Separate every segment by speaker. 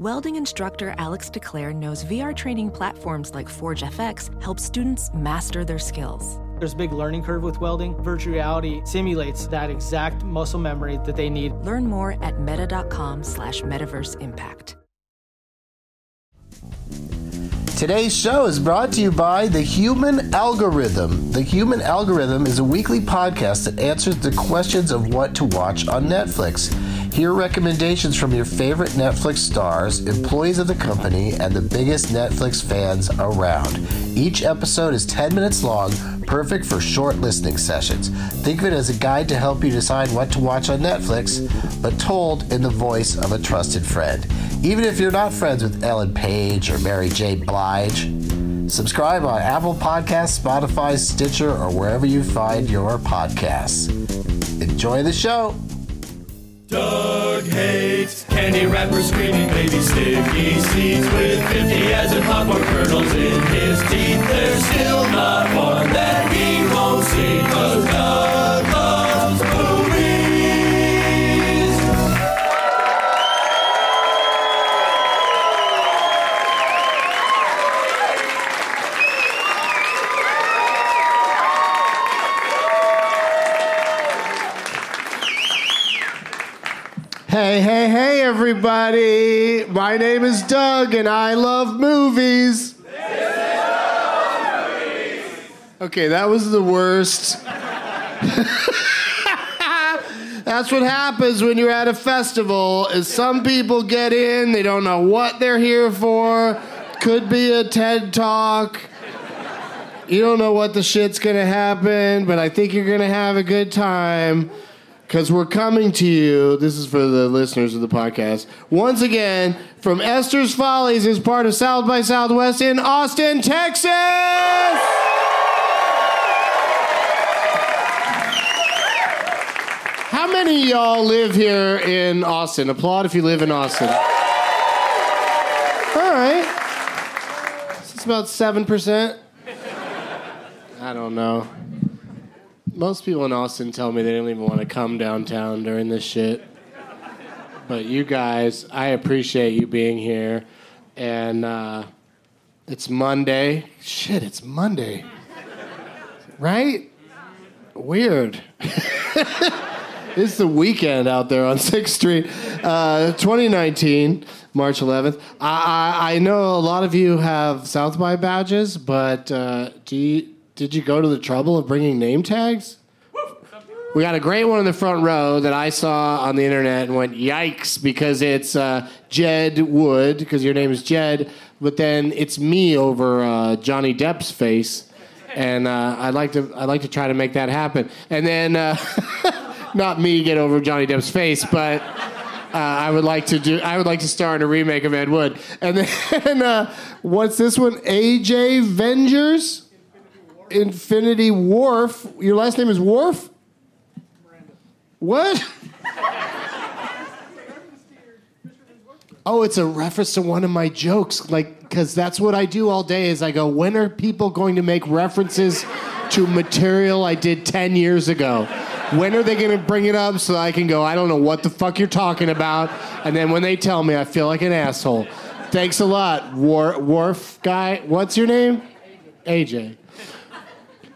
Speaker 1: Welding instructor Alex DeClaire knows VR training platforms like Forge FX help students master their skills.
Speaker 2: There's a big learning curve with welding. Virtual reality simulates that exact muscle memory that they need.
Speaker 1: Learn more at meta.com slash metaverse impact.
Speaker 3: Today's show is brought to you by The Human Algorithm. The Human Algorithm is a weekly podcast that answers the questions of what to watch on Netflix. Hear recommendations from your favorite Netflix stars, employees of the company, and the biggest Netflix fans around. Each episode is 10 minutes long, perfect for short listening sessions. Think of it as a guide to help you decide what to watch on Netflix, but told in the voice of a trusted friend. Even if you're not friends with Ellen Page or Mary J. Blige, Subscribe on Apple Podcasts, Spotify, Stitcher, or wherever you find your podcasts. Enjoy the show.
Speaker 4: Doug hates candy wrappers, screaming baby sticky seeds with 50 as in popcorn kernels in his teeth. There's still not one that he won't see 'cause Doug loves movies.
Speaker 3: Hey, hey, hey, everybody. My name is Doug, and I love movies. Okay, that was the worst. That's what happens when you're at a festival is some people get in, they don't know what they're here for. Could be a TED talk. You don't know what the shit's going to happen, but I think you're going to have a good time because we're coming to you. This is for the listeners of the podcast. Once again, from Esther's Follies as part of South by Southwest in Austin, Texas. How many of y'all live here in Austin? Applaud if you live in Austin. All right. So It's about 7%. I don't know. Most people in Austin tell me they don't even want to come downtown during this shit. But you guys, I appreciate you being here. And uh, it's Monday. Shit, it's Monday. Right? Weird.
Speaker 5: It's the weekend out there on 6th Street, uh, 2019, March 11th. I, I, I know a lot of you have South by badges, but uh, do you, did you go to the trouble of bringing name tags? We got a great one in the front row that I saw on the internet and went yikes because it's uh, Jed Wood because your name is Jed, but then it's me over uh, Johnny Depp's face, and uh, I'd like to I'd like to try to make that happen, and then uh, not me get over Johnny Depp's face, but. Uh, I would like to do. I would like to star in a remake of Ed Wood, and then uh, what's this one? AJ Vengers, Infinity Wharf. Your last name is Wharf. What? oh, it's a reference to one of my jokes. Like, because that's what I do all day is I go, when are people going to make references to material I did 10 years ago? When are they going to bring it up so I can go, I don't know what the fuck you're talking about? And then when they tell me, I feel like an asshole. Thanks a lot, War- Wharf guy. What's your name? AJ.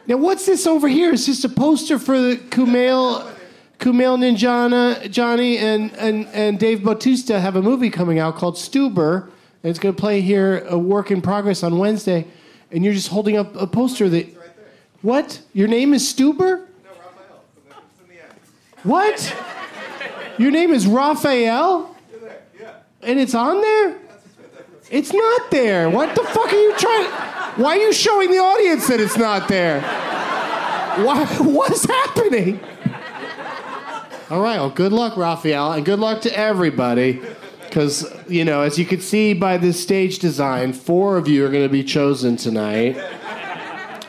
Speaker 5: Now, what's this over here? Is this a poster for the Kumail, Kumail Ninjana, Johnny, and, and, and Dave Bautista have a movie coming out called Stuber, and it's going to play here, a work in progress on Wednesday, and you're just holding up a poster that. What? Your name is Stuber? What? Your name is Raphael? And it's on there? It's not there. What the fuck are you trying? Why are you showing the audience that it's not there? Why, what's happening? All right. Well, good luck, Raphael, and good luck to everybody. Because, you know, as you can see by this stage design, four of you are going to be chosen tonight.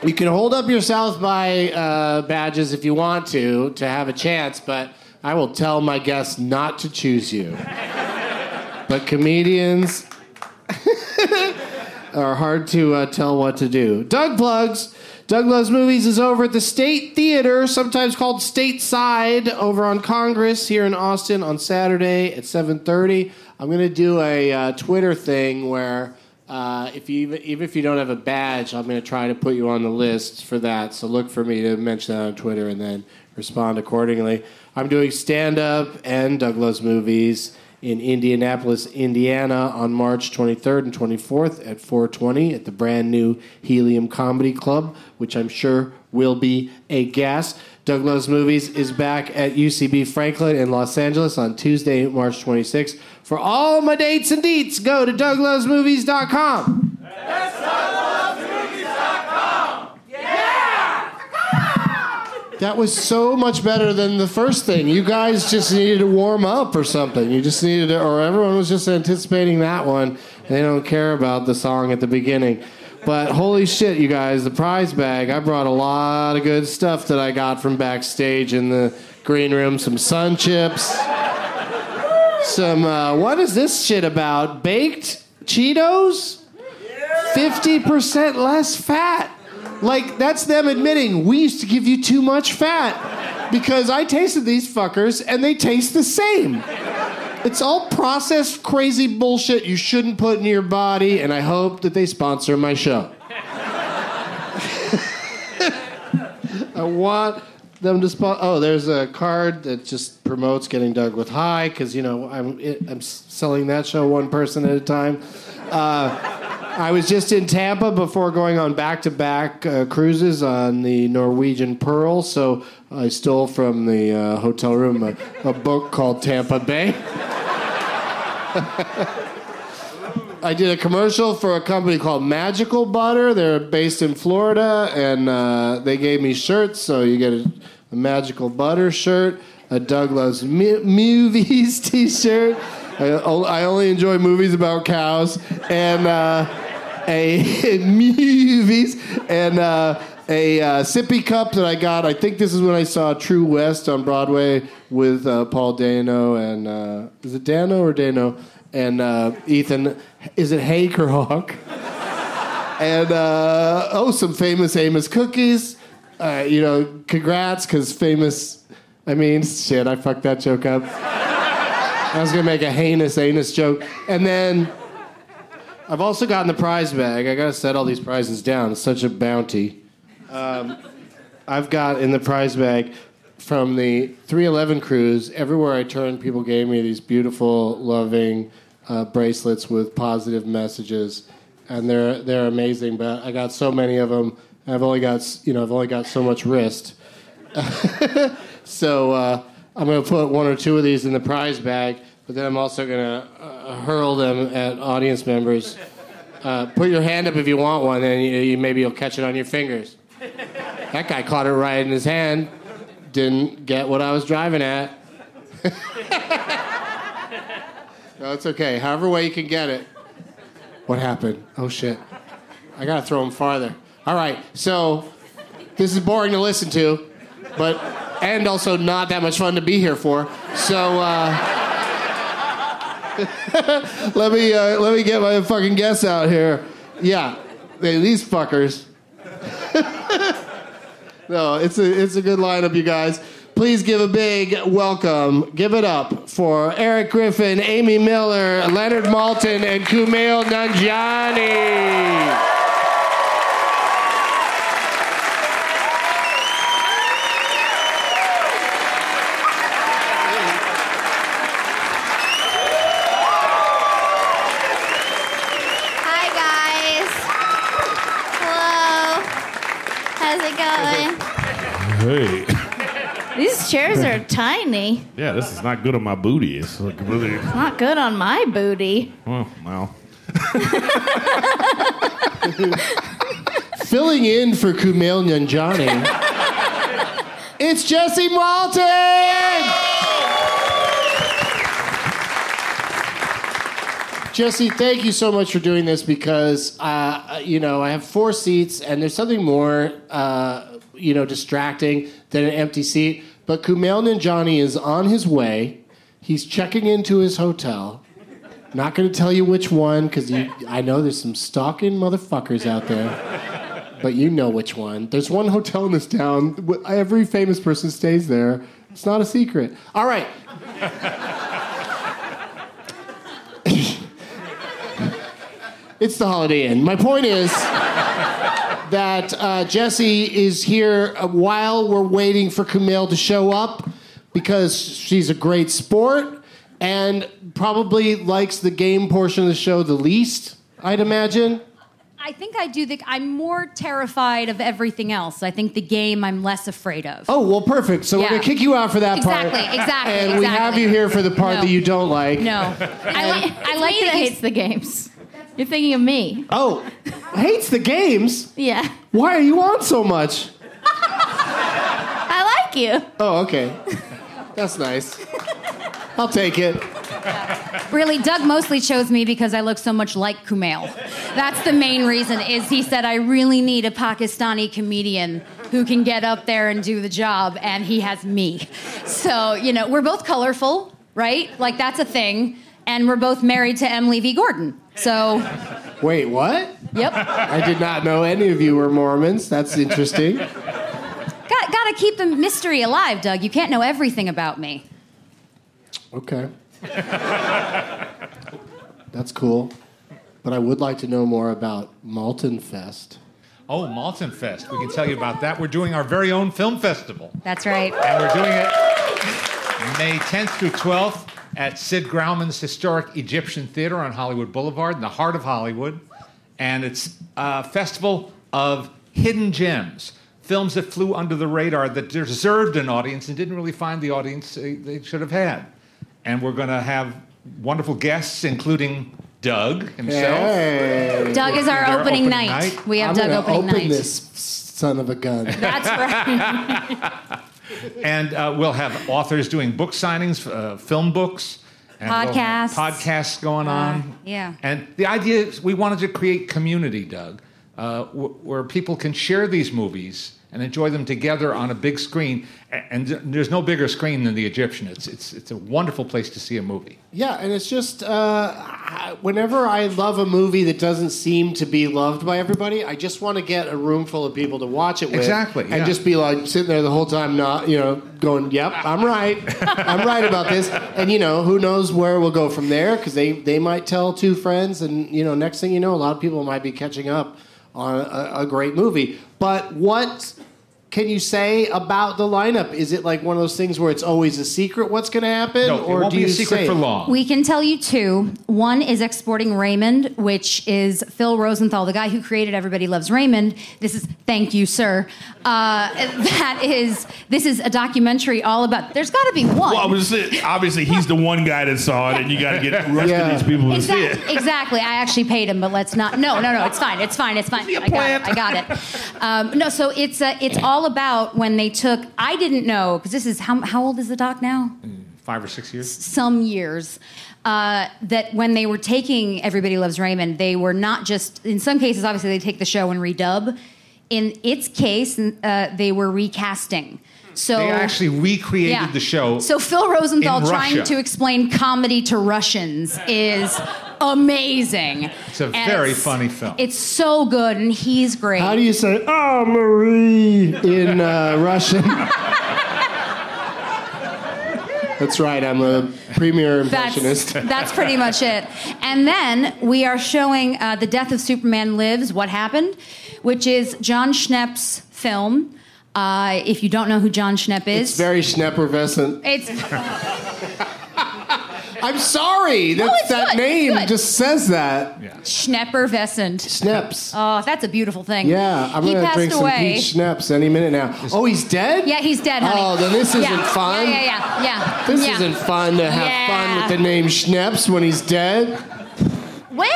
Speaker 5: You can hold up your South by uh, badges if you want to to have a chance, but I will tell my guests not to choose you. but comedians are hard to uh, tell what to do. Doug plugs. Doug Loves Movies is over at the State Theater, sometimes called Stateside, over on Congress here in Austin on Saturday at 7:30. I'm gonna do a uh, Twitter thing where uh, if you even, even if you don't have a badge, I'm gonna try to put you on the list for that. So look for me to mention that on Twitter and then respond accordingly. I'm doing stand up and Doug Loves Movies in Indianapolis, Indiana on March 23rd and 24th at 420 at the brand new Helium Comedy Club, which I'm sure will be a gas. Doug Loves Movies is back at UCB Franklin in Los Angeles on Tuesday, March 26th. For all my dates and deets, go to douglovesmovies.com. That was so much better than the first thing. You guys just needed to warm up or something. You just needed to, or everyone was just anticipating that one. And they don't care about the song at the beginning. But holy shit, you guys, the prize bag. I brought a lot of good stuff that I got from backstage in the green room some sun chips, some, uh, what is this shit about? Baked Cheetos? 50% less fat. Like, that's them admitting we used to give you too much fat because I tasted these fuckers and they taste the same. It's all processed, crazy bullshit you shouldn't put in your body, and I hope that they sponsor my show. I want them to spot. Oh, there's a card that just promotes getting Doug with high because you know I'm it, I'm s- selling that show one person at a time. Uh, I was just in Tampa before going on back-to-back uh, cruises on the Norwegian Pearl, so I stole from the uh, hotel room a, a book called Tampa Bay. I did a commercial for a company called Magical Butter. They're based in Florida, and uh, they gave me shirts. So you get a, a Magical Butter shirt, a Doug Loves Mu- Movies T-shirt. I, I only enjoy movies about cows, and uh, a movies and. Uh, a uh, sippy cup that I got. I think this is when I saw True West on Broadway with uh, Paul Dano and uh, is it Dano or Dano and uh, Ethan? Is it Hake or Hawk? and uh, oh, some famous Amos cookies. Uh, you know, congrats because famous. I mean, shit, I fucked that joke up. I was gonna make a heinous anus joke, and then. I've also gotten the prize bag. I gotta set all these Um, prizes down. It's such a bounty. I've got in the prize bag from the 311 cruise, everywhere I turned, people gave me these beautiful, loving uh, bracelets with positive messages, and they're they're amazing. But I got so many of them. I've only got s- you know I've only got so much wrist. So uh, I'm going to put one or two of these in the prize bag, but then I'm also going to uh, hurl them at audience members. Uh, put your hand up if you want one, and you, you, maybe you'll catch it on your fingers. That guy caught it right in his hand. Didn't get what I was driving at. no, it's okay. However way you can get it. What happened? Oh shit! I gotta throw him farther. All right, so this is boring to listen to, but and also not that much fun to be here for. So uh, let me uh, let me get my fucking guess out here. Yeah, they- these fuckers. no, it's a it's a good lineup, you guys. Please give a big welcome. Give it up for Eric Griffin, Amy Miller, Leonard Malton, and Kumail Nanjiani.
Speaker 6: Hi guys. Hello. How's it going?
Speaker 7: Hey.
Speaker 6: These chairs are tiny.
Speaker 7: Yeah, this is not good on my booty. It's like really.
Speaker 6: Not good on my booty.
Speaker 7: Oh, wow.
Speaker 5: Filling in for Kumail Nanjiani, it's Jesse Malton! Jesse, thank you so much for doing this because, uh, you know, I have four seats and there's something more, uh, you know, distracting than an empty seat. But Kumail Nanjiani is on his way. He's checking into his hotel. Not going to tell you which one because I know there's some stalking motherfuckers out there but you know which one. There's one hotel in this town. wh- Every famous person stays there. It's not a secret. All right. it's the Holiday Inn. My point is that uh, Jesse is here uh, while we're waiting for Kumail to show up because she's a great sport and probably likes the game portion of the show the least, I'd imagine.
Speaker 8: I think I do the. I'm more terrified of everything else. I think the game I'm less afraid of.
Speaker 5: Oh well, perfect. So we're
Speaker 8: Yeah.
Speaker 5: gonna kick you out for that part.
Speaker 8: Exactly, exactly,
Speaker 5: And we have
Speaker 8: exactly.
Speaker 5: you here for the part
Speaker 8: No.
Speaker 5: that you don't like.
Speaker 8: No, I, like I like
Speaker 6: me that
Speaker 8: that you-
Speaker 6: hates the games. You're thinking of me.
Speaker 5: Oh, hates the games.
Speaker 6: Yeah.
Speaker 5: Why are you on so much?
Speaker 6: I like you.
Speaker 5: Oh, okay. That's nice. I'll take it.
Speaker 8: really. Doug mostly chose me because I look so much like Kumail. That's the main reason. Is he said I really need a Pakistani comedian who can get up there and do the job, and he has me. So you know, we're both colorful, right? Like that's a thing, and we're both married to Emily V. Gordon. So,
Speaker 5: Wait, what?
Speaker 8: yep.
Speaker 5: I did not know any of you were Mormons. That's interesting.
Speaker 8: Got, gotta keep the mystery alive, Doug. You can't know everything about me.
Speaker 5: Okay. That's cool. But I would like to know more about Malton Fest.
Speaker 9: Oh, Malton Fest. We can tell you about that. We're doing our very own film festival.
Speaker 8: That's right.
Speaker 9: And we're doing it May 10th through 12th at Sid Grauman's historic Egyptian Theater on Hollywood Boulevard in the heart of Hollywood. And it's a festival of hidden gems, films that flew under the radar that deserved an audience and didn't really find the audience they, they should have had. And we're going to have wonderful guests, including Doug himself.
Speaker 5: Hey.
Speaker 8: Doug is our
Speaker 9: Their
Speaker 8: opening,
Speaker 9: opening
Speaker 8: night.
Speaker 9: night.
Speaker 8: We have
Speaker 5: I'm
Speaker 8: Doug
Speaker 5: gonna
Speaker 8: opening
Speaker 5: open
Speaker 8: night.
Speaker 5: this son of a gun.
Speaker 8: That's right.
Speaker 9: And uh, we'll have authors doing book signings, uh, film books, and we'll have
Speaker 8: Podcasts. Uh,
Speaker 9: podcasts going on.
Speaker 8: yeah.
Speaker 9: And the idea is we wanted to create community, Doug, uh, wh- where people can share these movies and enjoy them together on a big screen. A- And th- there's no bigger screen than the Egyptian. It's it's it's a wonderful place to see a movie.
Speaker 5: Yeah, and it's just uh, I- whenever I love a movie that doesn't seem to be loved by everybody, I just want to get a room full of people to watch it with.
Speaker 9: Exactly,
Speaker 5: And
Speaker 9: yeah.
Speaker 5: just be like sitting there the whole time, not, you know, going, yep, I'm right. I'm right about this. And, you know, who knows where we'll go from there because they, they might tell two friends, and, you know, next thing you know, a lot of people might be catching up on a, a great movie. But what can you say about the lineup? Is it like one of those things where it's always a secret what's going to happen?
Speaker 9: No, it
Speaker 5: or
Speaker 9: won't
Speaker 5: do
Speaker 9: be a
Speaker 5: you
Speaker 9: secret
Speaker 5: say
Speaker 9: for
Speaker 5: it?
Speaker 9: long.
Speaker 8: We can tell you two. One is Exporting Raymond, which is Phil Rosenthal, the guy who created Everybody Loves Raymond. This is Thank You, Sir. Uh, that is, this is a documentary all about, there's got to be one.
Speaker 7: Well, I was it. Obviously, he's the one guy that saw it, and you got to get the rest
Speaker 5: Yeah.
Speaker 7: of these people to see it.
Speaker 8: Exactly. exactly. I actually paid him, but let's not. No, no, no. It's fine. It's fine. It's fine. I got it. I got it. Um, no, so it's uh, it's all about when they took. I didn't know because this is how how old is the doc now?
Speaker 9: Five or six years.
Speaker 8: some years uh, that when they were taking Everybody Loves Raymond, they were not just, in some cases, obviously, they take the show and redub. In its case, uh, they were recasting. So
Speaker 9: They actually recreated
Speaker 8: yeah.
Speaker 9: the show.
Speaker 8: So Phil Rosenthal
Speaker 9: in
Speaker 8: trying
Speaker 9: Russia.
Speaker 8: to explain comedy to Russians is amazing.
Speaker 9: It's a
Speaker 8: And
Speaker 9: very funny film.
Speaker 8: It's so good, and he's great.
Speaker 5: How do you say "Ah, Marie" in uh, Russian? That's right. I'm a premier
Speaker 8: That's,
Speaker 5: impressionist.
Speaker 8: that's pretty much it. And then we are showing uh, The Death of Superman Lives What Happened, which is John Schnepp's film. Uh, if you don't know who John Schnepp is,
Speaker 5: It's very schneppervescent.
Speaker 8: it's-
Speaker 5: I'm sorry. That,
Speaker 8: No, it's
Speaker 5: that
Speaker 8: good,
Speaker 5: name
Speaker 8: it's good.
Speaker 5: just says that.
Speaker 8: Schneppervescent.
Speaker 5: Schneps.
Speaker 8: Oh, that's a beautiful thing.
Speaker 5: Yeah, I'm
Speaker 8: he
Speaker 5: gonna
Speaker 8: passed
Speaker 5: drink some
Speaker 8: away.
Speaker 5: peach schnapps any minute now. Oh, he's dead.
Speaker 8: yeah, he's dead, honey.
Speaker 5: Oh, then this
Speaker 8: Yeah.
Speaker 5: isn't fun.
Speaker 8: Yeah, yeah, yeah. yeah.
Speaker 5: This
Speaker 8: Yeah.
Speaker 5: isn't fun to have
Speaker 8: Yeah.
Speaker 5: fun with the name Schneps when he's dead.
Speaker 8: Well,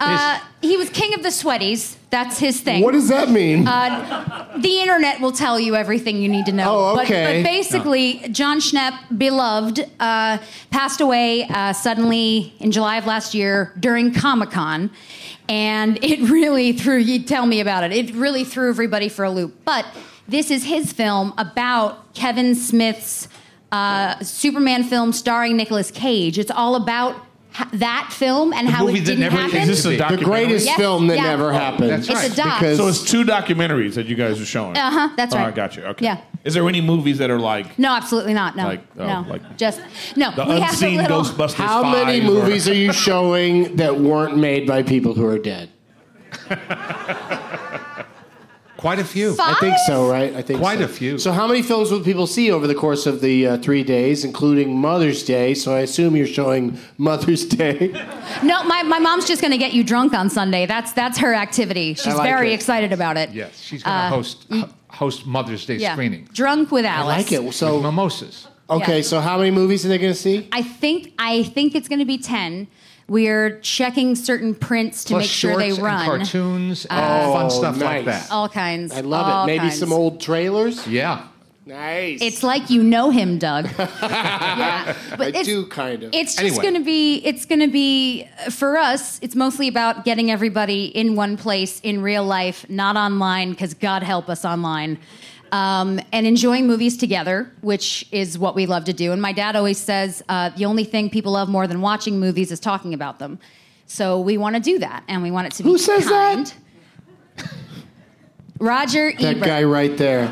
Speaker 8: uh, he was king of the sweaties. That's his thing.
Speaker 5: What does that mean?
Speaker 8: Uh, the internet will tell you everything you need to know.
Speaker 5: Oh,
Speaker 8: But-
Speaker 5: okay.
Speaker 8: But, basically, John Schnepp, beloved, uh, passed away uh, suddenly in July of last year during Comic Con. And it really threw, you tell me about it, it really threw everybody for a loop. But this is his film about Kevin Smith's uh, Superman film starring Nicolas Cage. It's all about ha- that film and how
Speaker 9: movie
Speaker 8: it
Speaker 9: that
Speaker 8: didn't
Speaker 9: never
Speaker 8: happen.
Speaker 9: existed.
Speaker 7: a
Speaker 5: the greatest
Speaker 8: Yes,
Speaker 5: film that
Speaker 8: yeah.
Speaker 5: never happened.
Speaker 9: That's
Speaker 8: It's
Speaker 9: right.
Speaker 8: a doc.
Speaker 5: Because-
Speaker 7: So it's two documentaries that you guys are showing. Uh
Speaker 8: Uh-huh, that's
Speaker 7: I
Speaker 8: right.
Speaker 7: got you. Okay.
Speaker 8: Yeah.
Speaker 7: Is there any movies that are like
Speaker 8: No, absolutely not. No,
Speaker 7: Like, oh,
Speaker 8: no,
Speaker 7: like-
Speaker 8: just no.
Speaker 7: the
Speaker 8: we have a
Speaker 7: unseen
Speaker 8: little.
Speaker 7: Ghostbusters?
Speaker 5: How many
Speaker 7: 5 or-
Speaker 5: movies are you showing that weren't made by people who are dead?
Speaker 9: Quite a few.
Speaker 8: Five?
Speaker 5: I think so, right? I think
Speaker 9: Quite
Speaker 5: so.
Speaker 9: a few.
Speaker 5: So, how many films will people see over the course of the uh, three days, including Mother's Day? So, I assume you're showing Mother's Day.
Speaker 8: No, my, my mom's just going to get you drunk on Sunday. That's that's her activity. She's
Speaker 5: like
Speaker 8: very
Speaker 5: it.
Speaker 8: excited about it.
Speaker 9: Yes, she's going to
Speaker 8: Uh,
Speaker 9: host ho- host Mother's Day
Speaker 8: Yeah,
Speaker 9: screening.
Speaker 8: drunk with Alice.
Speaker 5: I like it.
Speaker 9: with
Speaker 5: So,
Speaker 9: mimosas.
Speaker 5: okay.
Speaker 8: Yeah.
Speaker 5: So, how many movies are they going to see?
Speaker 8: I think I think it's going to be ten. We're checking certain prints to
Speaker 9: Plus
Speaker 8: make sure they
Speaker 9: shorts
Speaker 8: run.
Speaker 9: and cartoons and fun stuff like
Speaker 5: Oh, nice.
Speaker 9: that.
Speaker 8: All kinds.
Speaker 5: I love
Speaker 8: all
Speaker 5: it. Maybe
Speaker 8: kinds.
Speaker 5: some old trailers.
Speaker 9: Yeah.
Speaker 5: Nice.
Speaker 8: It's like you know him, Doug. yeah,
Speaker 5: I do kind of.
Speaker 8: It's just
Speaker 9: Anyway.
Speaker 8: going to be. It's going to be uh, for us. It's mostly about getting everybody in one place in real life, not online, because God help us online. Um, and enjoying movies together, which is what we love to do. And my dad always says uh, the only thing people love more than watching movies is talking about them. So we want to do that, and we want it to be
Speaker 5: Who says that?
Speaker 8: kind. Roger
Speaker 5: that
Speaker 8: Ebert.
Speaker 5: guy right there.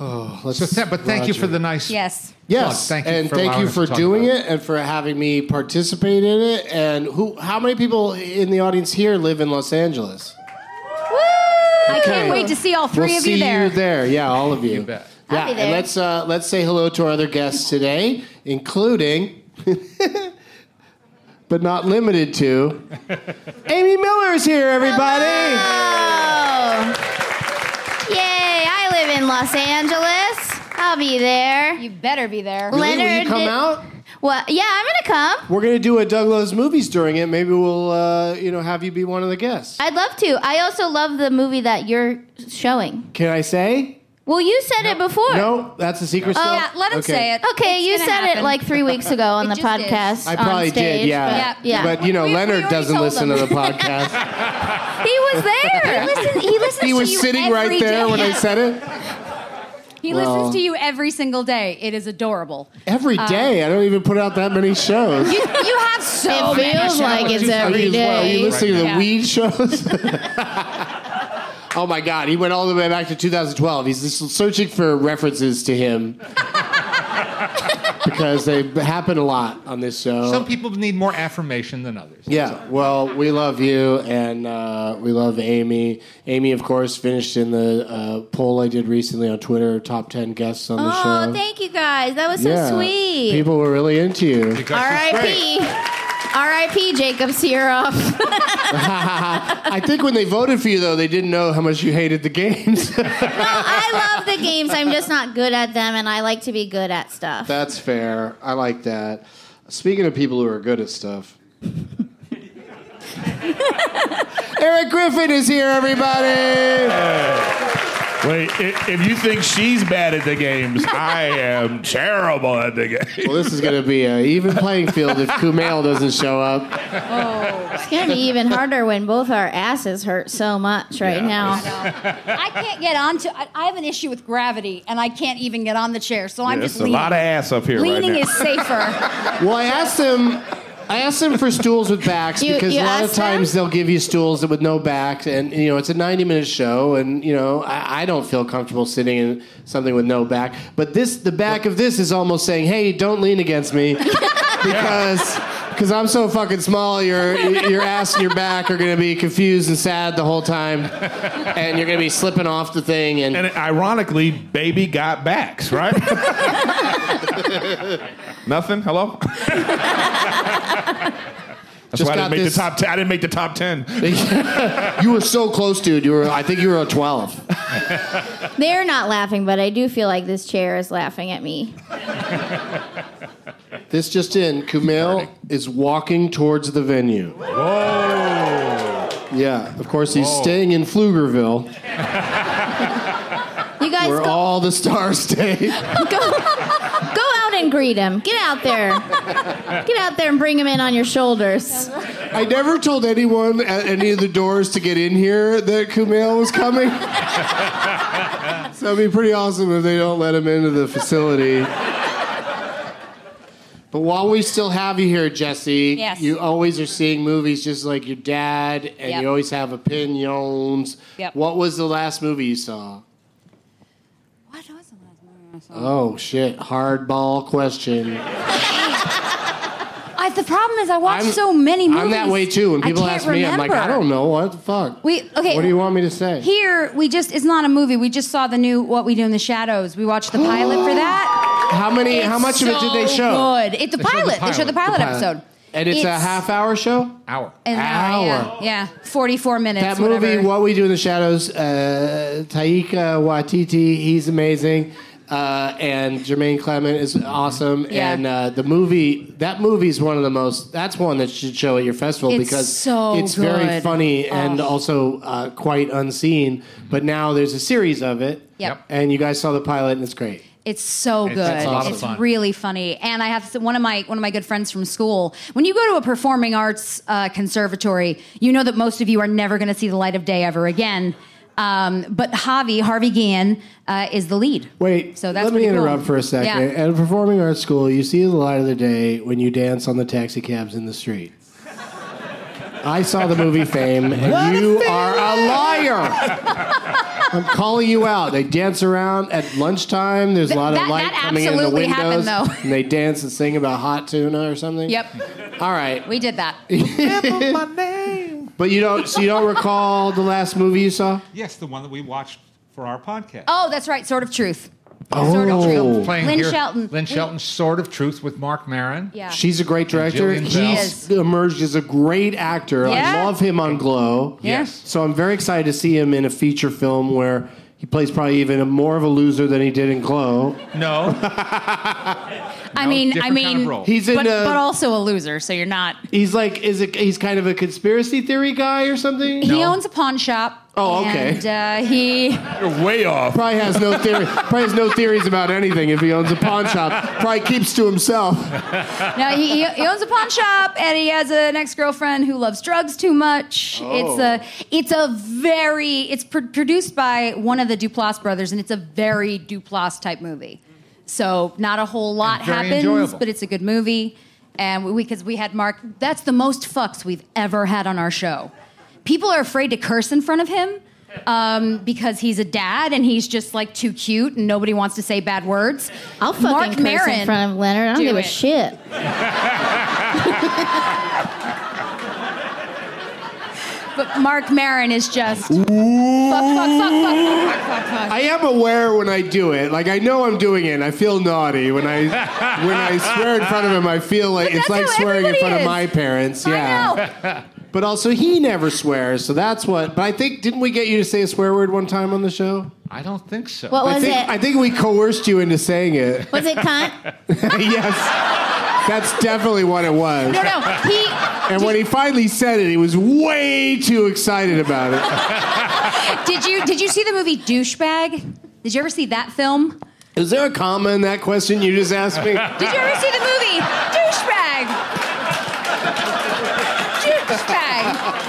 Speaker 5: Oh, let's.
Speaker 9: So th- but thank you for
Speaker 5: Roger.
Speaker 9: the nice.
Speaker 8: Yes.
Speaker 5: Yes,
Speaker 9: Plug. Thank you
Speaker 5: and
Speaker 9: for
Speaker 5: thank
Speaker 9: allowing
Speaker 5: you
Speaker 9: us
Speaker 5: for
Speaker 9: to talk
Speaker 5: doing
Speaker 9: about
Speaker 5: it and for having me participate in it. And who? How many people in the audience here live in Los Angeles?
Speaker 8: I
Speaker 5: Okay.
Speaker 8: can't wait to see all 3
Speaker 5: we'll
Speaker 8: of
Speaker 5: see
Speaker 8: you there.
Speaker 5: You there, yeah, all of you.
Speaker 9: bet.
Speaker 5: Yeah,
Speaker 8: I'll be there.
Speaker 5: and let's uh, let's say hello to our other guests today, including, but not limited to, Amy Miller is here, everybody.
Speaker 6: Oh. Yay, I live in Los Angeles. I'll be there.
Speaker 8: You better be there.
Speaker 5: Really? Will you
Speaker 6: Leonard
Speaker 5: come
Speaker 6: did-
Speaker 5: out?
Speaker 6: Well, yeah, I'm going to come.
Speaker 5: We're gonna do a Doug Loves Movies during it. Maybe we'll uh, you know have you be one of the guests.
Speaker 6: I'd love to. I also love the movie that you're showing.
Speaker 5: Can I say?
Speaker 6: Well, you said it before.
Speaker 5: No, that's a secret.
Speaker 6: Oh.
Speaker 5: still?
Speaker 8: Yeah, let him
Speaker 5: Okay.
Speaker 8: say it.
Speaker 6: Okay,
Speaker 8: It's
Speaker 6: you
Speaker 8: gonna
Speaker 6: said it
Speaker 8: happen.
Speaker 6: like three weeks ago on
Speaker 8: It
Speaker 6: the
Speaker 8: just did.
Speaker 6: podcast.
Speaker 5: I probably
Speaker 6: on stage,
Speaker 5: did, yeah.
Speaker 6: But, yeah.
Speaker 5: But you know,
Speaker 8: We- we
Speaker 5: Leonard
Speaker 8: already
Speaker 5: doesn't
Speaker 8: told
Speaker 5: listen to
Speaker 8: them.
Speaker 5: the podcast.
Speaker 6: he was there. he listened, he listened
Speaker 5: he
Speaker 6: to
Speaker 5: was
Speaker 6: you
Speaker 5: sitting
Speaker 6: every
Speaker 5: right there
Speaker 6: day.
Speaker 5: when I said it.
Speaker 8: He
Speaker 5: Well-
Speaker 8: listens to you every single day. It is adorable.
Speaker 5: Every day, I don't even put out that many shows.
Speaker 8: Um, You, you have so
Speaker 6: It feels like it's
Speaker 5: Are
Speaker 6: every
Speaker 5: you, well, are you
Speaker 6: day.
Speaker 5: listening to the
Speaker 8: Yeah.
Speaker 5: weed shows? oh my God, he went all the way back to 2012. He's just searching for references to him. because they happen a lot on this show.
Speaker 9: Some people need more affirmation than others.
Speaker 5: Yeah, well, we love you, and uh, we love Amy. Amy, of course, finished in the uh, poll I did recently on Twitter, top ten guests on the
Speaker 6: oh,
Speaker 5: show.
Speaker 6: thank you guys. That was so
Speaker 5: Yeah,
Speaker 6: sweet.
Speaker 5: People were really into you.
Speaker 6: R.I.P. R.I.P. Jacob Searoff.
Speaker 5: I think when they voted for you, though, they didn't know how much you hated the games.
Speaker 6: I love the games. I'm just not good at them, and I like to be good at stuff.
Speaker 5: That's fair. I like that. Speaking of people who are good at stuff, Eric Griffin is here, everybody.
Speaker 7: Wait, if, if you think she's bad at the games, I am terrible at the game.
Speaker 5: Well, this is going to be an even playing field if Kumail doesn't show up.
Speaker 6: It's gonna be even harder when both our asses hurt so much right now.
Speaker 8: I can't get onto. I, I have an issue with gravity, and I can't even get on the chair, so I'm
Speaker 7: Yeah,
Speaker 8: just
Speaker 7: it's a
Speaker 8: leaning.
Speaker 7: lot of ass up here right
Speaker 8: leaning
Speaker 7: now.
Speaker 8: is safer.
Speaker 5: Well, I asked him. I asked him for stools with backs
Speaker 6: You-
Speaker 5: because
Speaker 6: you
Speaker 5: a lot of
Speaker 6: asked him?
Speaker 5: times they'll give you stools with no backs, and you know it's a ninety-minute show, and you know I, I don't feel comfortable sitting in something with no back. But this, the back of this is almost saying, "Hey, don't lean against me," because because I'm so fucking small. Your your ass and your back are gonna be confused and sad the whole time, and you're gonna be slipping off the thing. And,
Speaker 7: And ironically, baby got backs, right? Nothing. Hello. That's
Speaker 5: Just
Speaker 7: why I didn't
Speaker 5: got
Speaker 7: make
Speaker 5: this-
Speaker 7: the top. Ten. I didn't make the top ten.
Speaker 5: you were so close, dude. You were I think you were a twelve.
Speaker 6: They're not laughing, but I do feel like this chair is laughing at me.
Speaker 5: This just in, Kumail is walking towards the venue.
Speaker 7: Whoa!
Speaker 5: Yeah, of course he's
Speaker 7: Whoa.
Speaker 5: staying in Pflugerville,
Speaker 6: You guys
Speaker 5: where
Speaker 6: go,
Speaker 5: all the stars stay.
Speaker 6: go, go out and greet him. Get out there. Get out there and bring him in on your shoulders.
Speaker 5: I never told anyone at any of the doors to get in here that Kumail was coming. so it'd be pretty awesome if they don't let him into the facility. But while we still have you here, Jesse,
Speaker 8: Yes.
Speaker 5: you always are seeing movies just like your dad, and
Speaker 8: Yep.
Speaker 5: you always have opinions.
Speaker 8: Yep.
Speaker 5: What was the last movie you saw?
Speaker 8: what was the last movie I saw?
Speaker 5: Oh shit! Hardball question.
Speaker 8: I, the problem is I watch
Speaker 5: I'm-
Speaker 8: so many movies.
Speaker 5: I'm that way too. When
Speaker 8: I
Speaker 5: people
Speaker 8: can't
Speaker 5: ask me, I'm like, I
Speaker 8: remember.
Speaker 5: don't know what the fuck.
Speaker 8: We okay.
Speaker 5: What do you want me to say?
Speaker 8: Here we just—it's not a movie. We just saw the new "What We Do in the Shadows." We watched the pilot for that.
Speaker 5: how many? How
Speaker 8: It's
Speaker 5: much of it did they
Speaker 8: so
Speaker 5: show?
Speaker 8: Good. It's the,
Speaker 9: They showed the
Speaker 8: pilot. They
Speaker 9: pilot.
Speaker 8: showed the
Speaker 9: The
Speaker 8: pilot,
Speaker 5: Pilot.
Speaker 8: episode.
Speaker 5: And it's, a half-hour show.
Speaker 9: Hour.
Speaker 8: an hour.
Speaker 5: hour.
Speaker 8: Yeah, yeah, forty-four minutes.
Speaker 5: That movie,
Speaker 8: whatever.
Speaker 5: What We Do in the Shadows, uh, Taika Waititi, he's amazing. Uh, and Jermaine Clement is awesome.
Speaker 8: Yeah.
Speaker 5: And uh, the movie, that movie is one of the most, that's one that should show at your festival
Speaker 8: It's
Speaker 5: because
Speaker 8: so
Speaker 5: it's very
Speaker 8: good. Oh.
Speaker 5: funny and also uh, quite unseen. But now there's a series of it.
Speaker 8: Yep.
Speaker 5: And you guys saw the pilot and it's great.
Speaker 8: It's so
Speaker 9: It's-
Speaker 8: good.
Speaker 9: it's
Speaker 8: It's,
Speaker 9: a lot of fun.
Speaker 8: really funny. And I have s- one of my one of my good friends from school. When you go to a performing arts uh, conservatory, you know that most of you are never going to see the light of day ever again. Um, but Javi Harvey Guillen uh, is the lead.
Speaker 5: Wait,
Speaker 8: So that's
Speaker 5: let me
Speaker 8: pretty cool.
Speaker 5: interrupt for a second.
Speaker 8: Yeah.
Speaker 5: At a performing arts school, you see the light of the day when you dance on the taxi cabs in the street. I saw the movie Fame, and you are a liar. I'm calling you out. They dance around at lunchtime. There's a lot of
Speaker 8: That-
Speaker 5: light
Speaker 8: that
Speaker 5: coming in the
Speaker 8: absolutely
Speaker 5: windows,
Speaker 8: happened, though.
Speaker 5: and they dance and sing about hot tuna or something.
Speaker 8: Yep,
Speaker 5: All right,
Speaker 8: we did that.
Speaker 5: but you don't. So you don't recall the last movie you saw?
Speaker 9: Yes, the one that we watched for our podcast.
Speaker 8: Oh, that's right. Sort of truth. Sort of
Speaker 5: Oh,
Speaker 8: truth.
Speaker 9: Playing
Speaker 8: Lynn
Speaker 9: here,
Speaker 8: Shelton.
Speaker 9: Lynn Shelton's Sword of Truth with Mark Maron.
Speaker 8: Yeah.
Speaker 5: She's a great director.
Speaker 9: Jillian
Speaker 5: He's
Speaker 8: Bell.
Speaker 5: emerged as a great actor. I
Speaker 8: Yeah.
Speaker 5: love him on Glow.
Speaker 9: Yes.
Speaker 5: So I'm very excited to see him in a feature film where he plays probably even more of a loser than he did in Glow.
Speaker 9: No.
Speaker 8: I mean, I
Speaker 9: different
Speaker 8: mean,
Speaker 9: kind of role.
Speaker 5: He's in uh,
Speaker 8: but,
Speaker 5: a,
Speaker 8: but also a loser. So you're not.
Speaker 5: he's like is it, he's kind of a conspiracy theory guy or something.
Speaker 8: He owns a pawn shop.
Speaker 5: Oh, okay.
Speaker 8: And uh, he.
Speaker 7: You're way off.
Speaker 5: Probably has no theory. probably has no theories about anything if he owns a pawn shop. Probably keeps to himself.
Speaker 8: No, he, he- he owns a pawn shop and he has an ex girlfriend who loves drugs too much. It's a
Speaker 9: Oh.
Speaker 8: it's a very it's pr- produced by one of the Duplass brothers and it's a very Duplass type movie. So not a whole lot
Speaker 9: And very
Speaker 8: happens,
Speaker 9: enjoyable.
Speaker 8: but it's a good movie. And we because we had Mark, that's the most fucks we've ever had on our show. People are afraid to curse in front of him. um, because he's a dad and he's just like too cute and nobody wants to say bad words. I'll
Speaker 6: fucking
Speaker 8: Mark
Speaker 6: curse in
Speaker 8: Maron,
Speaker 6: front of Leonard. I don't
Speaker 8: do
Speaker 6: give a
Speaker 8: it.
Speaker 6: shit.
Speaker 8: But Mark Maron is just fuck, fuck, fuck, fuck, fuck, fuck, fuck, fuck.
Speaker 5: I am aware when I do it. Like I know I'm doing it. and I feel naughty when I when I swear in front of him. I feel like it's like swering in
Speaker 8: everybody
Speaker 5: front
Speaker 8: is.
Speaker 5: of my parents. Yeah. But also he never swears, so that's what. But I think didn't we get you to say a swear word one time on the show?
Speaker 9: I don't think so.
Speaker 6: What
Speaker 5: I
Speaker 6: was
Speaker 5: think
Speaker 6: it?
Speaker 5: I think we coerced you into saying it.
Speaker 6: was it cunt?
Speaker 5: yes. That's definitely what it was.
Speaker 8: No, no, he.
Speaker 5: And when he finally said it, he was way too excited about it.
Speaker 8: Did you did you see the movie Douchebag? Did you ever see that film?
Speaker 5: Is there a comma in that question you just asked me?
Speaker 8: Did you ever see the movie Douchebag? Douchebag.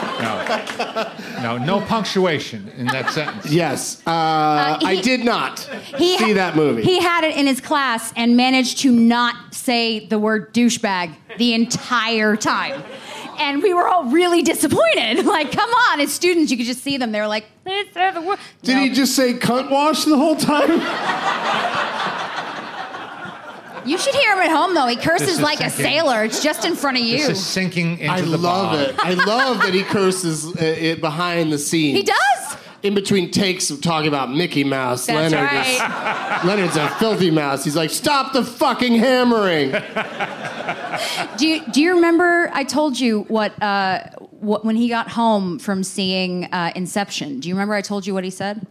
Speaker 9: No, no punctuation in that sentence.
Speaker 5: Yes. Uh, I
Speaker 8: he-
Speaker 5: did not
Speaker 8: He
Speaker 5: see that movie.
Speaker 8: He had it in his class and managed to not say the word douchebag the entire time. And we were all really disappointed. Like, come on, as students, you could just see them. They were like, "Please say the word."
Speaker 5: Did
Speaker 8: No.
Speaker 5: he just say cunt wash the whole time?
Speaker 8: You should hear him at home though. He
Speaker 9: This
Speaker 8: curses
Speaker 9: is
Speaker 8: like a
Speaker 9: sinking.
Speaker 8: sailor. It's just in front of you.
Speaker 9: This is sinking into
Speaker 5: I
Speaker 9: the
Speaker 5: love
Speaker 9: bog.
Speaker 5: it. I love that he curses uh, it behind the scenes.
Speaker 8: He does.
Speaker 5: In between takes of talking about Mickey Mouse,
Speaker 8: That's
Speaker 5: Leonard is, Leonard's a filthy mouse. He's like, stop the fucking hammering.
Speaker 8: Do you, do you remember? I told you what, uh, what when he got home from seeing uh, Inception. Do you remember? I told you what he said.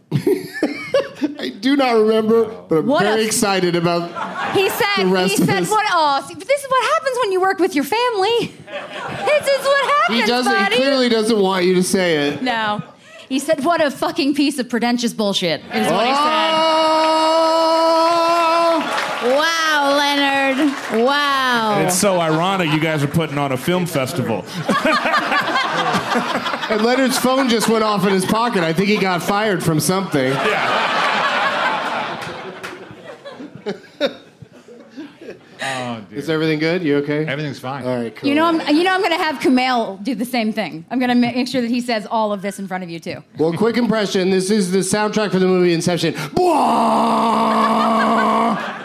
Speaker 5: I do not remember, but I'm
Speaker 8: What
Speaker 5: very
Speaker 8: a-
Speaker 5: excited about
Speaker 8: He said.
Speaker 5: The rest
Speaker 8: He
Speaker 5: of
Speaker 8: said
Speaker 5: this-
Speaker 8: what? Oh, see, this is what happens when you work with your family. this is what happens,
Speaker 5: He doesn't.
Speaker 8: buddy.
Speaker 5: He clearly doesn't want you to say it.
Speaker 8: no. He said, "What a fucking piece of pretentious bullshit." Is what he said.
Speaker 5: Oh!
Speaker 6: Wow, Leonard. Wow.
Speaker 7: It's so ironic you guys are putting on a film festival.
Speaker 5: And Leonard's phone just went off in his pocket. I think he got fired from something.
Speaker 9: Oh, dear.
Speaker 5: Is everything good? You okay?
Speaker 9: Everything's fine.
Speaker 5: All right. Cool.
Speaker 8: You know, I'm, you know, I'm gonna have Kumail do the same thing. I'm gonna ma- make sure that he says all of this in front of you too.
Speaker 5: Well, quick impression. This is the soundtrack for the movie Inception. Bwah!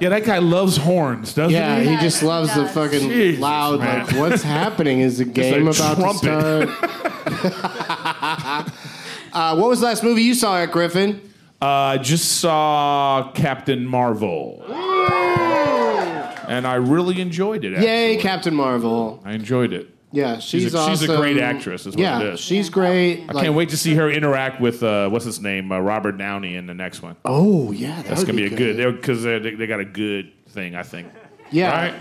Speaker 7: Yeah, that guy loves horns, doesn't
Speaker 5: yeah,
Speaker 7: he?
Speaker 5: he just loves the
Speaker 8: does.
Speaker 5: fucking
Speaker 7: Jesus,
Speaker 5: loud.
Speaker 7: man.
Speaker 5: Like, what's happening? Is the game
Speaker 7: like
Speaker 5: about to
Speaker 7: trumpet.
Speaker 5: start? uh, what was the last movie you saw, Eric Griffin?
Speaker 7: Uh, just saw Captain Marvel, and I really enjoyed it.
Speaker 5: Yay,
Speaker 7: actually.
Speaker 5: Captain Marvel.
Speaker 7: I enjoyed it.
Speaker 5: Yeah, she's
Speaker 7: She's a- she's a
Speaker 5: awesome.
Speaker 7: great actress is what
Speaker 5: yeah,
Speaker 7: it is.
Speaker 5: she's great.
Speaker 7: I can't wait to see her interact with uh, what's his name, uh, Robert Downey, in the next one.
Speaker 5: Oh yeah, that
Speaker 7: That's
Speaker 5: would
Speaker 7: gonna be, a good
Speaker 5: good.
Speaker 7: because they they got a good thing, I think.
Speaker 5: Yeah.
Speaker 7: Right?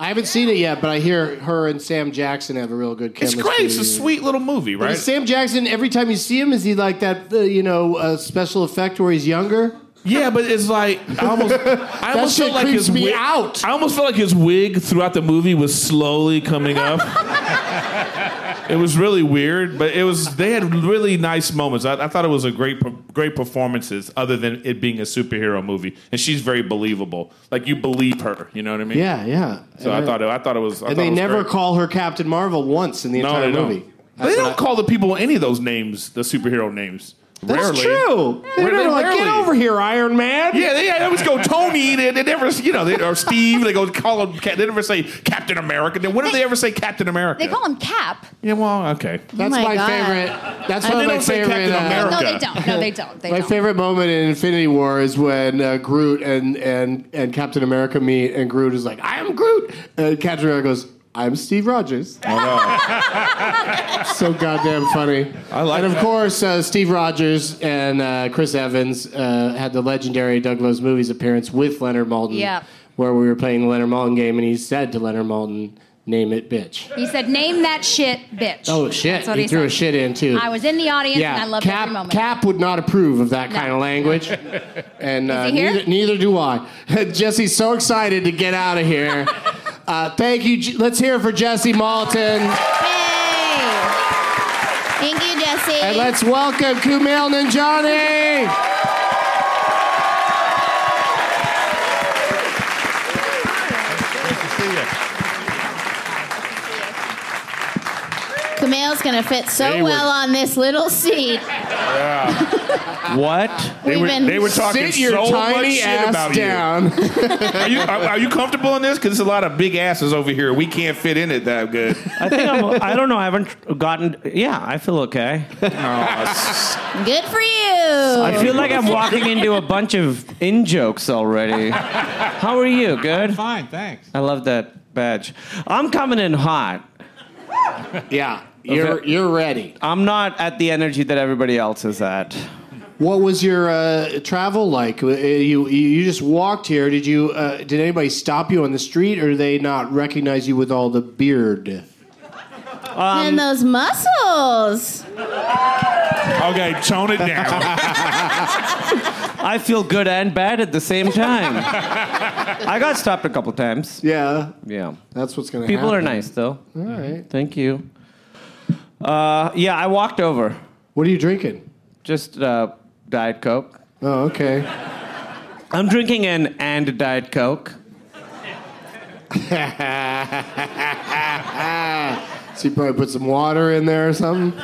Speaker 5: I haven't seen it yet, but I hear her and Sam Jackson have a real good
Speaker 7: It's
Speaker 5: chemistry.
Speaker 7: great. It's a sweet little movie,
Speaker 5: But
Speaker 7: right?
Speaker 5: is Sam Jackson, every time you see him, is he like that, uh, you know, uh, special effect where he's younger?
Speaker 7: Yeah, but it's like I almost, I almost
Speaker 5: shit
Speaker 7: feel like
Speaker 5: creeps
Speaker 7: his
Speaker 5: me
Speaker 7: wig,
Speaker 5: out.
Speaker 7: I almost felt like his wig throughout the movie was slowly coming up. it was really weird, but it was. They had really nice moments. I, I thought it was a great, per- great performances. Other than it being a superhero movie, and she's very believable. Like you believe her. You know what I mean?
Speaker 5: Yeah, yeah.
Speaker 7: So I
Speaker 5: And, uh,
Speaker 7: thought it, I thought it was. I
Speaker 5: And
Speaker 7: thought
Speaker 5: they
Speaker 7: it was
Speaker 5: never
Speaker 7: great.
Speaker 5: call her Captain Marvel once in the
Speaker 7: no,
Speaker 5: entire
Speaker 7: they don't.
Speaker 5: movie.
Speaker 7: They
Speaker 5: That's
Speaker 7: don't
Speaker 5: what I-
Speaker 7: call the people any of those names the superhero names.
Speaker 5: That's
Speaker 7: Rarely.
Speaker 5: true. They're
Speaker 7: Rarely-
Speaker 5: never like, get
Speaker 7: rarely.
Speaker 5: over here, Iron Man.
Speaker 7: Yeah, they, they always go Tony. They, they never, you know, they, or Steve. They go call him. Cap- They never say Captain America. Then when do they ever say Captain America?
Speaker 8: They call him Cap.
Speaker 7: Yeah, well, okay.
Speaker 5: That's
Speaker 6: Oh my
Speaker 5: my,
Speaker 6: God.
Speaker 5: favorite. That's one
Speaker 7: they
Speaker 5: of my
Speaker 7: don't say
Speaker 5: favorite.
Speaker 7: Captain
Speaker 5: uh,
Speaker 7: America.
Speaker 8: No, they don't. No, they don't. They
Speaker 5: my
Speaker 8: don't.
Speaker 5: favorite moment in Infinity War is when uh, Groot and, and, and Captain America meet, and Groot is like, I am Groot. And Captain America goes, I'm Steve Rogers. so goddamn funny.
Speaker 7: I like
Speaker 5: And of
Speaker 7: that.
Speaker 5: course, uh, Steve Rogers and uh, Chris Evans uh, had the legendary Douglas Movies appearance with Leonard Maltin,
Speaker 8: Yeah.
Speaker 5: where we were playing the Leonard Maltin game, and he said to Leonard Maltin, "Name it, bitch."
Speaker 8: He said, "Name that shit, bitch."
Speaker 5: Oh shit!
Speaker 8: That's what
Speaker 5: he, threw
Speaker 8: said.
Speaker 5: a shit in too.
Speaker 8: I was in the audience
Speaker 5: yeah,
Speaker 8: and I loved
Speaker 5: Cap,
Speaker 8: every moment.
Speaker 5: Cap would not approve of that
Speaker 8: No.
Speaker 5: kind of language, and uh,
Speaker 8: he here?
Speaker 5: neither, neither do I. Jesse's so excited to get out of here. uh, thank you. J- Let's hear it for Jesse Malton.
Speaker 6: Yay. Thank you, Jesse.
Speaker 5: And let's welcome Kumail Nanjiani.
Speaker 6: Kumail Kumail's gonna fit so
Speaker 7: They were-
Speaker 6: well on this little seat.
Speaker 7: Yeah. what? They
Speaker 6: We've
Speaker 7: were,
Speaker 6: been-
Speaker 7: they were talking
Speaker 6: Sit your
Speaker 7: so much
Speaker 6: tiny
Speaker 7: shit
Speaker 6: ass
Speaker 7: about
Speaker 5: down.
Speaker 7: you. are you are, are you comfortable in this? Because there's a lot of big asses over here. We can't fit in it that good.
Speaker 10: I think I'm, I don't know. I haven't gotten. Yeah, I feel okay.
Speaker 6: Good for you.
Speaker 10: I feel like I'm walking into a bunch of in jokes already. How are you? Good.
Speaker 9: Fine, thanks.
Speaker 10: I love that badge. I'm coming in hot.
Speaker 5: Yeah, you're you're ready.
Speaker 7: Uh,
Speaker 10: I'm not at the energy that everybody else is at.
Speaker 5: What was your uh, travel like? Uh, You you just walked here. Did you uh, did anybody stop you on the street, or did they not recognize you with all the beard?
Speaker 10: um,
Speaker 6: and those muscles.
Speaker 7: Okay, tone it down.
Speaker 10: I feel good and bad at the same time. I got stopped a couple times.
Speaker 5: Yeah.
Speaker 10: Yeah.
Speaker 5: That's what's gonna.
Speaker 10: People are
Speaker 5: happen.
Speaker 10: nice though. Mm-hmm.
Speaker 5: All right.
Speaker 10: Thank you. Uh, yeah, I walked over.
Speaker 5: What are you drinking?
Speaker 10: Just uh, Diet Coke.
Speaker 5: Oh, okay.
Speaker 10: I'm drinking an and Diet Coke.
Speaker 5: so you probably put some water in there or something.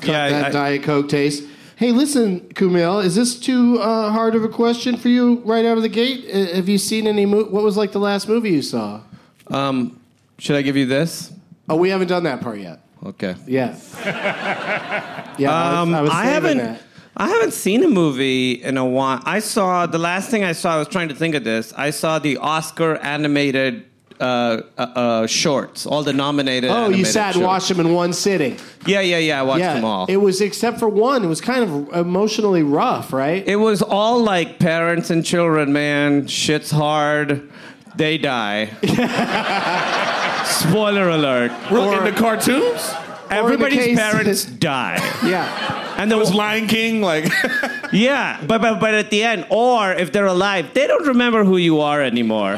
Speaker 5: Cut that Diet Coke taste. Hey, listen, Kumail, is this too uh, hard of a question for you right out of the gate? Uh, have you seen any mo- What was like the last movie you saw?
Speaker 10: Um, should I give you this?
Speaker 5: Oh, we haven't done that part yet.
Speaker 10: Okay. Um,
Speaker 5: Yeah. yeah. I was- I was saving
Speaker 10: haven't.
Speaker 5: that.
Speaker 10: I haven't seen a movie in a while. I saw the last thing I saw. I was trying to think of this. I saw the Oscar animated uh, uh, uh, shorts, all the nominated.
Speaker 5: Oh, you
Speaker 10: animated
Speaker 5: sat and
Speaker 10: shorts.
Speaker 5: watched them in one sitting.
Speaker 10: Yeah, yeah, yeah. I watched
Speaker 5: yeah,
Speaker 10: them all.
Speaker 5: It was except for one. It was kind of emotionally rough, right?
Speaker 10: It was all like parents and children, man. Shit's hard. They die. Spoiler alert.
Speaker 7: Well, in the cartoons?
Speaker 10: Everybody's
Speaker 7: case-
Speaker 10: parents die.
Speaker 5: yeah.
Speaker 10: And there was
Speaker 7: Lion King, like.
Speaker 10: yeah, but, but but at the end, or if they're alive, they don't remember who you are anymore.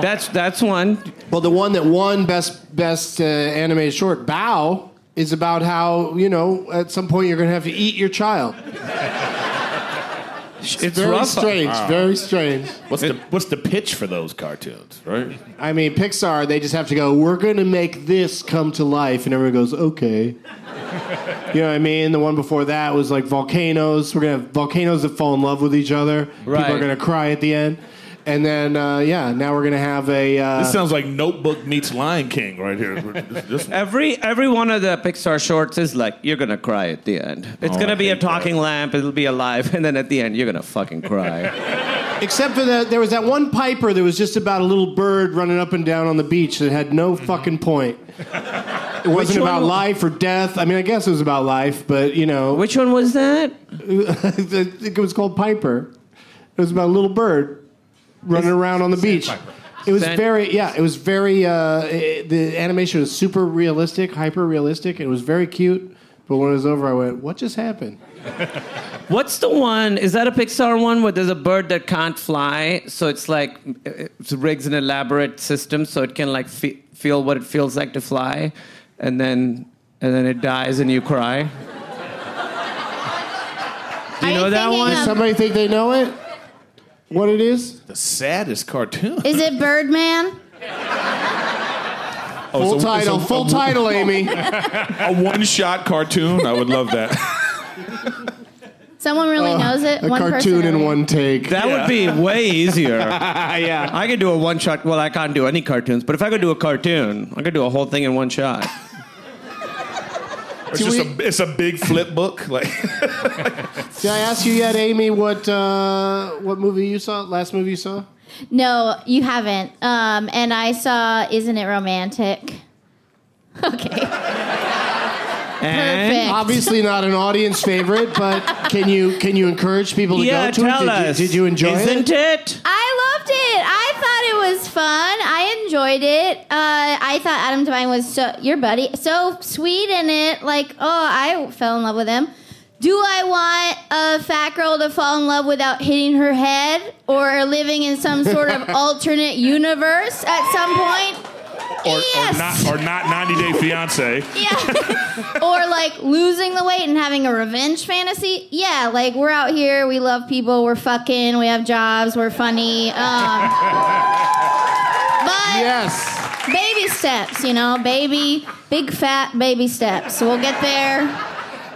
Speaker 10: That's that's one.
Speaker 5: Well, the one that won best best uh, animated short, Bow, is about how you know at some point you're going to have to eat your child.
Speaker 10: It's,
Speaker 5: very
Speaker 7: rough.
Speaker 5: strange.
Speaker 7: Wow.
Speaker 5: Very strange.
Speaker 7: What's the what's the pitch for those cartoons, right?
Speaker 5: I mean, Pixar. They just have to go. We're going to make this come to life, and everyone goes, okay. You know what I mean? The one before that was like volcanoes. We're gonna have volcanoes that fall in love with each other. People
Speaker 10: Right.
Speaker 5: are gonna cry at the end, and then uh, yeah, now we're gonna have a. Uh,
Speaker 7: This sounds like Notebook meets Lion King right here. This- this one.
Speaker 10: Every every one of the Pixar shorts is like you're gonna cry at the end. It's
Speaker 7: Oh, I
Speaker 10: gonna be a
Speaker 7: hate that.
Speaker 10: talking lamp. It'll be alive, and then at the end you're gonna fucking cry.
Speaker 5: Except for that, there was that one piper that was just about a little bird running up and down on the beach that had no
Speaker 7: Mm-hmm.
Speaker 5: fucking point. It wasn't
Speaker 10: one
Speaker 5: about
Speaker 10: wa-
Speaker 5: life or death. I mean, I guess it was about life, but you know,
Speaker 10: Which one was that?
Speaker 5: I think it was called Piper. It was about a little bird running around on the beach. It was
Speaker 10: Sand-
Speaker 5: very, yeah, it was very. Uh, it- the animation was super realistic, hyper realistic. It was very cute. But when it was over, I went, "What just happened?"
Speaker 10: What's the one? Is that a Pixar one where there's a bird that can't fly? So it's like it rigs an elaborate system so it can like fe- feel what it feels like to fly, and then and then it dies and you cry. Do you know that
Speaker 6: thinking
Speaker 10: one?
Speaker 6: of-
Speaker 5: Does somebody think they know it? What it is?
Speaker 7: the saddest cartoon.
Speaker 6: Is it Birdman?
Speaker 7: Oh,
Speaker 5: Full
Speaker 7: it's a- it's
Speaker 5: title,
Speaker 7: a-
Speaker 5: full
Speaker 7: a-
Speaker 5: title, Amy.
Speaker 7: A one shot cartoon. I would love that.
Speaker 6: Someone really knows it.
Speaker 5: Uh, A
Speaker 6: one person
Speaker 5: cartoon in
Speaker 6: really-
Speaker 5: one take.
Speaker 10: That would be way easier.
Speaker 5: yeah.
Speaker 10: I could do a one shot. Well, I can't do any cartoons, but if I could do a cartoon, I could do a whole thing in one shot.
Speaker 7: It's just a it's a big flip book. Like
Speaker 5: Did I ask you yet, Amy, what uh, what movie you saw? Last movie you saw?
Speaker 6: No, you haven't. Um, and I saw Isn't It Romantic? Okay.
Speaker 10: And
Speaker 6: Perfect.
Speaker 5: Obviously not an audience favorite, but can you can you encourage people to
Speaker 10: yeah,
Speaker 5: go to
Speaker 10: tell
Speaker 5: it? Did,
Speaker 10: us.
Speaker 5: You, did you enjoy
Speaker 10: Isn't
Speaker 5: it?
Speaker 10: it?
Speaker 6: I loved it. I thought it was fun. I enjoyed it. Uh, I thought Adam Devine was so your buddy, so sweet in it. Like, oh, I fell in love with him. Do I want a fat girl to fall in love without hitting her head or living in some sort of alternate universe at some point?
Speaker 7: or,
Speaker 6: Yes.
Speaker 7: or not or not 90 Day Fiance.
Speaker 6: Yeah. or like losing the weight and having a revenge fantasy. Yeah, like we're out here, we love people, we're fucking, we have jobs, we're funny. Um, but
Speaker 5: yes.
Speaker 6: Baby steps, you know, baby, big fat baby steps. So we'll get there.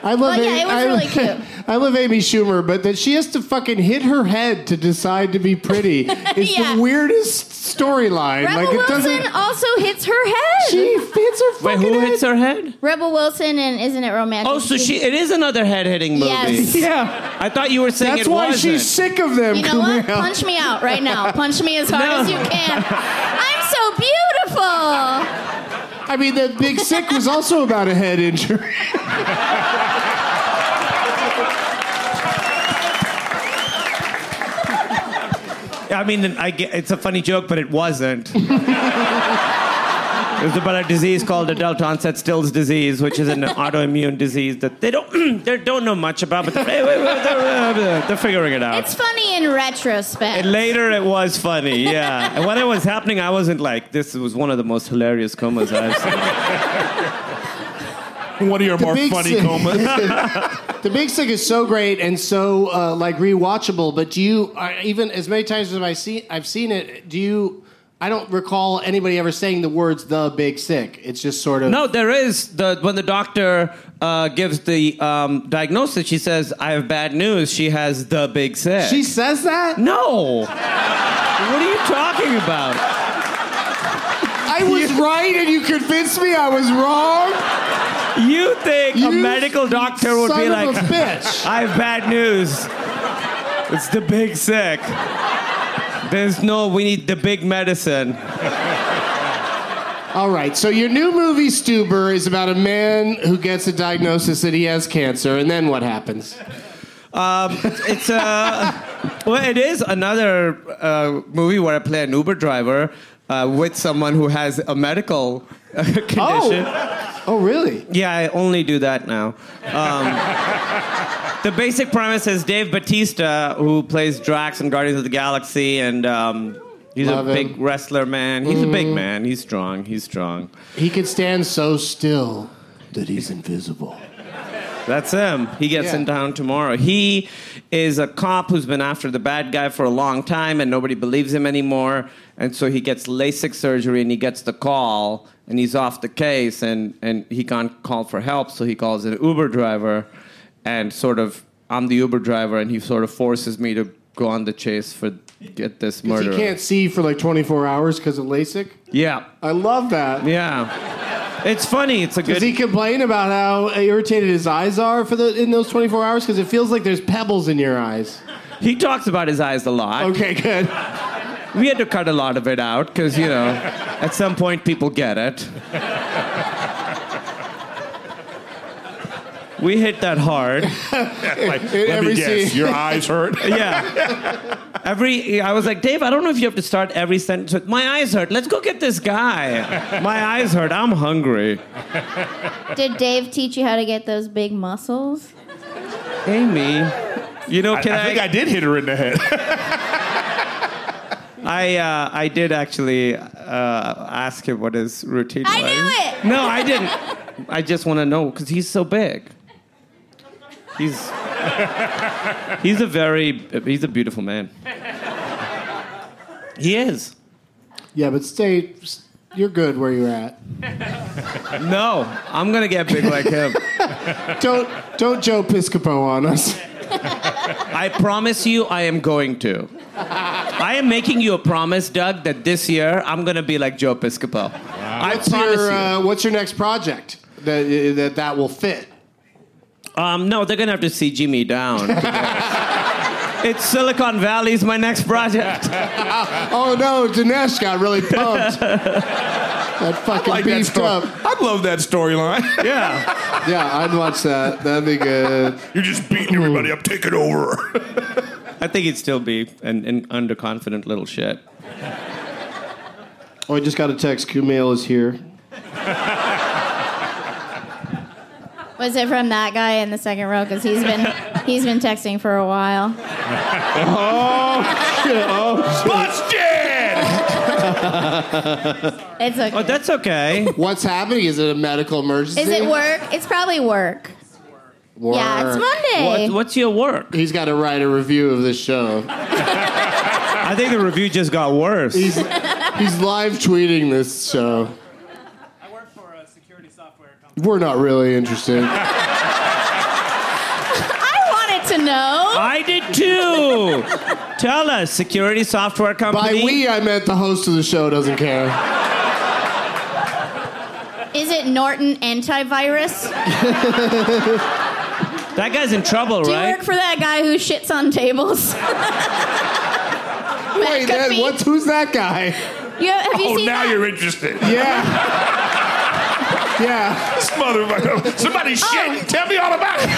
Speaker 5: I love
Speaker 6: But yeah, it was
Speaker 5: I,
Speaker 6: really cute.
Speaker 5: I love Amy Schumer, but that she has to fucking hit her head to decide to be pretty. It's
Speaker 6: Yeah.
Speaker 5: the weirdest storyline.
Speaker 6: Rebel
Speaker 5: like it
Speaker 6: Wilson
Speaker 5: doesn't.
Speaker 6: also hits her head.
Speaker 5: She hits her
Speaker 10: Wait,
Speaker 5: fucking
Speaker 10: who
Speaker 5: head.
Speaker 10: hits her head?
Speaker 6: Rebel Wilson and Isn't It Romantic?
Speaker 10: Oh, so she it is another head hitting movie.
Speaker 6: Yes.
Speaker 10: Yeah. I thought you were saying
Speaker 5: That's
Speaker 10: it
Speaker 5: why
Speaker 10: wasn't.
Speaker 5: she's sick of them.
Speaker 6: You know what?
Speaker 5: Kumail.
Speaker 6: Punch me out right now. Punch me as hard
Speaker 10: No.
Speaker 6: as you can. I'm so beautiful.
Speaker 5: I mean, that big sick was also about a head injury.
Speaker 10: I mean, I get, it's a funny joke, but it wasn't. it was about a disease called adult onset Still's disease, which is an autoimmune disease that they don't they don't know much about, but they're, they're, they're figuring it out.
Speaker 6: It's funny in retrospect.
Speaker 10: and later Uh, it was funny, yeah. And when it was happening, I wasn't like, this was one of the most hilarious comas I've seen.
Speaker 7: One of your more
Speaker 5: big
Speaker 7: funny
Speaker 5: sick-
Speaker 7: comas.
Speaker 5: The Big Sick is so great and so uh, like rewatchable. But do you I even as many times as I see I've seen it? Do you? I don't recall anybody ever saying the words "the Big Sick." It's just sort of
Speaker 10: No, there is the when the doctor uh, gives the um, diagnosis, she says, "I have bad news. She has the big sick."
Speaker 5: She says that.
Speaker 10: no. what are you talking about?
Speaker 5: I was right, and you convinced me I was wrong.
Speaker 10: You think a
Speaker 5: You
Speaker 10: medical doctor would
Speaker 5: son
Speaker 10: be
Speaker 5: of
Speaker 10: like,
Speaker 5: a bitch.
Speaker 10: "I have bad news. It's the big sick." There's no. We need the big medicine.
Speaker 5: All right, so your new movie Stuber is about a man who gets a diagnosis that he has cancer, and then what happens?
Speaker 10: Um, it's a well, it is another uh, movie where I play an Uber driver uh, with someone who has a medical uh, condition.
Speaker 5: Oh, really?
Speaker 10: Yeah, I only do that now. Um, the basic premise is Dave Batista, who plays Drax in Guardians of the Galaxy, and um, he's
Speaker 5: Love
Speaker 10: a
Speaker 5: him. Mm-hmm.
Speaker 10: big wrestler man. He's a big man. He's strong. He's strong.
Speaker 5: He could stand so still that he's invisible.
Speaker 10: That's him. He gets
Speaker 5: Yeah.
Speaker 10: in town tomorrow. He is a cop who's been after the bad guy for a long time and nobody believes him anymore. And so he gets LASIK surgery and he gets the call and he's off the case and, and he can't call for help. So he calls an Uber driver and sort of, I'm the Uber driver and he sort of forces me to go on the chase for get this
Speaker 5: He
Speaker 10: murderer.
Speaker 5: can't see for like 24 hours because of LASIK.
Speaker 10: Yeah.
Speaker 5: I love that.
Speaker 10: Yeah. It's funny. It's a good.
Speaker 5: Does he complain about how irritated his eyes are for the in those 24 hours? Because it feels like there's pebbles in your eyes.
Speaker 10: he talks about his eyes a lot.
Speaker 5: Okay, good.
Speaker 10: We had to cut a lot of it out because, you know, at some point people get it. We hit that hard.
Speaker 7: Like, let
Speaker 5: every
Speaker 7: me guess,
Speaker 5: scene.
Speaker 7: your eyes hurt.
Speaker 10: Yeah. Every I was like, Dave, I don't know if you have to start every sentence with my eyes hurt. Let's go get this guy. My eyes hurt. I'm hungry.
Speaker 6: Did Dave teach you how to get those big muscles?
Speaker 10: Amy. You know,
Speaker 7: I,
Speaker 10: can
Speaker 7: I think I did hit her in the head.
Speaker 10: I uh, I did actually uh, ask him what his routine
Speaker 6: I
Speaker 10: was.
Speaker 6: knew it!
Speaker 10: No, I didn't. I just want to know because Oh, he's so big. He's he's a very he's a beautiful man. He is.
Speaker 5: Yeah, but stay. You're good where you're at.
Speaker 10: No, I'm gonna get big like him.
Speaker 5: Don't don't Joe Piscopo on us.
Speaker 10: I promise you, I am going to. I am making you a promise, Doug, that this year I'm gonna be like Joe Piscopo. I
Speaker 5: What's
Speaker 10: promise
Speaker 5: your
Speaker 10: you.
Speaker 5: uh, What's your next project that that that will fit?
Speaker 10: Um, no, they're gonna have to CG me down. it's Silicon Valley's my next project.
Speaker 5: Oh no, Dinesh got really pumped. that fucking beefed up.
Speaker 7: I love that storyline.
Speaker 10: Yeah.
Speaker 5: Yeah, I'd watch that. That'd be good.
Speaker 7: You're just beating everybody up, taking over.
Speaker 10: I think he'd still be an, an underconfident little shit.
Speaker 5: Oh, I just got a text. Kumail is here.
Speaker 6: Was it from that guy in the second row? Because he's been he's been texting for a while.
Speaker 7: Busted!
Speaker 6: It's okay.
Speaker 10: Oh, that's okay.
Speaker 5: What's happening? Is it a medical emergency?
Speaker 6: Is it work? It's probably work.
Speaker 5: Work.
Speaker 6: Yeah, it's Monday.
Speaker 10: What, what's your work?
Speaker 5: He's got to write a review of this show.
Speaker 10: I think the review just got worse.
Speaker 5: He's, He's live tweeting this show. We're not really interested.
Speaker 6: I wanted to know.
Speaker 10: I did too. Tell us, security software
Speaker 5: By
Speaker 10: company.
Speaker 5: we, I meant the host of the show doesn't care.
Speaker 6: Is it Norton antivirus?
Speaker 10: that guy's in trouble,
Speaker 6: Do you
Speaker 10: right?
Speaker 6: work for that guy who shits on tables?
Speaker 5: Wait, that, what's, who's that guy?
Speaker 6: You have, have you
Speaker 7: Oh,
Speaker 6: seen
Speaker 7: now
Speaker 6: that?
Speaker 7: you're interested.
Speaker 5: Yeah. Yeah.
Speaker 7: This motherfucker.
Speaker 10: Oh.
Speaker 7: Somebody shit. Tell me all about it.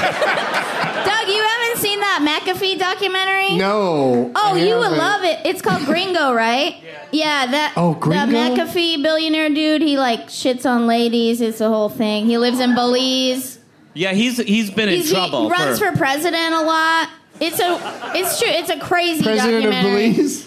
Speaker 6: Doug, you haven't seen that McAfee documentary?
Speaker 5: No.
Speaker 6: Oh,
Speaker 5: I
Speaker 6: you would
Speaker 5: haven't.
Speaker 6: love it. It's called Gringo, right? Yeah. that
Speaker 5: Oh,
Speaker 6: the
Speaker 5: Gringo?
Speaker 6: McAfee billionaire dude, he like shits on ladies, it's the whole thing. He lives in Belize.
Speaker 10: yeah, he's he's been
Speaker 6: He's-
Speaker 10: in trouble.
Speaker 6: He runs for, president a lot. It's a it's true, it's a crazy
Speaker 5: President of
Speaker 6: documentary.
Speaker 5: Belize?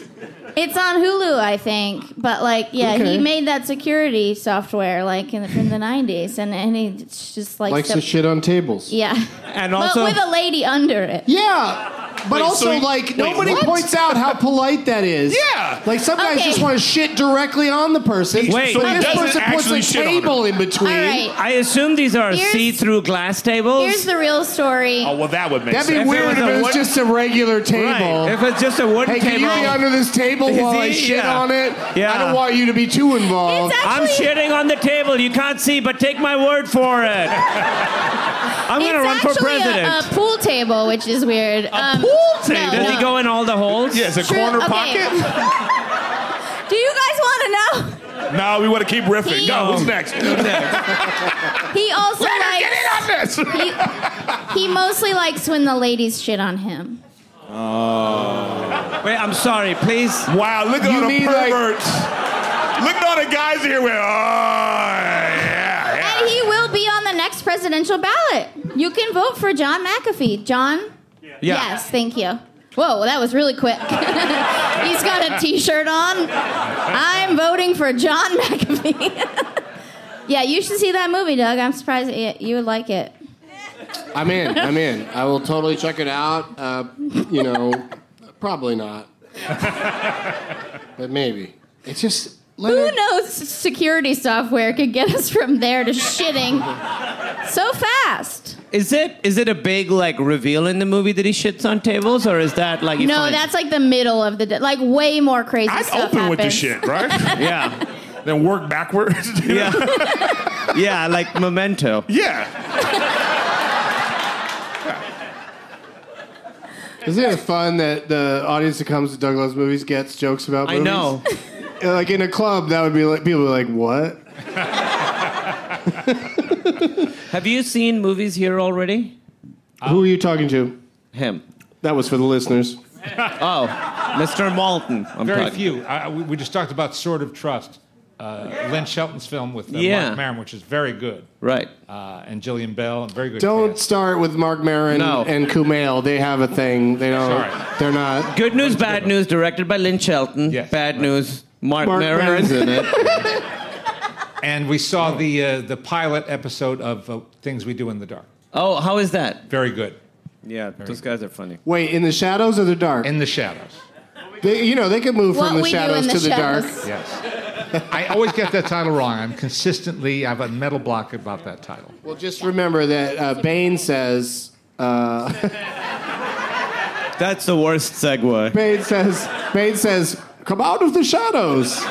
Speaker 6: It's on Hulu, I think. But like, yeah,
Speaker 5: Okay.
Speaker 6: he made that security software like in the, in the 90s and and he just like
Speaker 5: Likes to
Speaker 6: stepped-
Speaker 5: shit on tables.
Speaker 6: Yeah.
Speaker 10: and also
Speaker 6: but with a lady under it.
Speaker 5: Yeah. But
Speaker 7: Wait,
Speaker 5: also,
Speaker 7: so he-
Speaker 5: like,
Speaker 7: wait,
Speaker 5: nobody
Speaker 7: what?
Speaker 5: points out how polite that is.
Speaker 7: Yeah.
Speaker 5: Like, some guys
Speaker 6: Okay.
Speaker 5: just want to shit directly on the person.
Speaker 10: Wait.
Speaker 5: but
Speaker 10: So he
Speaker 5: this
Speaker 7: doesn't
Speaker 5: person puts
Speaker 7: actually
Speaker 5: a
Speaker 7: shit on him.
Speaker 5: table in between.
Speaker 6: All right.
Speaker 10: I assume these are
Speaker 6: Here's-
Speaker 10: see-through glass tables.
Speaker 6: Here's the real story.
Speaker 7: Oh, well, that would make
Speaker 5: That'd be
Speaker 7: sense.
Speaker 5: weird if it was
Speaker 10: wood-
Speaker 5: just a regular table.
Speaker 10: Right. If it's just a wooden
Speaker 5: Hey, can
Speaker 10: table,
Speaker 5: you be under this table
Speaker 10: Is
Speaker 5: while I
Speaker 10: he-
Speaker 5: shit
Speaker 10: yeah.
Speaker 5: on it?
Speaker 10: Yeah.
Speaker 5: I don't want you to be too involved.
Speaker 6: It's actually-
Speaker 10: I'm shitting on the table. You can't see, but take my word for it. I'm
Speaker 6: It's
Speaker 10: gonna run for
Speaker 6: actually a-
Speaker 10: president.
Speaker 6: A, pool table, which is weird. Um, A
Speaker 7: pool table?
Speaker 10: Does he go in all the holes?
Speaker 7: Yeah, it's a corner pocket.
Speaker 6: Do you guys want to know?
Speaker 7: No, we want to keep riffing.
Speaker 6: He-
Speaker 7: Go. What's next?
Speaker 6: He also
Speaker 7: Get
Speaker 6: likes.
Speaker 7: in on this.
Speaker 6: He mostly likes when the ladies shit on him.
Speaker 10: Wait, I'm sorry. Please.
Speaker 7: Wow, look at all
Speaker 5: You
Speaker 7: the
Speaker 5: mean like-
Speaker 7: perverts. look at all the guys in here with, oh, yeah, yeah.
Speaker 6: And he will be on the next presidential ballot. You can vote for John McAfee. John? Yes, thank you. Whoa, that was really quick. He's got a t shirt on. I'm voting for John McAfee. yeah, you should see that movie, Doug. I'm surprised y- you would like it.
Speaker 5: I'm in. I'm in. I will totally check it out. Uh, you know, probably not, but maybe. It's just
Speaker 6: Who
Speaker 5: Leonard.
Speaker 6: knows security software could get us from there to shitting so fast?
Speaker 10: Is it is it a big like reveal in the movie that he shits on tables, or is that like you
Speaker 6: No,
Speaker 10: find-
Speaker 6: that's like the middle of the day. Like way more crazy
Speaker 7: I'd
Speaker 6: stuff
Speaker 7: open with the
Speaker 6: happens.
Speaker 7: shit, right?
Speaker 10: yeah,
Speaker 7: then work backwards. you know?
Speaker 10: yeah, yeah, like Memento.
Speaker 7: Yeah.
Speaker 5: Isn't it fun that the audience that comes to Douglas movies gets jokes about
Speaker 10: I
Speaker 5: movies?
Speaker 10: know.
Speaker 5: Uh, Like in a club, that would be like people would be like, "What?"
Speaker 10: Have you seen movies here already?
Speaker 5: Who are you talking to?
Speaker 10: Him.
Speaker 5: That was for the listeners.
Speaker 10: Oh, Mr. Malton. I'm
Speaker 9: Very
Speaker 10: talking-
Speaker 9: few. I, I- we we just talked about Sword of Trust, uh, Lynn Shelton's film with uh,
Speaker 10: Yeah.
Speaker 9: Mark Maron, which is very good,
Speaker 10: Right.
Speaker 9: uh, and Gillian Bell, and very good.
Speaker 5: Don't
Speaker 9: cast.
Speaker 5: start with Mark Maron
Speaker 10: No.
Speaker 5: and Kumail. They have a thing. They don't.
Speaker 9: Sorry.
Speaker 5: They're not.
Speaker 10: Good news, bad news. Directed by Lynn Shelton.
Speaker 9: Yes.
Speaker 10: bad
Speaker 9: Right.
Speaker 10: news. Mark,
Speaker 5: Mark
Speaker 10: Maron.
Speaker 5: Maron's in it.
Speaker 9: And we saw the uh, the pilot episode of uh, Things We Do in the Dark.
Speaker 10: Oh, how is that?
Speaker 9: Very good.
Speaker 10: Yeah, those guys are funny.
Speaker 5: Wait, in the shadows or the dark?
Speaker 9: In the shadows.
Speaker 5: They, you know, they could move
Speaker 6: What
Speaker 5: from the
Speaker 6: we do in
Speaker 5: shadows
Speaker 6: the
Speaker 5: to the
Speaker 6: shadows.
Speaker 5: dark.
Speaker 9: Yes. I always get that title wrong. I'm consistently I have a mental block about that title.
Speaker 5: Well, just remember that uh, Bane says. Uh,
Speaker 10: That's the worst segue.
Speaker 5: Bane says. Bane says. Come out of the shadows.
Speaker 6: I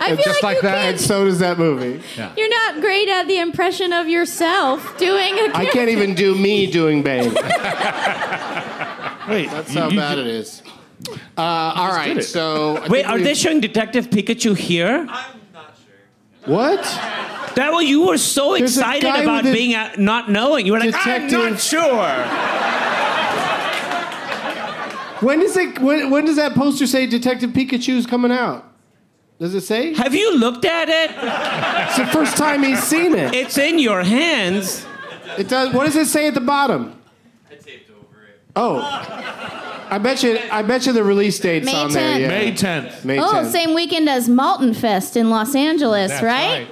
Speaker 5: And
Speaker 6: feel
Speaker 9: just
Speaker 6: like,
Speaker 9: like
Speaker 6: you
Speaker 9: that,
Speaker 5: And
Speaker 6: can't.
Speaker 5: so does that movie.
Speaker 6: You're not great at the impression of yourself doing a
Speaker 5: I can't even do me doing Bane.
Speaker 7: Wait,
Speaker 5: That's how bad it is. Uh, all right, so I
Speaker 10: Wait,
Speaker 5: think
Speaker 10: are
Speaker 5: we-
Speaker 10: they showing Detective Pikachu here?
Speaker 5: what?
Speaker 10: That was you were so
Speaker 5: There's a
Speaker 10: excited
Speaker 5: guy
Speaker 10: about
Speaker 5: with a-
Speaker 10: being out, not knowing. You were like, I'm
Speaker 5: Detective-
Speaker 10: not sure.
Speaker 5: When does it? When, when does that poster say Detective Pikachu's coming out? Does it say?
Speaker 10: Have you looked at it?
Speaker 5: It's the first time he's seen it.
Speaker 10: It's in your hands.
Speaker 5: It does. What does it say at the bottom? Oh, I bet you. I bet you the release date's
Speaker 6: May
Speaker 5: on there.
Speaker 6: 10th.
Speaker 5: Yeah.
Speaker 7: May 10th.
Speaker 5: May
Speaker 6: Oh,
Speaker 5: 10th.
Speaker 6: same weekend as Malton Fest in Los Angeles,
Speaker 9: That's
Speaker 6: right?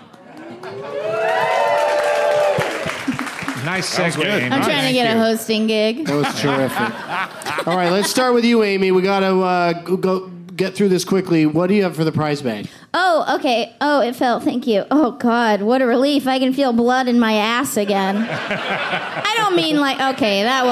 Speaker 9: Nice
Speaker 7: That was
Speaker 9: segue.
Speaker 7: good.
Speaker 9: Amy.
Speaker 6: I'm trying to
Speaker 9: Thank
Speaker 6: get a
Speaker 9: you.
Speaker 6: hosting gig.
Speaker 5: That was terrific. All right, let's start with you, Amy. We got to uh, go- go get through this quickly. What do you have for the prize bag?
Speaker 6: Oh, okay. Oh, it fell. Thank you. Oh, God. What a relief. I can feel blood in my ass again. I don't mean like, okay, that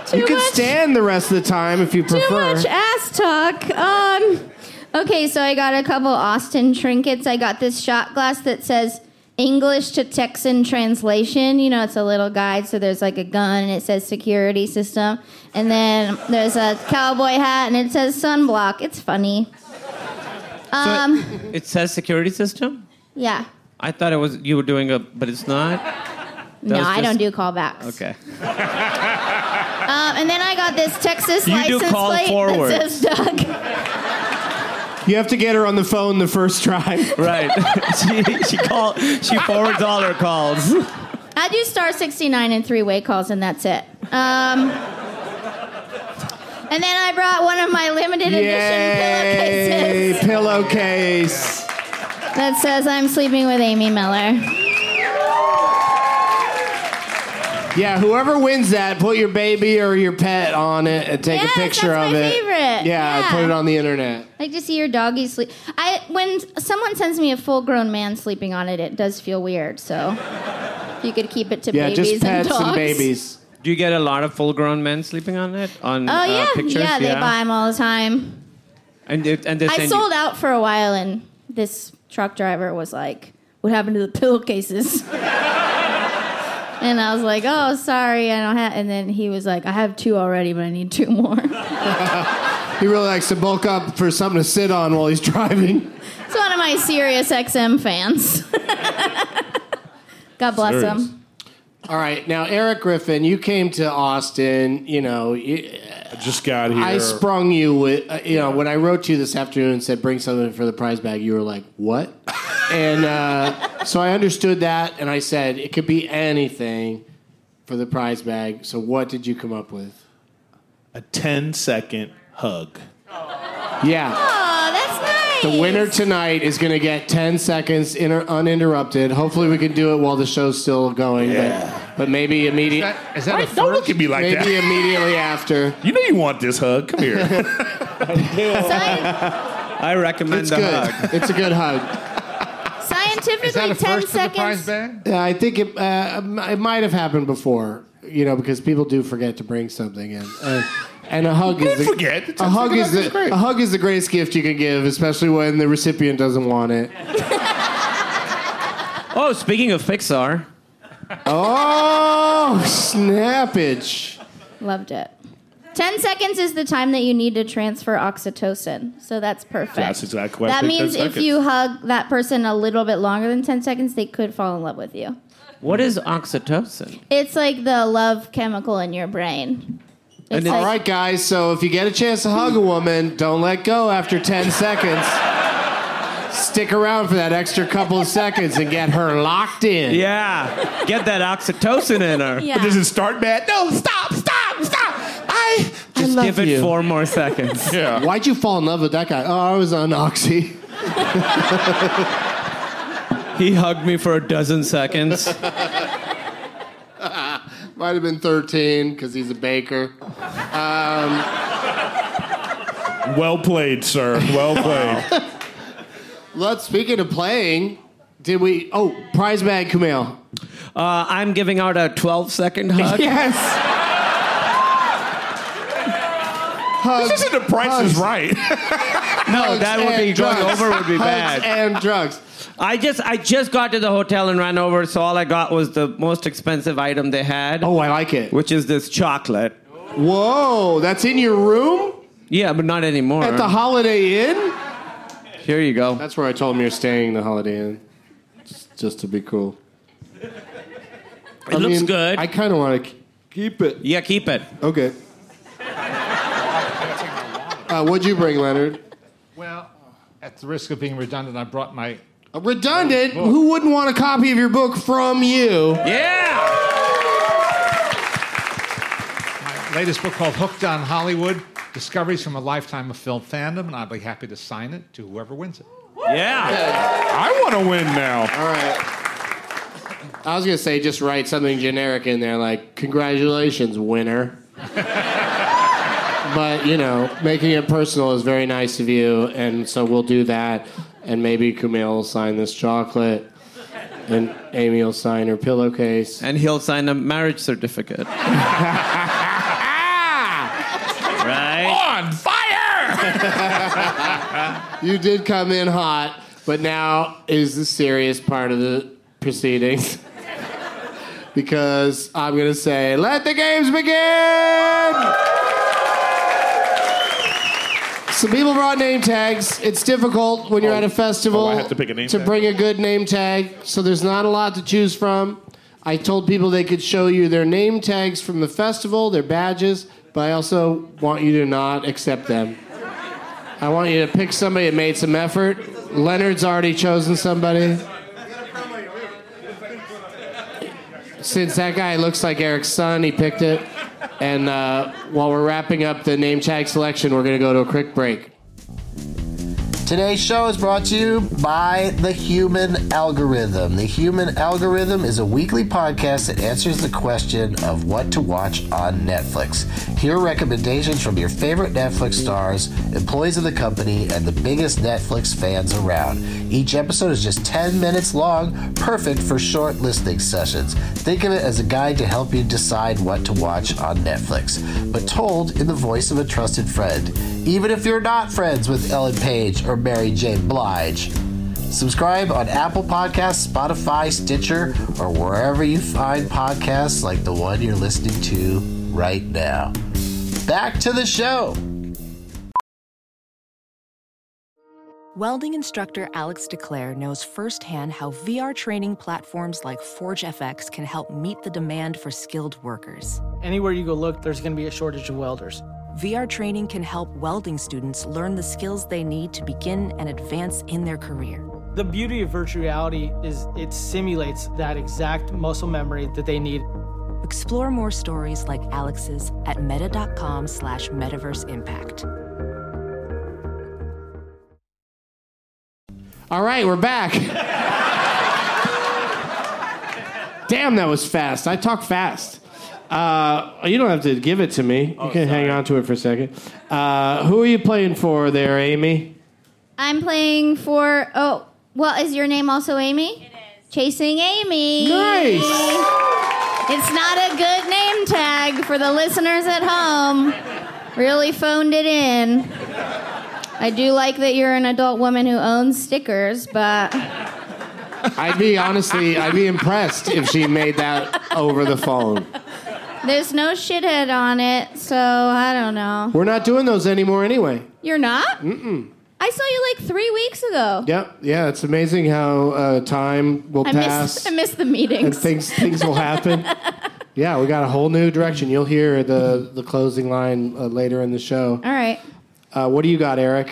Speaker 6: was Too
Speaker 5: you can
Speaker 6: much-
Speaker 5: stand the rest of the time if you
Speaker 6: too
Speaker 5: prefer.
Speaker 6: much ass talk. Um, okay, so I got a couple Austin trinkets. I got this shot glass that says English to Texan translation. You know, it's a little guide, so there's like a gun and it says security system. And then there's a cowboy hat and it says sunblock. It's funny. Um,
Speaker 10: It says security system.
Speaker 6: yeah.
Speaker 10: I thought it was you were doing a, but it's not. That
Speaker 6: No,
Speaker 10: was
Speaker 6: I don't
Speaker 10: just-
Speaker 6: do callbacks.
Speaker 10: Okay.
Speaker 6: Um, and then I got this Texas
Speaker 10: You do
Speaker 6: license
Speaker 10: call
Speaker 6: plate
Speaker 10: forward.
Speaker 6: that says Doug.
Speaker 5: You have to get her on the phone the first try.
Speaker 10: Right. she she call she forwards all her calls.
Speaker 6: I do star 69 and three way calls, and that's it. Um, and then I brought one of my limited
Speaker 5: Yay!
Speaker 6: edition pillowcases
Speaker 5: Pillowcase.
Speaker 6: that says I'm sleeping with Amy Miller.
Speaker 5: Yeah, whoever wins that, put your baby or your pet on it and take
Speaker 6: Yes,
Speaker 5: a picture
Speaker 6: that's
Speaker 5: of
Speaker 6: my
Speaker 5: it.
Speaker 6: favorite.
Speaker 5: Yeah,
Speaker 6: Yeah.
Speaker 5: put it on the internet.
Speaker 6: I like to see your doggy sleep. I when someone sends me a full grown man sleeping on it, it does feel weird. So if you could keep it to
Speaker 10: Yeah,
Speaker 6: babies
Speaker 10: just
Speaker 6: and
Speaker 10: pets and
Speaker 6: dogs.
Speaker 10: babies. Do you get a lot of full-grown men sleeping on it on
Speaker 6: Oh
Speaker 10: uh,
Speaker 6: yeah,
Speaker 10: pictures?
Speaker 6: yeah, they buy them all the time.
Speaker 10: And they, and they
Speaker 6: I
Speaker 10: send
Speaker 6: sold
Speaker 10: you,
Speaker 6: out for a while, and this truck driver was like, "What happened to the pillowcases?" and I was like, "Oh, sorry, I don't have." And then he was like, "I have two already, but I need two more."
Speaker 5: He really likes to bulk up for something to sit on while he's driving.
Speaker 6: It's one of my serious XM fans. God bless
Speaker 5: Serious.
Speaker 6: him.
Speaker 5: All right, now Eric Griffin, you came to Austin. You know, I
Speaker 7: just got here.
Speaker 5: I sprung you with. Uh, you know, when I wrote to you this afternoon and said bring something for the prize bag, you were like, "What?" and uh, so I understood that, and I said it could be anything for the prize bag. So what did you come up with?
Speaker 7: a 10 second hug.
Speaker 5: Yeah.
Speaker 6: Oh, that's nice.
Speaker 5: The winner tonight is going to get 10 seconds inter- uninterrupted. Hopefully, we can do it while the show's still going. But, but maybe immediately.
Speaker 9: Is that a
Speaker 7: Don't look at me like
Speaker 5: maybe
Speaker 7: that.
Speaker 5: immediately after.
Speaker 7: You know you want this hug. Come here.
Speaker 10: I recommend
Speaker 5: It's
Speaker 10: the
Speaker 5: good.
Speaker 10: hug.
Speaker 5: It's a good hug.
Speaker 6: Scientifically, ten seconds.
Speaker 5: Yeah, I think it, uh, it might have happened before, you know, because people do forget to bring something in. Uh, and a hug is the,
Speaker 7: forget.
Speaker 5: a hug is
Speaker 7: That's
Speaker 5: the,
Speaker 7: great.
Speaker 5: a hug is the greatest gift you can give, especially when the recipient doesn't want it.
Speaker 10: Oh, speaking of Pixar,
Speaker 5: Oh, snappage!
Speaker 6: Loved it. Ten seconds is the time that you need to transfer oxytocin, so that's perfect.
Speaker 7: That's exactly what I
Speaker 6: That
Speaker 7: picked
Speaker 6: means
Speaker 7: 10
Speaker 6: if
Speaker 7: seconds.
Speaker 6: you hug that person a little bit longer than 10 seconds, they could fall in love with you.
Speaker 10: what is oxytocin?
Speaker 6: It's like the love chemical in your brain. It's
Speaker 5: All
Speaker 6: like-
Speaker 5: right, guys. So if you get a chance to hug a woman, don't let go after ten seconds. Stick around for that extra couple of seconds and get her locked in.
Speaker 10: Yeah, get that oxytocin in her.
Speaker 6: Yeah.
Speaker 7: Does it start bad? No, stop.
Speaker 5: Oh, Stop! Stop! I
Speaker 10: Just
Speaker 5: I love
Speaker 10: give it
Speaker 5: you.
Speaker 10: four more seconds.
Speaker 7: Yeah.
Speaker 5: Why'd you fall in love with that guy? Oh, I was on oxy.
Speaker 10: He hugged me for a dozen seconds. Uh,
Speaker 5: Might have been 13 because he's a baker.
Speaker 7: Well played, sir. Well played.
Speaker 5: Let's, speaking of playing, did we? Oh, prize bag, Kumail.
Speaker 10: Uh, I'm giving out a 12 second hug.
Speaker 5: Yes. Hugs,
Speaker 7: this isn't the price is right.
Speaker 10: No, that would be
Speaker 5: and drugs.
Speaker 10: going over would be
Speaker 5: Hugs
Speaker 10: bad.
Speaker 5: and drugs.
Speaker 10: I just I just got to the hotel and ran over, so all I got was the most expensive item they had,
Speaker 5: Oh, I like it.
Speaker 10: which is this chocolate.
Speaker 5: Whoa, that's in your room?
Speaker 10: Yeah, but not anymore.
Speaker 5: At the Holiday Inn?
Speaker 10: Here you go.
Speaker 5: That's where I told him you're staying the Holiday Inn. Just, just to be cool.
Speaker 10: It looks good.
Speaker 5: I kind of want to keep it.
Speaker 10: yeah, keep it.
Speaker 5: Okay. Uh, what'd you bring, Leonard?
Speaker 9: Well, at the risk of being redundant, I brought my.
Speaker 5: Uh, Redundant? Who wouldn't want a copy of your book from you?
Speaker 10: Yeah.
Speaker 9: my latest book called Hooked on Hollywood Discoveries from a Lifetime of Film Fandom, and I'd be happy to sign it to whoever wins it.
Speaker 10: Yeah.
Speaker 7: I want to win now.
Speaker 5: All right. I was gonna say just write something generic in there like "Congratulations, winner." but you know, making it personal is very nice of you, and so we'll do that. And maybe Kumail will sign this chocolate, and Amy will sign her pillowcase,
Speaker 10: and he'll sign a marriage certificate.
Speaker 7: Ah.
Speaker 10: right?
Speaker 5: On fire! you did come in hot, but now is the serious part of the proceedings. because I'm going to say, let the games begin! Some people brought name tags. It's difficult when you're at a festival
Speaker 7: oh, I have to pick a name tag?
Speaker 5: bring a good name tag, so there's not a lot to choose from. I told people they could show you their name tags from the festival, their badges, but I also want you to not accept them. I want you to pick somebody that made some effort. Leonard's already chosen somebody. Since that guy looks like Eric's son, he picked it. And uh, while we're wrapping up the name tag selection, we're going to go to a quick break.
Speaker 3: Today's show is brought to you by The Human Algorithm. The Human Algorithm is a weekly podcast that answers the question of what to watch on Netflix. Hear recommendations from your favorite Netflix stars, employees of the company, and the biggest Netflix fans around. Each episode is just 10 minutes long, perfect for short listening sessions. Think of it as a guide to help you decide what to watch on Netflix, but told in the voice of a trusted friend, even if you're not friends with Ellen Page or Mary J. Blige. Subscribe on Apple Podcasts, Spotify, Stitcher, or wherever you find podcasts like the one you're listening to right now. Back to the show.
Speaker 1: Welding instructor Alex DeClaire knows firsthand how VR training platforms like ForgeFX can help meet the demand for skilled workers.
Speaker 2: Anywhere you go look, there's going to be a shortage of welders.
Speaker 1: VR training can help welding students learn the skills they need to begin and advance in their career.
Speaker 2: The beauty of virtual reality is it simulates that exact muscle memory that they need.
Speaker 1: Explore more stories like Alex's at meta.com slash metaverse impact.
Speaker 5: All right, we're back. Damn, that was fast. I talk fast. Uh, you don't have to give it to me. you can hang on to it for a second. Uh, who are you playing for there, Amy?
Speaker 6: I'm playing for. Oh, well, is your name also Amy? It is. Chasing Amy.
Speaker 5: Nice.
Speaker 6: It's not a good name tag for the listeners at home. Really phoned it in. I do like that you're an adult woman who owns stickers, but
Speaker 5: I'd be honestly, I'd be impressed if she made that over the phone.
Speaker 6: there's no shithead on it, so I don't know.
Speaker 5: We're not doing those anymore anyway.
Speaker 6: You're not? Mm-mm. I saw you like three weeks ago.
Speaker 5: Yep. Yeah, it's amazing how uh, time will
Speaker 6: I
Speaker 5: pass.
Speaker 6: missed, I missed the
Speaker 5: and
Speaker 6: meetings.
Speaker 5: things things will happen. yeah, we got a whole new direction. You'll hear the the closing line uh, later in the show.
Speaker 6: All right.
Speaker 5: Uh, what do you got, Eric?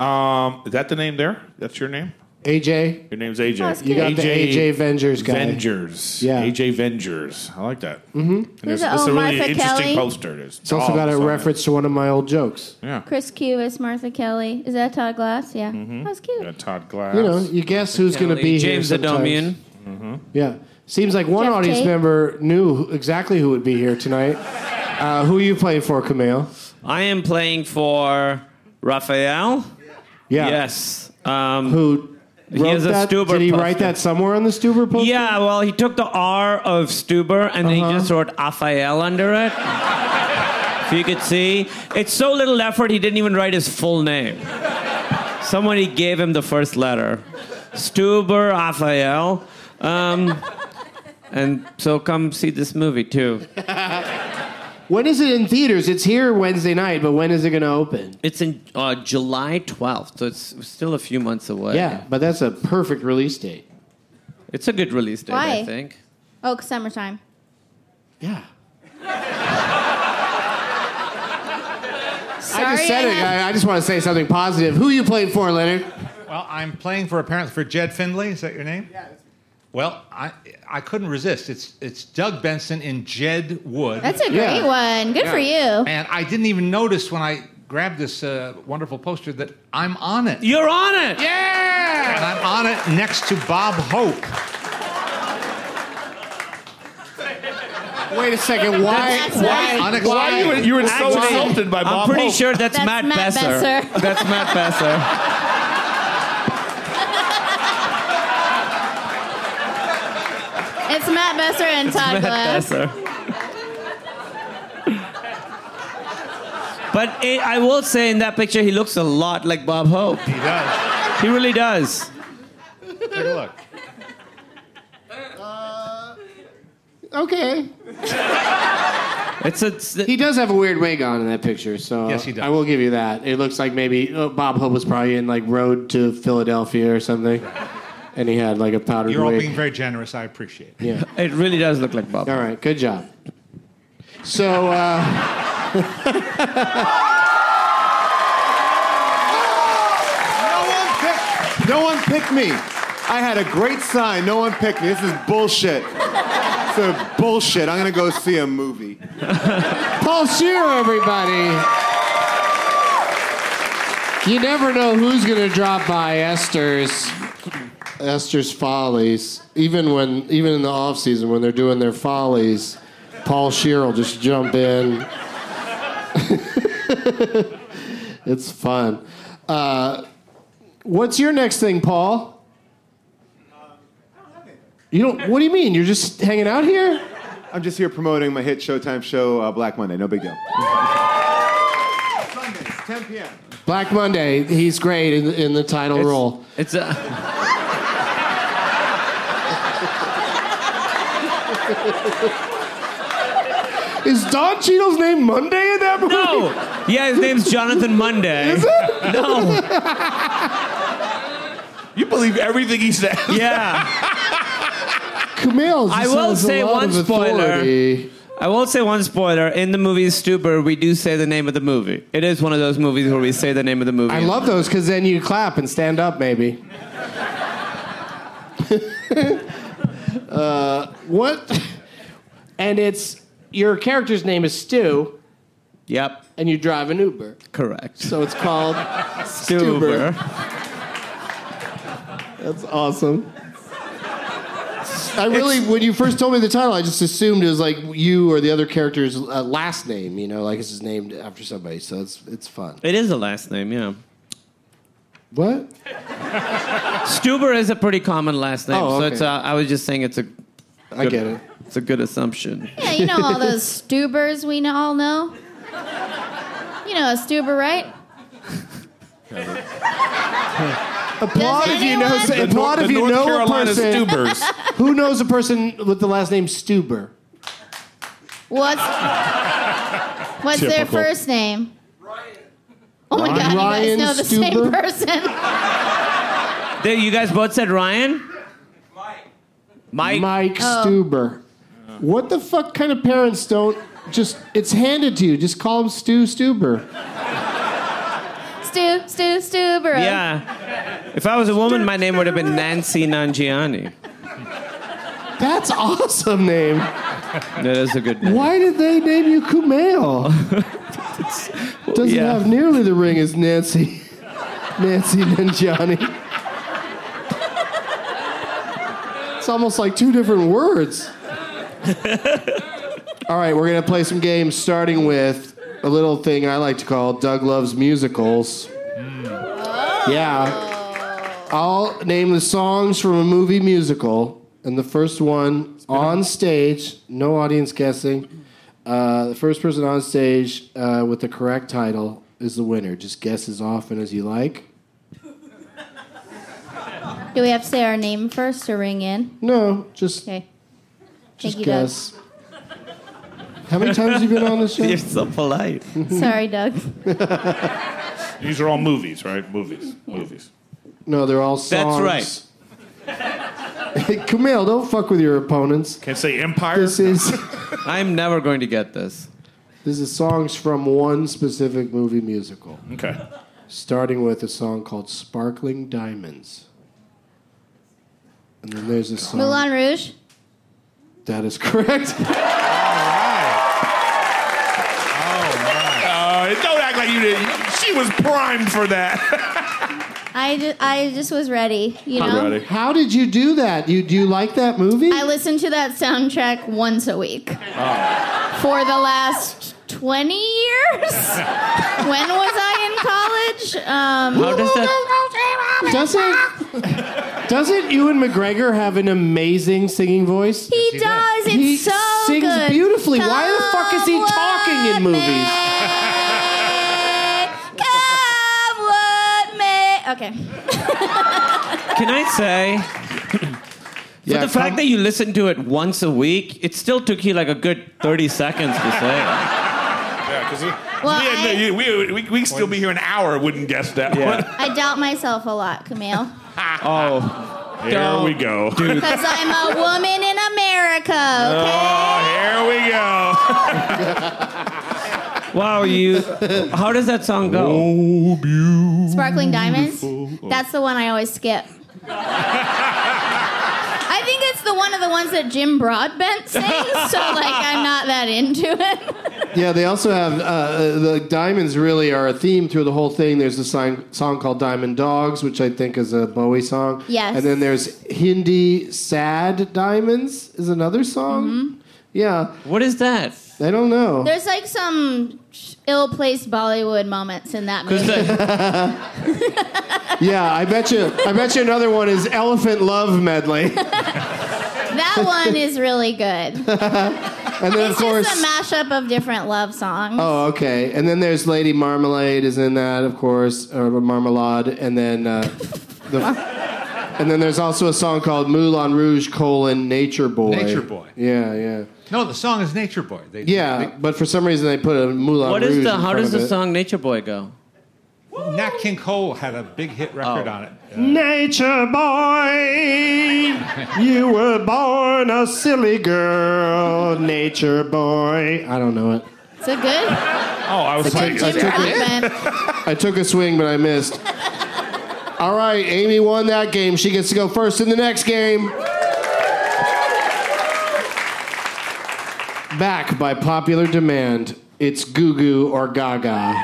Speaker 7: Um, is that the name there? That's your name?
Speaker 5: AJ,
Speaker 7: Your name's AJ.
Speaker 6: Oh, that's
Speaker 5: you got the AJ
Speaker 7: AJ
Speaker 5: Avengers guy.
Speaker 7: Vengers.
Speaker 5: Yeah.
Speaker 7: AJ Vengers. I like that. Mm-hmm. And it's- it's
Speaker 6: There's an
Speaker 7: a
Speaker 6: old
Speaker 7: really
Speaker 6: Martha
Speaker 7: interesting
Speaker 6: Kelly.
Speaker 7: poster. There's
Speaker 5: It's
Speaker 10: Oh,
Speaker 5: also got a reference to one of my old jokes.
Speaker 7: Yeah.
Speaker 6: Chris Cubis, Martha Kelly. Is that Todd Glass? Yeah. That was cute.
Speaker 7: You got Todd Glass.
Speaker 5: You know, you guess who's going to be
Speaker 10: James
Speaker 5: here sometimes. Mm-hmm.
Speaker 10: Adomian.
Speaker 5: Yeah. Seems like one
Speaker 6: Jeff
Speaker 5: audience
Speaker 6: Tate.
Speaker 5: member knew who- exactly who would be here tonight. Uh, who you play for, Camille?
Speaker 10: I am playing for Raphael.
Speaker 5: Yeah.
Speaker 10: Yes. Um,
Speaker 5: Who
Speaker 10: He
Speaker 5: wrote
Speaker 10: is a
Speaker 5: that?
Speaker 10: Stuber
Speaker 5: Did he write
Speaker 10: poster.
Speaker 5: that somewhere on the Stuber poster?
Speaker 10: Yeah, well, he took the R of Stuber and
Speaker 5: Uh-huh.
Speaker 10: then he just wrote Raphael under it. if you could see, it's so little effort, he didn't even write his full name. Somebody gave him the first letter Stuber Raphael. Um, and so come see this movie too.
Speaker 5: When is it in theaters? It's here Wednesday night, but when is it going to open?
Speaker 10: It's in uh, July 12th, so it's still a few months away.
Speaker 5: Yeah, but that's a perfect release date.
Speaker 10: It's a good release date, I
Speaker 6: Why?
Speaker 10: think.
Speaker 6: Oh, 'cause summertime.
Speaker 5: Yeah.
Speaker 6: Sorry,
Speaker 5: I just said it.
Speaker 6: have-
Speaker 5: I, I just want to say something positive. Who you playing for, Leonard?
Speaker 9: Well, I'm playing for apparently for Jed Findley. Is that your name? Yeah. Well, I I couldn't resist. It's it's Doug Benson and Jed Wood.
Speaker 6: That's a great
Speaker 5: Yeah.
Speaker 6: one. Good for you.
Speaker 9: and I didn't even notice when I grabbed this uh, wonderful poster that I'm on it.
Speaker 10: You're on it!
Speaker 9: Yeah! And I'm on it next to Bob Hope.
Speaker 5: Wait a second. Why?
Speaker 6: That's
Speaker 5: Why?
Speaker 6: right.
Speaker 5: Why,
Speaker 7: Why you were- you were so
Speaker 10: Actually,
Speaker 7: insulted by Bob
Speaker 10: I'm
Speaker 5: Oh.
Speaker 10: pretty
Speaker 7: Hope.
Speaker 10: sure that's,
Speaker 6: That's
Speaker 10: Matt,
Speaker 6: Matt
Speaker 10: Besser.
Speaker 6: Besser.
Speaker 10: that's Matt Besser.
Speaker 6: It's Matt Besser and Todd
Speaker 10: Matt
Speaker 6: Glass.
Speaker 10: Besser. But it, I will say, in that picture, he looks a lot like Bob Hope.
Speaker 9: He does.
Speaker 10: He really does.
Speaker 9: Take a look.
Speaker 5: Okay.
Speaker 10: It's a.
Speaker 5: He does have a weird wig on in that picture, so
Speaker 9: Yes, he does.
Speaker 5: I will give you that. It looks like maybe uh, Bob Hope was probably in like Road to Philadelphia or something, and he had like a powdered
Speaker 9: You're all
Speaker 5: wig.
Speaker 9: being very generous. I appreciate it.
Speaker 5: yeah.
Speaker 10: It really does look like Bob.
Speaker 5: All right. Good job. So. Uh,
Speaker 11: No one picked. No one picked me. I had a great sign. No one picked me. This is bullshit. This is bullshit. I'm gonna go see a movie.
Speaker 5: Paul Shear, everybody. You never know who's going to drop by Esther's Esther's Follies. Even when, even in the off season, when they're doing their follies, Paul Shear will just jump in. it's fun. Uh, what's your next thing, Paul? You don't. What do you mean? You're just hanging out here?
Speaker 11: I'm just here promoting my hit Showtime show, uh, Black Monday. No big deal. Sundays, 10 p.m.
Speaker 5: Black Monday. He's great in, in the title role.
Speaker 10: It's uh, a.
Speaker 5: Is Don Cheadle's name Monday in that movie?
Speaker 10: No! Yeah, his name's Jonathan Monday.
Speaker 5: Is it?
Speaker 10: No.
Speaker 7: You believe everything he says.
Speaker 10: Yeah.
Speaker 5: Camille.
Speaker 10: I will say one spoiler. I will say one spoiler. In the movie Stuber, we do say the name of the movie. It is one of those movies where we say the name of the movie.
Speaker 5: I love those because then you clap and stand up, maybe. uh, what? And it's your character's name is Stu,
Speaker 10: Yep.
Speaker 5: and you drive an Uber,
Speaker 10: Correct.
Speaker 5: so it's called
Speaker 10: Stuber.
Speaker 5: That's awesome. I really, when you first told me the title, I just assumed it was like you or the other character's uh, last name. You know, like it's just named after somebody, so it's it's fun.
Speaker 10: It is a last name, yeah.
Speaker 5: What?
Speaker 10: Stuber is a pretty common last name,
Speaker 5: Oh,
Speaker 10: so
Speaker 5: okay.
Speaker 10: it's. Uh, I was just saying it's a.
Speaker 5: I get it.
Speaker 10: It's a good assumption.
Speaker 6: Yeah, you know all those Stubers we know, all know. You know a Stuber, right?
Speaker 5: Applaud if you know.
Speaker 6: anyone-
Speaker 5: Say,
Speaker 7: The
Speaker 5: applaud
Speaker 7: North,
Speaker 5: if you
Speaker 7: North
Speaker 5: know
Speaker 7: Carolina
Speaker 5: a person.
Speaker 7: Stubers.
Speaker 5: Who knows a person with the last name Stuber?
Speaker 6: What's What's their
Speaker 7: Typical.
Speaker 6: first name? Ryan. Oh my God,
Speaker 5: Ryan
Speaker 6: you guys know the same
Speaker 5: Stuber?
Speaker 6: person.
Speaker 10: There, you guys both said Ryan? Mike. Mike.
Speaker 5: Mike Stuber. What the fuck kind of parents don't just? It's handed to you. Just call him Stu Stuber.
Speaker 6: Stu, Stu, Stuber.
Speaker 10: Yeah. If I was a woman, my name would have been Nancy Nangiani.
Speaker 5: That's awesome name.
Speaker 10: That is a good name.
Speaker 5: Why did they name you Kumail? Doesn't
Speaker 10: Yeah.
Speaker 5: have nearly the ring as Nancy, Nancy Nanjiani. It's almost like two different words. All right, we're gonna play some games, starting with a little thing I like to call Doug loves musicals. Yeah. I'll name the songs from a movie musical, and the first one on stage, no audience guessing. Uh, the first person on stage uh, with the correct title is the winner. Just guess as often as you like.
Speaker 6: Do we have to say our name first or ring in?
Speaker 5: No, just
Speaker 6: Okay.
Speaker 5: just
Speaker 6: you, Doug.
Speaker 5: guess. How many times have you been on this show?
Speaker 10: You're so polite.
Speaker 6: Sorry, Doug.
Speaker 7: These are all movies, right? Movies. Movies.
Speaker 5: No, they're all songs. That's right. Camille, don't fuck with your opponents.
Speaker 7: Can't say Empire.
Speaker 5: This is.
Speaker 10: I'm never going to get this.
Speaker 5: This is songs from one specific movie musical,
Speaker 7: Okay.
Speaker 5: starting with a song called Sparkling Diamonds. And then there's a song.
Speaker 6: Moulin Rouge.
Speaker 5: That is correct.
Speaker 7: Uh, don't act like you did. She was primed for that.
Speaker 6: I just, I just was ready, you know?
Speaker 5: How did you do that? You do you like that movie?
Speaker 6: I listen to that soundtrack once a week for the last 20 years. when was I in college? Um,
Speaker 5: How does Doesn't doesn't Ewan McGregor have an amazing singing voice?
Speaker 6: He does. It's
Speaker 5: He
Speaker 6: so
Speaker 5: sings
Speaker 6: good.
Speaker 5: beautifully. Why the fuck is he talking in movies?
Speaker 6: Come what may. Okay.
Speaker 10: Can I say? For the fact that you listen to it once a week, it still took you like a good 30 seconds to say it.
Speaker 7: Yeah, because
Speaker 6: Well,
Speaker 7: we, had no- you- we, we, we'd still be here an hour, wouldn't guess that one.
Speaker 6: I doubt myself a lot, Camille.
Speaker 7: Oh. Here we go.
Speaker 6: Because I'm a woman in America, okay?
Speaker 7: Oh, Here we go.
Speaker 10: wow, you. How does that song go?
Speaker 7: Oh,
Speaker 6: Sparkling Diamonds.
Speaker 5: Oh.
Speaker 6: That's the one I always skip. I think it's the one of the ones that Jim Broadbent sings, so like I'm not that into it.
Speaker 5: Yeah, they also have uh, uh, the diamonds really are a theme through the whole thing. There's a song, song called Diamond Dogs, which I think is a Bowie song.
Speaker 6: Yes.
Speaker 5: And then there's Hindi Sad Diamonds is another song.
Speaker 10: Mm-hmm.
Speaker 5: Yeah.
Speaker 10: What is that?
Speaker 5: I don't know.
Speaker 6: There's like some ill-placed Bollywood moments in that movie.
Speaker 5: yeah, I bet you. I bet you another one is Elephant Love Medley.
Speaker 6: that one is really good.
Speaker 5: And then of
Speaker 6: it's
Speaker 5: course.
Speaker 6: just a mashup of different love songs.
Speaker 5: Oh, okay. And then there's Lady Marmalade is in that, of course, or Marmalade, and then uh, the, and then there's also a song called Moulin Rouge colon Nature Boy.
Speaker 9: Nature Boy.
Speaker 5: Yeah, yeah,
Speaker 9: No, the song is Nature Boy. They,
Speaker 5: yeah. But for some reason they put a Moulin
Speaker 10: What
Speaker 5: Rouge.
Speaker 10: is the?
Speaker 5: in
Speaker 10: How
Speaker 5: front
Speaker 10: does
Speaker 5: of
Speaker 10: the
Speaker 5: it.
Speaker 10: song Nature Boy go?
Speaker 9: Nat King Cole had a big hit record on it.
Speaker 5: Nature Boy, you were born a silly girl. Nature Boy. I don't know it.
Speaker 6: It's a good.
Speaker 7: Oh, I was
Speaker 5: I
Speaker 7: like,
Speaker 5: took, I took a, I took a swing, but I missed. All right, Amy won that game. She gets to go first in the next game. Back by popular demand, it's Goo Goo or Gaga.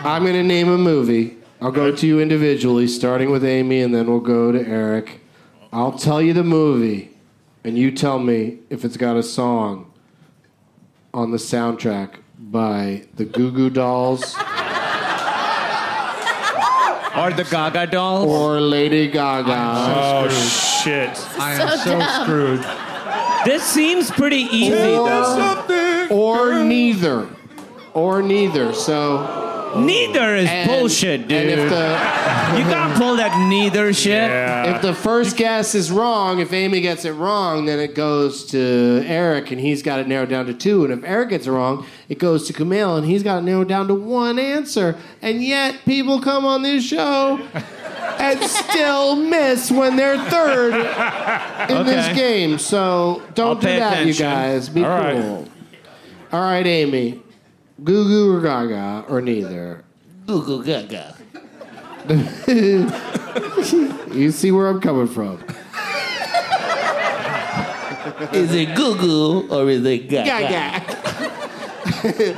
Speaker 5: I'm going to name a movie. I'll go to you individually, starting with Amy, and then we'll go to Eric. I'll tell you the movie, and you tell me if it's got a song on the soundtrack by the Goo Goo Dolls
Speaker 10: Or the Gaga Dolls?
Speaker 5: or Lady Gaga.
Speaker 7: oh shit!
Speaker 9: I am so, screwed.
Speaker 10: This seems pretty easy though.
Speaker 5: Or neither. Or neither. So
Speaker 10: Neither is
Speaker 5: And-
Speaker 10: bullshit, dude.
Speaker 5: and if the
Speaker 10: you can't pull that neither shit.
Speaker 5: if the first guess is wrong, if Amy gets it wrong, then it goes to Eric and he's got it narrowed down to two. And if Eric gets it wrong, it goes to Camille and he's got it narrowed down to one answer. And yet people come on this show and still miss when they're third in this
Speaker 10: Okay.
Speaker 5: game.
Speaker 10: I'll
Speaker 5: So don't do
Speaker 10: pay
Speaker 5: that, you
Speaker 10: attention.
Speaker 5: guys. Be
Speaker 7: All right.
Speaker 5: cool. All right, Amy. Goo Goo or Gaga or neither. Goo Goo Gaga. you see where I'm coming from.
Speaker 10: Is it Goo Goo or is it Gaga?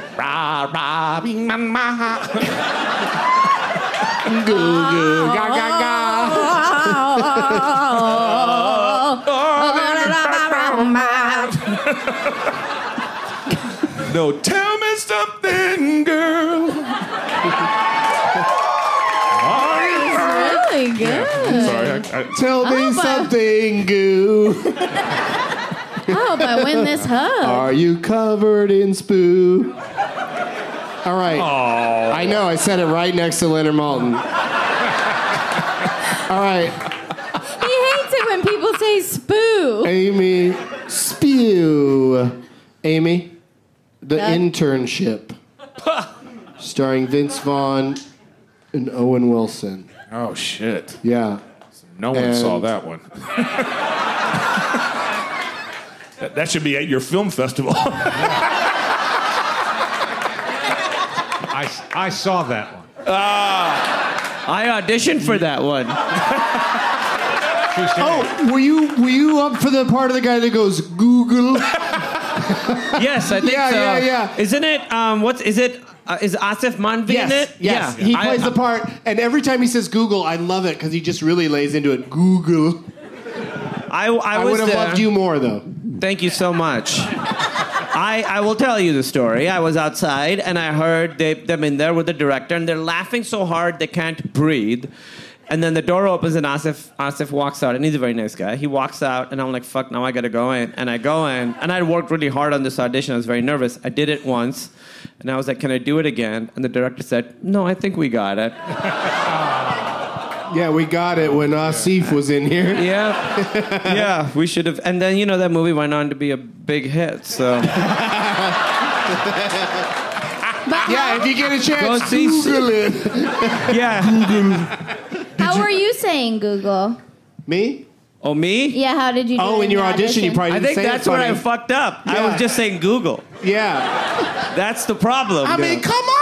Speaker 4: Rah, rah, bing, bang, bah.
Speaker 5: Goo Goo
Speaker 6: Oh,
Speaker 5: Gaga.
Speaker 6: Ah.
Speaker 7: Oh, No, tell me something, girl. Sorry,
Speaker 6: Really good.
Speaker 7: I, I,
Speaker 5: Tell me
Speaker 6: Oh, but-
Speaker 5: something, Goo.
Speaker 6: I hope I win this hug.
Speaker 5: Are you covered in spoo? All right. I know, I said it right next to Leonard Malton. All right.
Speaker 6: He hates it when people say spoo.
Speaker 5: Amy Spew. Amy, The
Speaker 6: Yeah.
Speaker 5: Internship. Starring Vince Vaughn and Owen Wilson.
Speaker 7: oh shit!
Speaker 5: Yeah.
Speaker 7: No one saw
Speaker 5: And-
Speaker 7: that one. that, that should be at your film festival.
Speaker 9: I, s- I saw that one.
Speaker 10: I auditioned for that one.
Speaker 9: Touche.
Speaker 5: Oh, were you were you up for the part of the guy that goes Google?
Speaker 10: Yes, I think
Speaker 5: Yeah,
Speaker 10: so.
Speaker 5: yeah, yeah.
Speaker 10: Isn't it? Um, what's is it? Uh, is Asif Manvi in it?
Speaker 5: Yes,
Speaker 10: Yeah.
Speaker 5: yes. He
Speaker 10: I-
Speaker 5: plays the part, and every time he says Google, I love it because he just really lays into it. Google.
Speaker 10: I, I,
Speaker 5: would have loved you more though.
Speaker 10: Thank you so much. I, I will tell you the story. I was outside and I heard they, them in there with the director, and they're laughing so hard they can't breathe. And then the door opens and Asif, Asif walks out, and he's a very nice guy. He walks out, and I'm like, fuck, now I gotta go in. And I go in, and I worked really hard on this audition. I was very nervous. I did it once, and I was like, can I do it again? And the director said, no, I think we got it.
Speaker 5: Yeah, we got it when Asif was in here.
Speaker 10: Yeah. yeah, we should have. And then, you know, that movie went on to be a big hit, so.
Speaker 5: yeah, if you get a chance,
Speaker 10: Go see-
Speaker 5: Google it.
Speaker 10: yeah.
Speaker 6: How were you saying Google?
Speaker 5: Me?
Speaker 10: Oh, me?
Speaker 6: Yeah, how did you
Speaker 5: Oh,
Speaker 6: do it the
Speaker 10: I think that's where I fucked up. I was just saying Google.
Speaker 5: Yeah.
Speaker 10: That's the problem.
Speaker 5: I mean,
Speaker 10: dude.
Speaker 5: come on!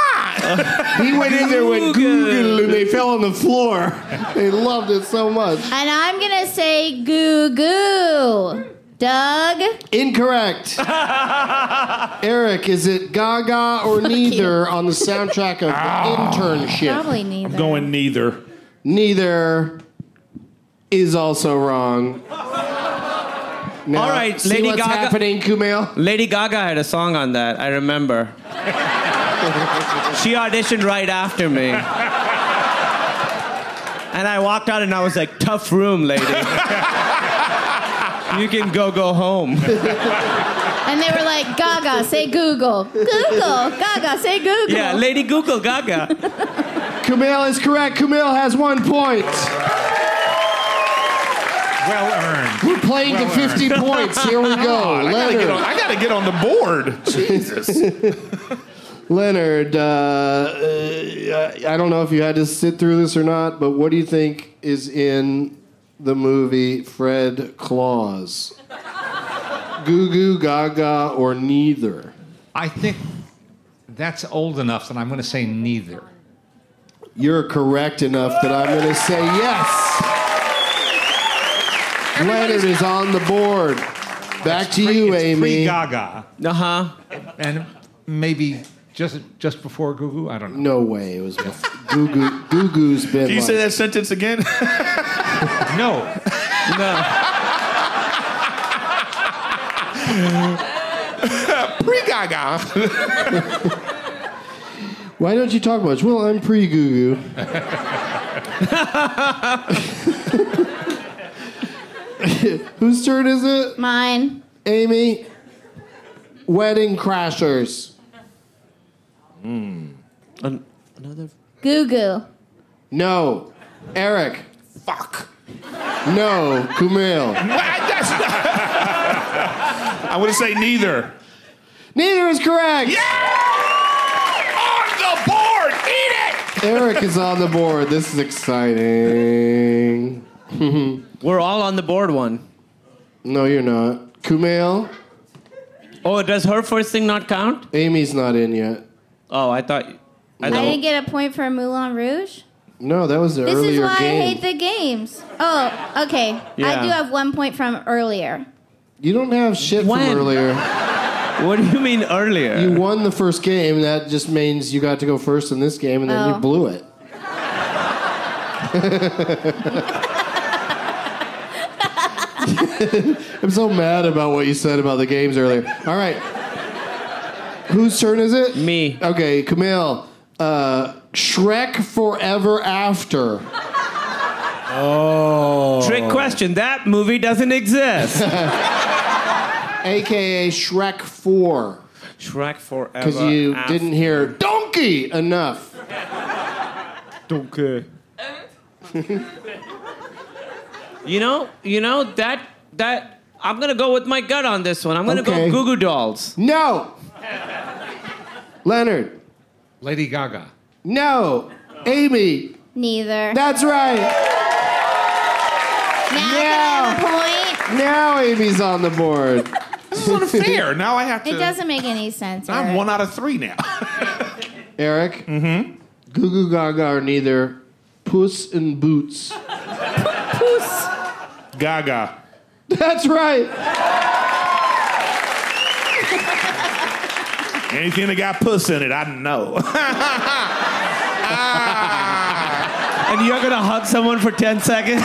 Speaker 5: he went in there with Google and they fell on the floor. They loved it so much.
Speaker 6: And I'm gonna say goo goo. Doug?
Speaker 5: Incorrect. Eric, is it Gaga or neither on the soundtrack of
Speaker 10: Ah.
Speaker 5: the internship?
Speaker 6: Probably neither.
Speaker 5: going neither. Neither is also wrong. Now,
Speaker 10: All right,
Speaker 5: see
Speaker 10: Lady
Speaker 5: what's
Speaker 10: Gaga.
Speaker 5: happening, Kumail?
Speaker 10: Lady Gaga had a song on that. I remember. she auditioned right after me. And I walked out and I was like, tough room, lady. you can go, go home.
Speaker 6: And they were like, Gaga, say Google. Google. Gaga, say Google.
Speaker 10: yeah, Lady Google Gaga.
Speaker 5: Kumail is correct. Kumail has one point.
Speaker 9: Well earned.
Speaker 5: We're playing to 50 points. Here we go.
Speaker 7: I gotta,
Speaker 5: Leonard.
Speaker 7: get on, I gotta get on the board. Jesus.
Speaker 5: Leonard, uh, uh, I I don't know if you had to sit through this or not, but what do you think is in the movie Fred Claus? Goo Goo Gaga or neither?
Speaker 9: I think that's old enough that I'm going to say neither.
Speaker 5: You're correct enough that I'm going to say yes. Leonard is on the board. Back to you, Amy.
Speaker 9: Gaga.
Speaker 10: Uh huh.
Speaker 9: And maybe just just before Goo Goo. I don't know.
Speaker 5: No way. It was Goo Goo. Goo Goo's been.
Speaker 9: Can you say
Speaker 5: like-
Speaker 7: that sentence again?
Speaker 9: No.
Speaker 10: no.
Speaker 7: Pre Gaga.
Speaker 5: Why don't you talk much? Well, I'm pre Goo Goo. Whose turn is it?
Speaker 6: Mine.
Speaker 5: Amy. Wedding Crashers.
Speaker 6: Goo goo.
Speaker 5: No. Eric. Fuck. No. Kumail.
Speaker 7: I would say neither.
Speaker 5: Neither is correct.
Speaker 7: On the board! Eat it!
Speaker 5: Eric is on the board. This is exciting.
Speaker 10: We're all on the board one.
Speaker 5: no, you're not. Kumail.
Speaker 10: Oh, does her first thing not count?
Speaker 5: Amy's not in yet.
Speaker 10: Oh, I thought.
Speaker 6: I
Speaker 10: thought-
Speaker 6: didn't get a point for Moulin Rouge.
Speaker 5: No, that was the
Speaker 6: This
Speaker 5: earlier
Speaker 6: is why I
Speaker 5: game.
Speaker 6: hate the games. Oh, okay.
Speaker 5: Yeah.
Speaker 6: I do have one point from earlier.
Speaker 5: You don't have shit
Speaker 10: When?
Speaker 5: from earlier.
Speaker 10: What do you mean earlier?
Speaker 5: You won the first game. That just means you got to go first in this game, and then
Speaker 6: Oh.
Speaker 5: you blew it. I'm so mad about what you said about the games earlier. All right. Whose turn is it?
Speaker 10: Me.
Speaker 5: Okay, Camille. Uh, Shrek Forever After. Oh.
Speaker 10: Trick question. That movie doesn't exist.
Speaker 5: AKA Shrek 4.
Speaker 10: Shrek forever.
Speaker 5: Because you
Speaker 10: after.
Speaker 5: didn't hear donkey enough.
Speaker 10: Donkey. You know, you know that that I'm gonna go with my gut on this one. I'm gonna
Speaker 5: Okay.
Speaker 10: go Goo Goo Dolls.
Speaker 5: No. Leonard.
Speaker 9: Lady Gaga.
Speaker 5: No. Amy.
Speaker 6: Neither.
Speaker 5: That's right.
Speaker 6: now can I have a point?
Speaker 5: Now Amy's on the board.
Speaker 7: This is unfair. Now I have to.
Speaker 6: It doesn't make any sense.
Speaker 7: I'm
Speaker 6: Eric.
Speaker 7: one out of three now.
Speaker 5: Eric. Mm-hmm. Goo Goo Gaga are neither. Puss in Boots.
Speaker 6: Puss.
Speaker 7: Gaga.
Speaker 5: That's right.
Speaker 7: Anything that got puss in it, I know.
Speaker 10: and you're gonna hug someone for 10 seconds?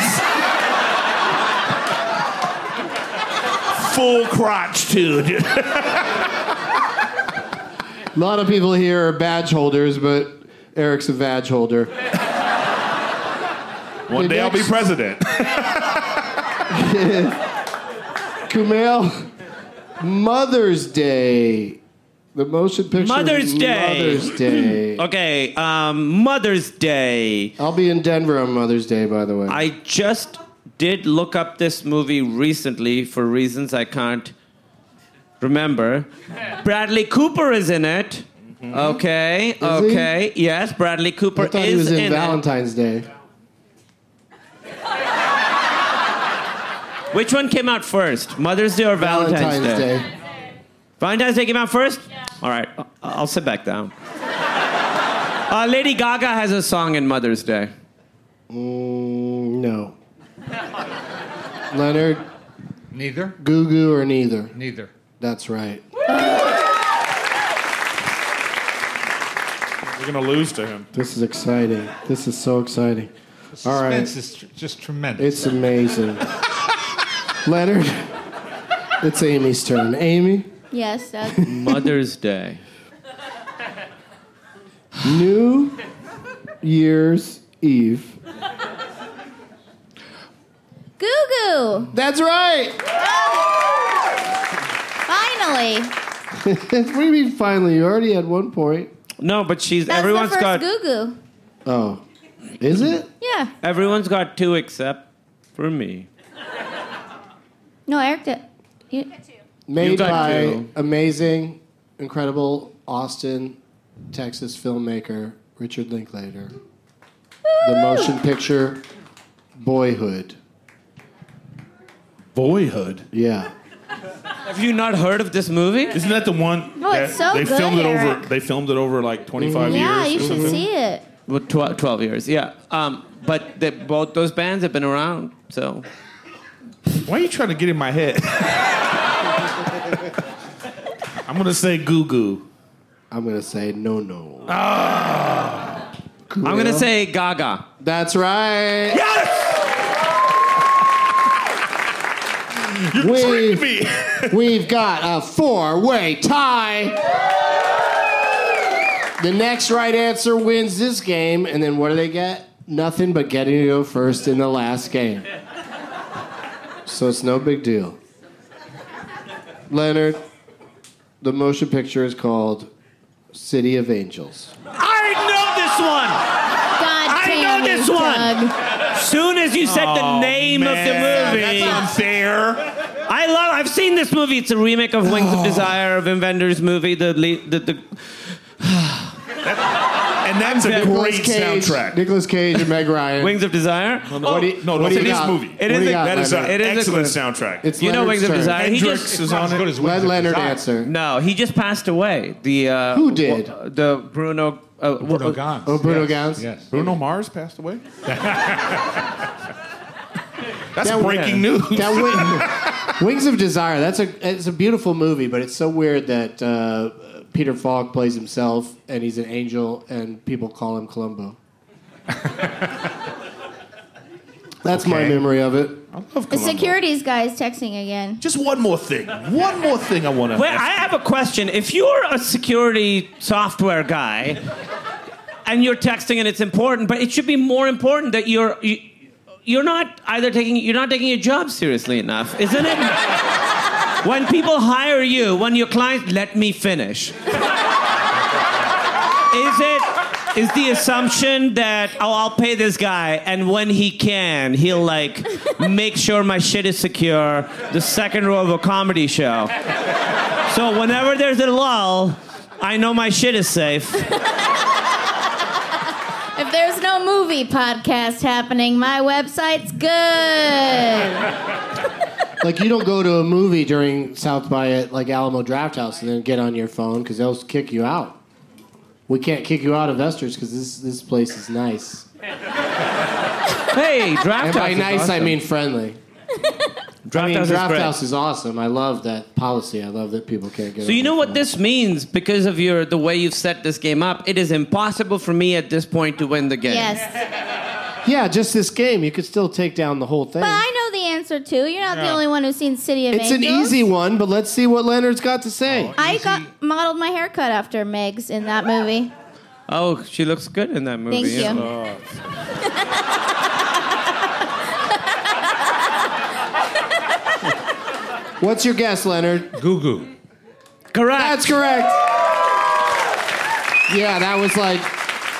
Speaker 7: Full crotch, too.
Speaker 5: A lot of people here are badge holders, but Eric's a badge holder.
Speaker 7: One day I'll be president.
Speaker 5: Kumail, Mother's Day. The motion picture.
Speaker 10: Mother's Day.
Speaker 5: Mother's Day.
Speaker 10: okay, um, Mother's Day.
Speaker 5: I'll be in Denver on Mother's Day, by the way.
Speaker 10: I just did look up this movie recently for reasons I can't remember. Bradley Cooper is in it. Okay,
Speaker 5: Mm-hmm. he?
Speaker 10: okay. Yes, Bradley Cooper
Speaker 5: I thought
Speaker 10: is
Speaker 5: he was in,
Speaker 10: in it.
Speaker 5: Valentine's Day.
Speaker 10: Which one came out first, Mother's Day or Valentine's,
Speaker 5: Valentine's
Speaker 10: Day?
Speaker 5: Day.
Speaker 10: Valentine's Day came out first? All right, I- I'll sit back down. Uh, Lady Gaga has a song in Mother's Day.
Speaker 5: Mm, no. Leonard,
Speaker 12: Neither.
Speaker 5: Goo Goo or neither.
Speaker 12: Neither.
Speaker 5: That's right.
Speaker 7: We're gonna lose to him.
Speaker 5: This is exciting. This is so exciting. All right.
Speaker 12: Suspense is tr- just tremendous.
Speaker 5: It's amazing. Leonard, it's Amy's turn. Amy,
Speaker 6: Yes, Doug.
Speaker 10: Mother's Day.
Speaker 5: New Year's Eve.
Speaker 6: Goo goo.
Speaker 5: That's right.
Speaker 6: Finally.
Speaker 5: what do you mean, finally? You already had one point.
Speaker 10: No, but she's
Speaker 6: That's
Speaker 10: everyone's
Speaker 6: the first
Speaker 10: got
Speaker 6: goo goo.
Speaker 5: Oh, is it?
Speaker 6: Yeah.
Speaker 10: everyone's got two except for me.
Speaker 6: No, Eric did. You,
Speaker 5: Made
Speaker 10: got
Speaker 5: by
Speaker 10: two.
Speaker 5: amazing, incredible Austin, Texas filmmaker Richard Linklater. The motion picture Boyhood.
Speaker 7: Boyhood.
Speaker 5: Yeah.
Speaker 10: Have you not heard of this movie?
Speaker 7: Isn't that the one?
Speaker 6: Oh, it's
Speaker 7: that
Speaker 6: so
Speaker 7: they
Speaker 6: good,
Speaker 7: filmed it over.
Speaker 6: Eric.
Speaker 7: They filmed it over like 25
Speaker 6: yeah,
Speaker 7: years.
Speaker 6: you
Speaker 7: or
Speaker 6: should
Speaker 7: something?
Speaker 6: see it.
Speaker 10: Well, tw- 12 years, yeah. Um, but the, both those bands have been around, so.
Speaker 7: Why are you trying to get in my head? I'm gonna say Goo Goo.
Speaker 5: I'm going to say no, no.
Speaker 10: I'm going to say Gaga.
Speaker 5: That's right.
Speaker 7: You
Speaker 5: Wait.
Speaker 7: tricked me.
Speaker 5: We've got a four way tie. The next right answer wins this game, and then what do they get? Nothing but getting to go first in the last game. So it's no big deal. Leonard, the motion picture is called City of Angels.
Speaker 10: I know
Speaker 6: God
Speaker 10: I
Speaker 6: damn
Speaker 10: know
Speaker 6: you,
Speaker 10: this one.
Speaker 6: Doug.
Speaker 10: this one! Soon as you said the name of the movie,
Speaker 7: unfair.
Speaker 10: I love. I've seen this movie. It's a remake of Wings of Desire, Wim Wenders' movie. The, le- the the
Speaker 7: And that's a great soundtrack.
Speaker 5: Nicholas Cage and Meg Ryan.
Speaker 10: Wings of Desire. Oh.
Speaker 5: What do you-
Speaker 7: No, no,
Speaker 5: what do
Speaker 7: it's
Speaker 5: you
Speaker 7: in this
Speaker 5: got?
Speaker 7: movie.
Speaker 10: It
Speaker 5: What
Speaker 10: is
Speaker 5: do you
Speaker 10: a-
Speaker 5: got,
Speaker 7: That is
Speaker 5: Leonard?
Speaker 7: an
Speaker 10: It is a
Speaker 7: excellent
Speaker 10: good-
Speaker 7: soundtrack. Uh,
Speaker 5: It's
Speaker 10: you know
Speaker 5: Leonard's
Speaker 10: Wings of
Speaker 5: turn.
Speaker 10: Desire. He
Speaker 7: Hendrix
Speaker 10: just
Speaker 7: is on it.
Speaker 5: Let Leonard answer.
Speaker 10: no, he just passed away. The uh,
Speaker 5: Who did?
Speaker 10: wh- the Bruno? Uh, wh-
Speaker 12: Bruno Gans.
Speaker 5: Oh, Bruno
Speaker 12: yes.
Speaker 5: Gans?
Speaker 12: Yes.
Speaker 7: Bruno Mars passed away. That's
Speaker 5: That-
Speaker 7: breaking news.
Speaker 5: That Wing- Wings of Desire. That's a it's a beautiful movie, but it's so weird that uh, Peter Falk plays himself, and he's an angel, and people call him Columbo. That's my
Speaker 7: Okay.
Speaker 5: memory of it.
Speaker 7: I love Columbo.
Speaker 6: The securities guy is texting again.
Speaker 7: Just one more thing. One more thing I want to.
Speaker 10: Wait, I have a question. If you're a security software guy and you're texting and it's important, but it should be more important that you're you, you're not either taking you're not taking your job seriously enough, isn't it? when people hire you, when your client let me finish. is it is the assumption that oh I'll pay this guy and when he can he'll like make sure my shit is secure the second row of a comedy show. So whenever there's a lull, I know my shit is safe.
Speaker 6: If there's no movie podcast happening, my website's good.
Speaker 5: Like you don't go to a movie during South by at like Alamo Drafthouse and then get on your phone because they'll kick you out. We can't kick you out of Esther's because this this place is nice.
Speaker 10: Hey, draft
Speaker 5: And by
Speaker 10: house is
Speaker 5: nice, I
Speaker 10: awesome.
Speaker 5: mean friendly.
Speaker 10: Draft
Speaker 5: I mean,
Speaker 10: House is
Speaker 5: Draft
Speaker 10: great.
Speaker 5: House is awesome. I love that policy. I love that people can't get.
Speaker 10: So you know what this means because of your the way you've set this game up. It is impossible for me at this point to win the game.
Speaker 6: Yes.
Speaker 5: Yeah, just this game, you could still take down the whole thing.
Speaker 6: But I know the answer too. You're not the
Speaker 5: Yeah.
Speaker 6: only one who's seen City of
Speaker 5: It's an
Speaker 6: Angels.
Speaker 5: easy one, but let's see what Leonard's got to say.
Speaker 6: I got modeled my haircut after Meg's in that movie.
Speaker 10: Oh, she looks good in that movie.
Speaker 6: Thank you.
Speaker 10: yeah.
Speaker 5: What's your guess, Leonard?
Speaker 9: Goo goo.
Speaker 10: Correct.
Speaker 5: That's correct. Yeah, that was like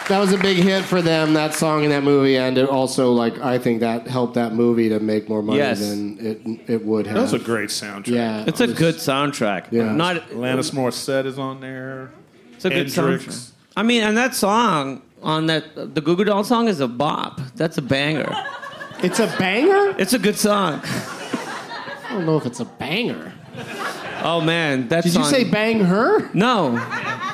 Speaker 5: that was a big hit for them. That song in that movie, and it also like I think that helped that movie to make more money
Speaker 10: Yes.
Speaker 5: than it it would have.
Speaker 7: That was a great soundtrack.
Speaker 5: Yeah,
Speaker 10: It's a good soundtrack.
Speaker 5: Yeah.
Speaker 10: Not
Speaker 7: Alanis Morissette is on there.
Speaker 10: It's a good
Speaker 7: Hendrix.
Speaker 10: soundtrack. I mean, and that song on that the Goo Goo Doll song is a bop. That's a banger.
Speaker 5: It's a banger.
Speaker 10: It's a good song.
Speaker 5: I don't know if it's a banger.
Speaker 10: Oh man, that
Speaker 5: Did
Speaker 10: song.
Speaker 5: you say bang her?
Speaker 10: no?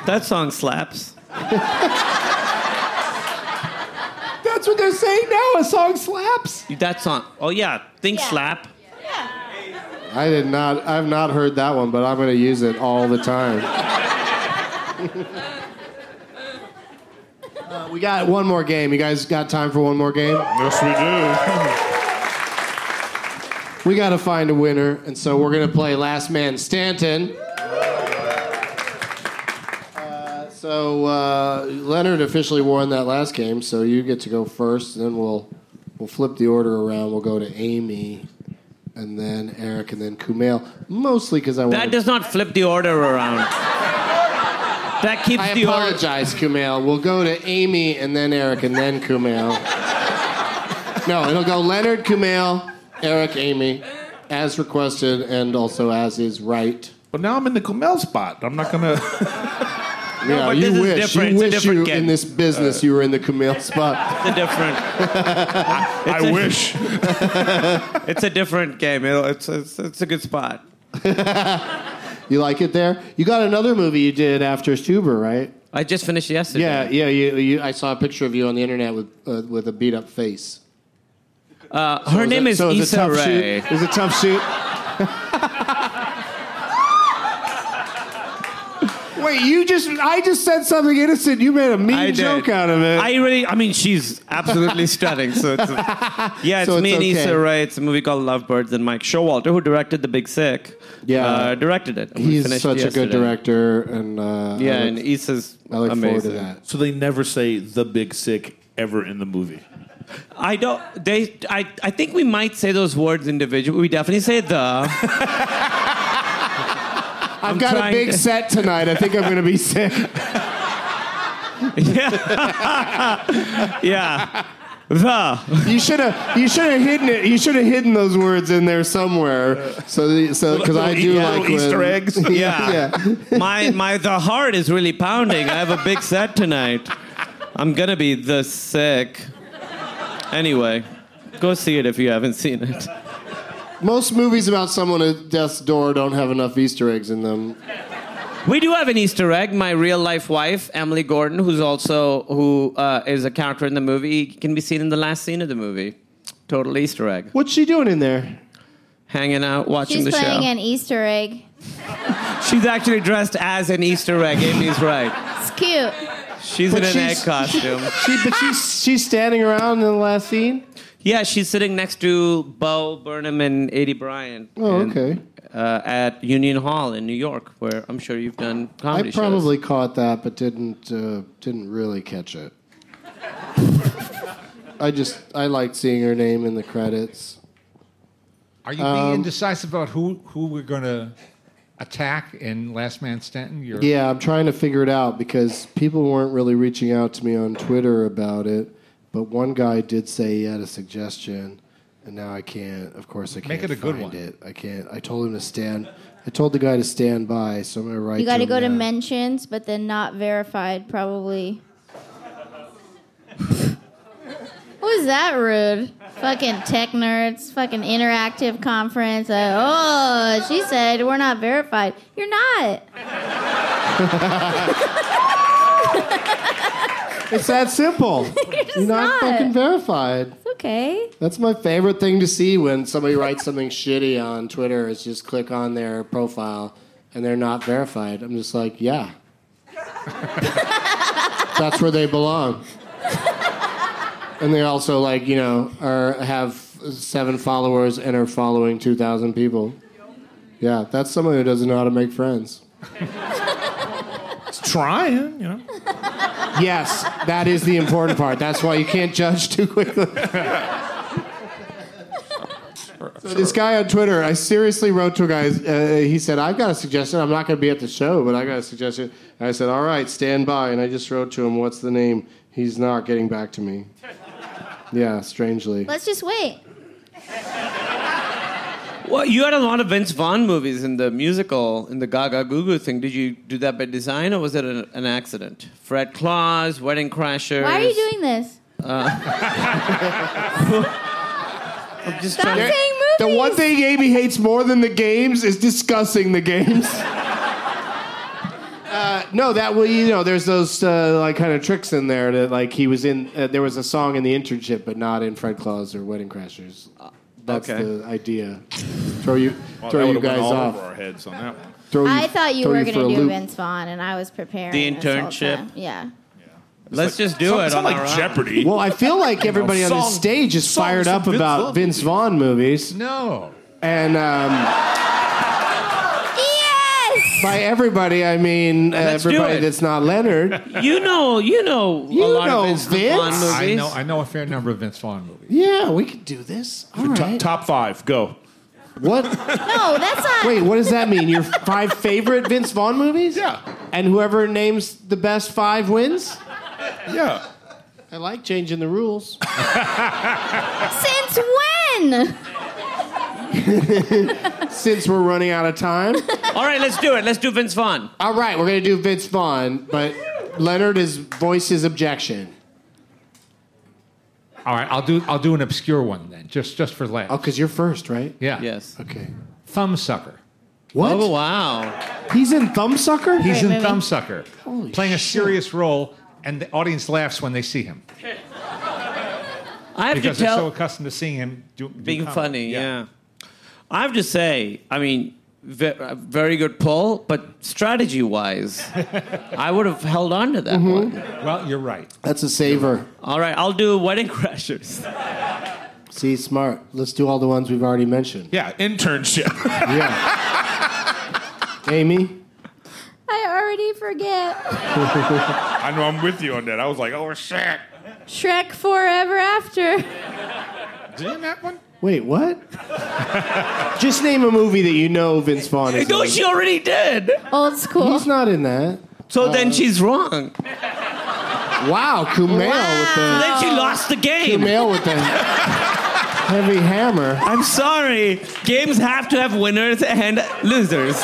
Speaker 10: That song slaps.
Speaker 5: That's what they're saying now. A song slaps.
Speaker 10: That song. Oh yeah, think slap.
Speaker 5: I did not. I've not heard that one, but I'm going to use it all the time. Uh, we got one more game. You guys got time for one more game?
Speaker 7: Yes, we
Speaker 5: We got to find a winner, and so we're going to play Last Man Stanton. Uh, So uh, Leonard officially won that last game, so you get to go first. And then we'll we'll flip the order around. We'll go to Amy, and then Eric, and then Kumail. Mostly because I
Speaker 10: That
Speaker 5: want.
Speaker 10: does not flip the order around. that keeps
Speaker 5: I
Speaker 10: the order.
Speaker 5: apologize, Kumail. We'll go to Amy, and then Eric, and then Kumail. no, it'll go Leonard, Kumail, Eric, Amy, as requested, and also as is right.
Speaker 7: But now I'm in the Kumail spot. I'm not gonna.
Speaker 5: Yeah,
Speaker 10: but
Speaker 5: you
Speaker 10: this is
Speaker 5: wish.
Speaker 10: different.
Speaker 5: You
Speaker 10: It's a
Speaker 5: wish
Speaker 10: different
Speaker 5: you
Speaker 10: game. Uh.
Speaker 5: in this business you were in the Camille spot.
Speaker 10: It's a different.
Speaker 7: I wish.
Speaker 10: It's a different game. It'll- It's, it's it's a good spot.
Speaker 5: You like it there? You got another movie you did after Stuber, right?
Speaker 10: I just finished yesterday.
Speaker 5: Yeah, yeah. You, you, I saw a picture of you on the internet with uh, with a beat up face.
Speaker 10: Uh, her
Speaker 5: Was
Speaker 10: name
Speaker 5: it-
Speaker 10: is
Speaker 5: so it was a
Speaker 10: Issa
Speaker 5: tough shoot?
Speaker 10: Rae.
Speaker 5: It was a tough shoot. Wait, you just I just said something innocent. You made a mean
Speaker 10: I did.
Speaker 5: joke out of it.
Speaker 10: I really, I mean, she's absolutely stunning. So it's, yeah, it's
Speaker 5: So it's
Speaker 10: me and
Speaker 5: okay.
Speaker 10: Issa Rae. It's a movie called Lovebirds, and Mike Showalter, who directed The Big Sick,
Speaker 5: Yeah.
Speaker 10: uh, directed it. And we
Speaker 5: He's
Speaker 10: finished
Speaker 5: such a
Speaker 10: yesterday.
Speaker 5: good director, and uh,
Speaker 10: Yeah,
Speaker 5: I
Speaker 10: and
Speaker 5: look,
Speaker 10: Issa's
Speaker 5: I look
Speaker 10: amazing.
Speaker 5: forward to that.
Speaker 7: so they never say the big sick ever in the movie.
Speaker 10: I don't. They. I. I think we might say those words individually. We definitely say the. I'm
Speaker 5: I've got a
Speaker 10: trying
Speaker 5: big
Speaker 10: to-
Speaker 5: set tonight. I think I'm going to be sick.
Speaker 10: yeah. The.
Speaker 5: You should have you should have hidden it. You should have hidden those words in there somewhere. So the, so because I do
Speaker 7: Little
Speaker 5: like when-
Speaker 7: Easter eggs.
Speaker 10: Yeah.
Speaker 5: yeah.
Speaker 10: My my the heart is really pounding. I have a big set tonight. I'm gonna be the sick. Anyway, go see it if you haven't seen it.
Speaker 5: Most movies about someone at death's door don't have enough Easter eggs in them.
Speaker 10: We do have an Easter egg. My real life wife, Emily Gordon, who's also who uh, is a character in the movie, can be seen in the last scene of the movie. Total Easter egg.
Speaker 5: What's she doing in there?
Speaker 10: Hanging out, watching
Speaker 6: She's
Speaker 10: the show.
Speaker 6: playing an Easter egg.
Speaker 10: She's actually dressed as an Easter egg. Amy's right.
Speaker 6: It's cute.
Speaker 10: She's
Speaker 5: But
Speaker 10: in an egg
Speaker 5: she's-
Speaker 10: costume.
Speaker 5: She but she's she's standing around in the last scene.
Speaker 10: Yeah, she's sitting next to Bo Burnham and Adie Bryant.
Speaker 5: Oh,
Speaker 10: in-
Speaker 5: okay.
Speaker 10: Uh, at Union Hall in New York, where I'm sure you've done comedy
Speaker 5: I probably
Speaker 10: shows.
Speaker 5: caught that, but didn't uh, didn't really catch it. I just I liked seeing her name in the credits.
Speaker 9: Are you
Speaker 5: Um,
Speaker 9: being indecisive about who, who we're going to attack in Last Man Stanton? You're,
Speaker 5: Yeah, I'm trying to figure it out because people weren't really reaching out to me on Twitter about it, but one guy did say he had a suggestion, and now I can't. Of course, I can't
Speaker 9: Make it a good
Speaker 5: find
Speaker 9: one.
Speaker 5: it. I can't. I told him to stand. I told the guy to stand by, so I'm gonna write.
Speaker 6: You got to
Speaker 5: him
Speaker 6: go to
Speaker 5: now.
Speaker 6: mentions, but then not verified, probably. what was that rude? Fucking tech nerds, fucking interactive conference. uh, oh, she said we're not verified. You're not.
Speaker 5: It's that simple.
Speaker 6: You're just
Speaker 5: You're not,
Speaker 6: not.
Speaker 5: fucking verified.
Speaker 6: It's okay.
Speaker 5: That's my favorite thing to see when somebody writes something shitty on Twitter is just click on their profile and they're not verified. I'm just like, yeah. That's where they belong. and they also like, you know, are have seven followers and are following 2,000 people. Yeah, that's someone who doesn't know how to make friends.
Speaker 7: trying, you know.
Speaker 5: Yes, that is the important part. That's why you can't judge too quickly. So this guy on Twitter, I seriously wrote to a guy. Uh, he said, "I've got a suggestion. I'm not going to be at the show, but I got a suggestion." And I said, "All right, stand by." And I just wrote to him, "What's the name?" He's not getting back to me. Yeah, strangely.
Speaker 6: Let's just wait.
Speaker 10: Well, you had a lot of Vince Vaughn movies in the musical, in the Gaga Goo Goo thing. Did you do that by design, or was it an, an accident?
Speaker 7: Oh,
Speaker 10: Fred Claus, Wedding Crashers.
Speaker 6: Why are you doing this?
Speaker 5: Uh.
Speaker 10: I'm just
Speaker 6: Stop
Speaker 10: trying to-
Speaker 6: saying
Speaker 5: The
Speaker 6: movies.
Speaker 5: one thing Amy hates more than the games is discussing the games. Uh, no, that will you know. There's those uh, like kind of tricks in there that like he was in. Uh, there was a song in the internship, but not in Fred Claus or Wedding Crashers. Uh, That's
Speaker 7: Okay.
Speaker 5: the idea. Throw you,
Speaker 7: Well, that
Speaker 5: throw you
Speaker 7: would've went
Speaker 5: guys
Speaker 7: all
Speaker 5: off.
Speaker 7: over our heads on that one.
Speaker 5: Throw
Speaker 6: I thought you
Speaker 5: throw
Speaker 6: were
Speaker 5: for
Speaker 6: gonna
Speaker 5: a
Speaker 6: do
Speaker 5: loop.
Speaker 6: Vince Vaughn, and I was preparing.
Speaker 10: The
Speaker 6: this whole
Speaker 10: internship.
Speaker 6: time. Yeah.
Speaker 10: Let's just do it.
Speaker 7: It's not
Speaker 10: on our
Speaker 7: like
Speaker 10: own.
Speaker 7: Jeopardy.
Speaker 5: Well, I feel like everybody on
Speaker 7: Song-
Speaker 5: this stage is
Speaker 7: songs
Speaker 5: fired
Speaker 7: from
Speaker 5: up
Speaker 7: Vince
Speaker 5: about
Speaker 7: Vaughn.
Speaker 5: Vince Vaughn movies,
Speaker 9: No.
Speaker 5: and um,
Speaker 6: Yes.
Speaker 5: by everybody I mean uh,
Speaker 10: Let's do
Speaker 5: everybody
Speaker 10: it.
Speaker 5: that's not Leonard.
Speaker 10: You know, you know a
Speaker 5: You
Speaker 10: lot
Speaker 5: know
Speaker 10: of Vince,
Speaker 5: Vince.
Speaker 10: Vaughn movies.
Speaker 9: I know, I know a fair number of Vince Vaughn movies.
Speaker 5: yeah, we could do this. All
Speaker 7: Top-
Speaker 5: right.
Speaker 7: top five, go.
Speaker 5: What?
Speaker 6: No, that's not.
Speaker 5: Wait, what does that mean? Your five favorite Vince Vaughn movies?
Speaker 7: Yeah.
Speaker 5: And whoever names the best five wins?
Speaker 7: Yeah.
Speaker 5: I like changing the rules.
Speaker 6: Since when?
Speaker 5: Since we're running out of time.
Speaker 10: All right, let's do it. Let's do Vince Vaughn.
Speaker 5: All right, we're going to do Vince Vaughn, but Leonard is voice his objection.
Speaker 9: All right, I'll do I'll do an obscure one then, just just for laughs.
Speaker 5: Oh, because you're first, right?
Speaker 9: Yeah.
Speaker 10: Yes.
Speaker 5: Okay.
Speaker 9: Thumbsucker.
Speaker 5: What?
Speaker 10: Oh wow.
Speaker 5: He's in Thumbsucker?
Speaker 9: He's in
Speaker 6: movie.
Speaker 9: Thumbsucker, playing a serious role, and the audience laughs when they see him
Speaker 10: I have
Speaker 9: because
Speaker 10: to
Speaker 9: they're
Speaker 10: tell
Speaker 9: so accustomed to seeing him do, do
Speaker 10: being
Speaker 9: comedy.
Speaker 10: funny. Yeah. I have to say, I mean, ve- uh, very good pull, but strategy wise, I would have held on to that one.
Speaker 9: Well, you're right.
Speaker 5: That's a saver.
Speaker 10: All right, I'll do Wedding Crashers.
Speaker 5: See, smart. Let's do all the ones we've already mentioned.
Speaker 7: Yeah, internship.
Speaker 5: Yeah. Amy?
Speaker 6: I already forget.
Speaker 7: I know I'm with you on that. I was like, oh shit.
Speaker 6: Shrek Forever After.
Speaker 7: Did that one?
Speaker 5: Wait, what? Just name a movie that you know Vince Vaughn is
Speaker 10: No,
Speaker 5: in.
Speaker 10: she already did.
Speaker 6: Old school.
Speaker 5: He's not in that.
Speaker 10: So then
Speaker 5: Uh,
Speaker 10: she's wrong.
Speaker 5: Wow, Kumail with
Speaker 10: Then she lost the
Speaker 5: the
Speaker 10: game.
Speaker 5: Kumail with the heavy hammer.
Speaker 10: I'm sorry. Games have to have winners and losers.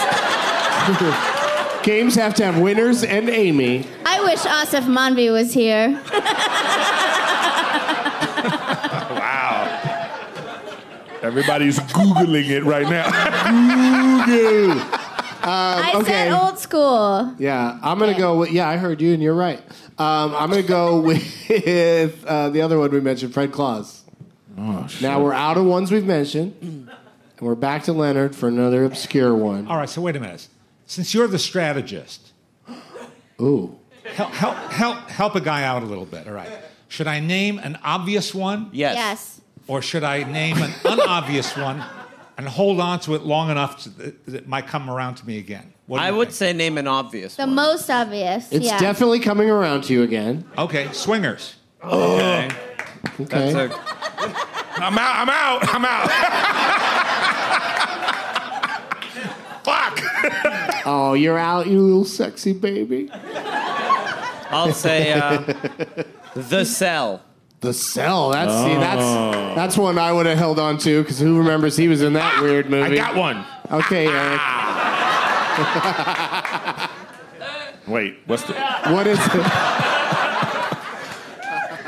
Speaker 5: Games have to have winners and Amy.
Speaker 6: I wish Asif Manvi was here.
Speaker 7: Wow. Everybody's googling it right now.
Speaker 6: I
Speaker 5: Um, okay.
Speaker 6: said old school.
Speaker 5: Yeah, I'm gonna go with. Yeah, I heard you, and you're right. Um, I'm gonna go with uh, the other one we mentioned, Fred Claus.
Speaker 10: Oh,
Speaker 5: Now we're out of ones we've mentioned, and we're back to Leonard for another obscure one.
Speaker 9: All right, so wait a minute. Since you're the strategist,
Speaker 5: Ooh,
Speaker 9: help help help help a guy out a little bit. All right. Should I name an obvious one?
Speaker 10: Yes.
Speaker 6: Yes.
Speaker 9: Or should I name an unobvious one and hold on to it long enough so that that it might come around to me again? What do
Speaker 10: I
Speaker 9: you
Speaker 10: would
Speaker 9: think?
Speaker 10: say name an obvious
Speaker 6: The
Speaker 10: one.
Speaker 6: most obvious.
Speaker 5: it's
Speaker 6: yeah.
Speaker 5: definitely coming around to you again.
Speaker 9: Okay, swingers.
Speaker 10: Okay.
Speaker 5: Okay,
Speaker 10: That's a-
Speaker 7: I'm out. I'm out. I'm out. Fuck.
Speaker 5: Oh, you're out, you little sexy baby.
Speaker 10: I'll say uh, the cell. Oh.
Speaker 5: The cell. That's see, that's that's one I would have held on to because who remembers he was in that weird
Speaker 7: I
Speaker 5: movie?
Speaker 7: got one.
Speaker 5: Okay, Eric.
Speaker 7: Wait, what's the?
Speaker 5: What is it?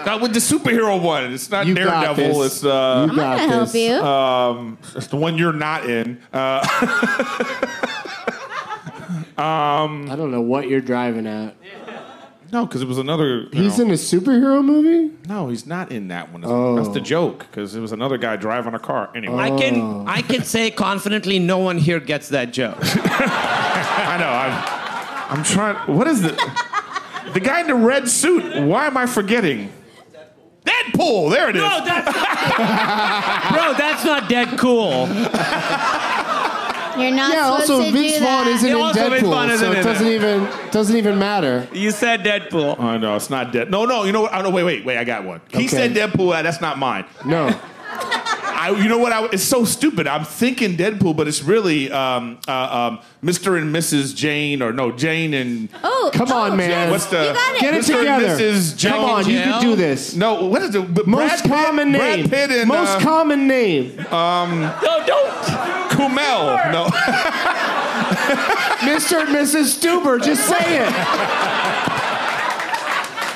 Speaker 7: That with the superhero one. It's not
Speaker 5: You got
Speaker 7: Daredevil.
Speaker 5: this.
Speaker 7: It's uh,
Speaker 5: You
Speaker 6: I'm
Speaker 5: got
Speaker 6: gonna help
Speaker 5: this.
Speaker 6: you.
Speaker 7: um, it's the one you're not in. Uh,
Speaker 5: I don't know what you're driving at.
Speaker 7: No, because it was another. you
Speaker 5: He's
Speaker 7: know-
Speaker 5: in a superhero movie?
Speaker 7: No, he's not in that one.
Speaker 5: Oh.
Speaker 7: That's the joke because it was another guy driving a car. Anyway,
Speaker 10: I can I can say confidently no one here gets that joke.
Speaker 7: I know. I'm, I'm trying. What is the the guy in the red suit? Why am I forgetting? Deadpool. There it is.
Speaker 10: No, Oh, that's Bro, that's not dead cool.
Speaker 6: You're not
Speaker 5: Uh, yeah,
Speaker 6: supposed
Speaker 5: also
Speaker 6: to
Speaker 5: Vince
Speaker 6: do that.
Speaker 5: Vaughn isn't
Speaker 10: Yeah,
Speaker 5: in
Speaker 10: also Vince Vaughn
Speaker 5: Deadpool,
Speaker 10: isn't
Speaker 5: so
Speaker 10: in
Speaker 5: it doesn't
Speaker 10: it.
Speaker 5: even doesn't even matter.
Speaker 10: You said Deadpool.
Speaker 7: Oh no, it's not dead. No, no. You know what? Oh no, wait, wait, wait. I got one. He
Speaker 5: Okay.
Speaker 7: said Deadpool. uh, That's not mine.
Speaker 5: No.
Speaker 7: I, you know what? I, it's so stupid. I'm thinking Deadpool, but it's really um, uh, um, Mr. and Mrs. Jane, or no, Jane and
Speaker 6: Oh,
Speaker 5: Come
Speaker 6: oh,
Speaker 5: on, man.
Speaker 7: what's the
Speaker 6: You got it.
Speaker 5: Get it
Speaker 7: Mr.
Speaker 5: together.
Speaker 7: And Mrs. Jane.
Speaker 5: Come on, you can do this.
Speaker 7: No, what is the but
Speaker 5: Most
Speaker 7: Brad Pitt-
Speaker 5: common
Speaker 7: Brad
Speaker 5: name.
Speaker 7: Pitt and
Speaker 5: Most
Speaker 7: uh,
Speaker 5: common name.
Speaker 10: No, don't.
Speaker 7: Kumail. No,
Speaker 5: Mr. and Mrs. Stuber, just say it.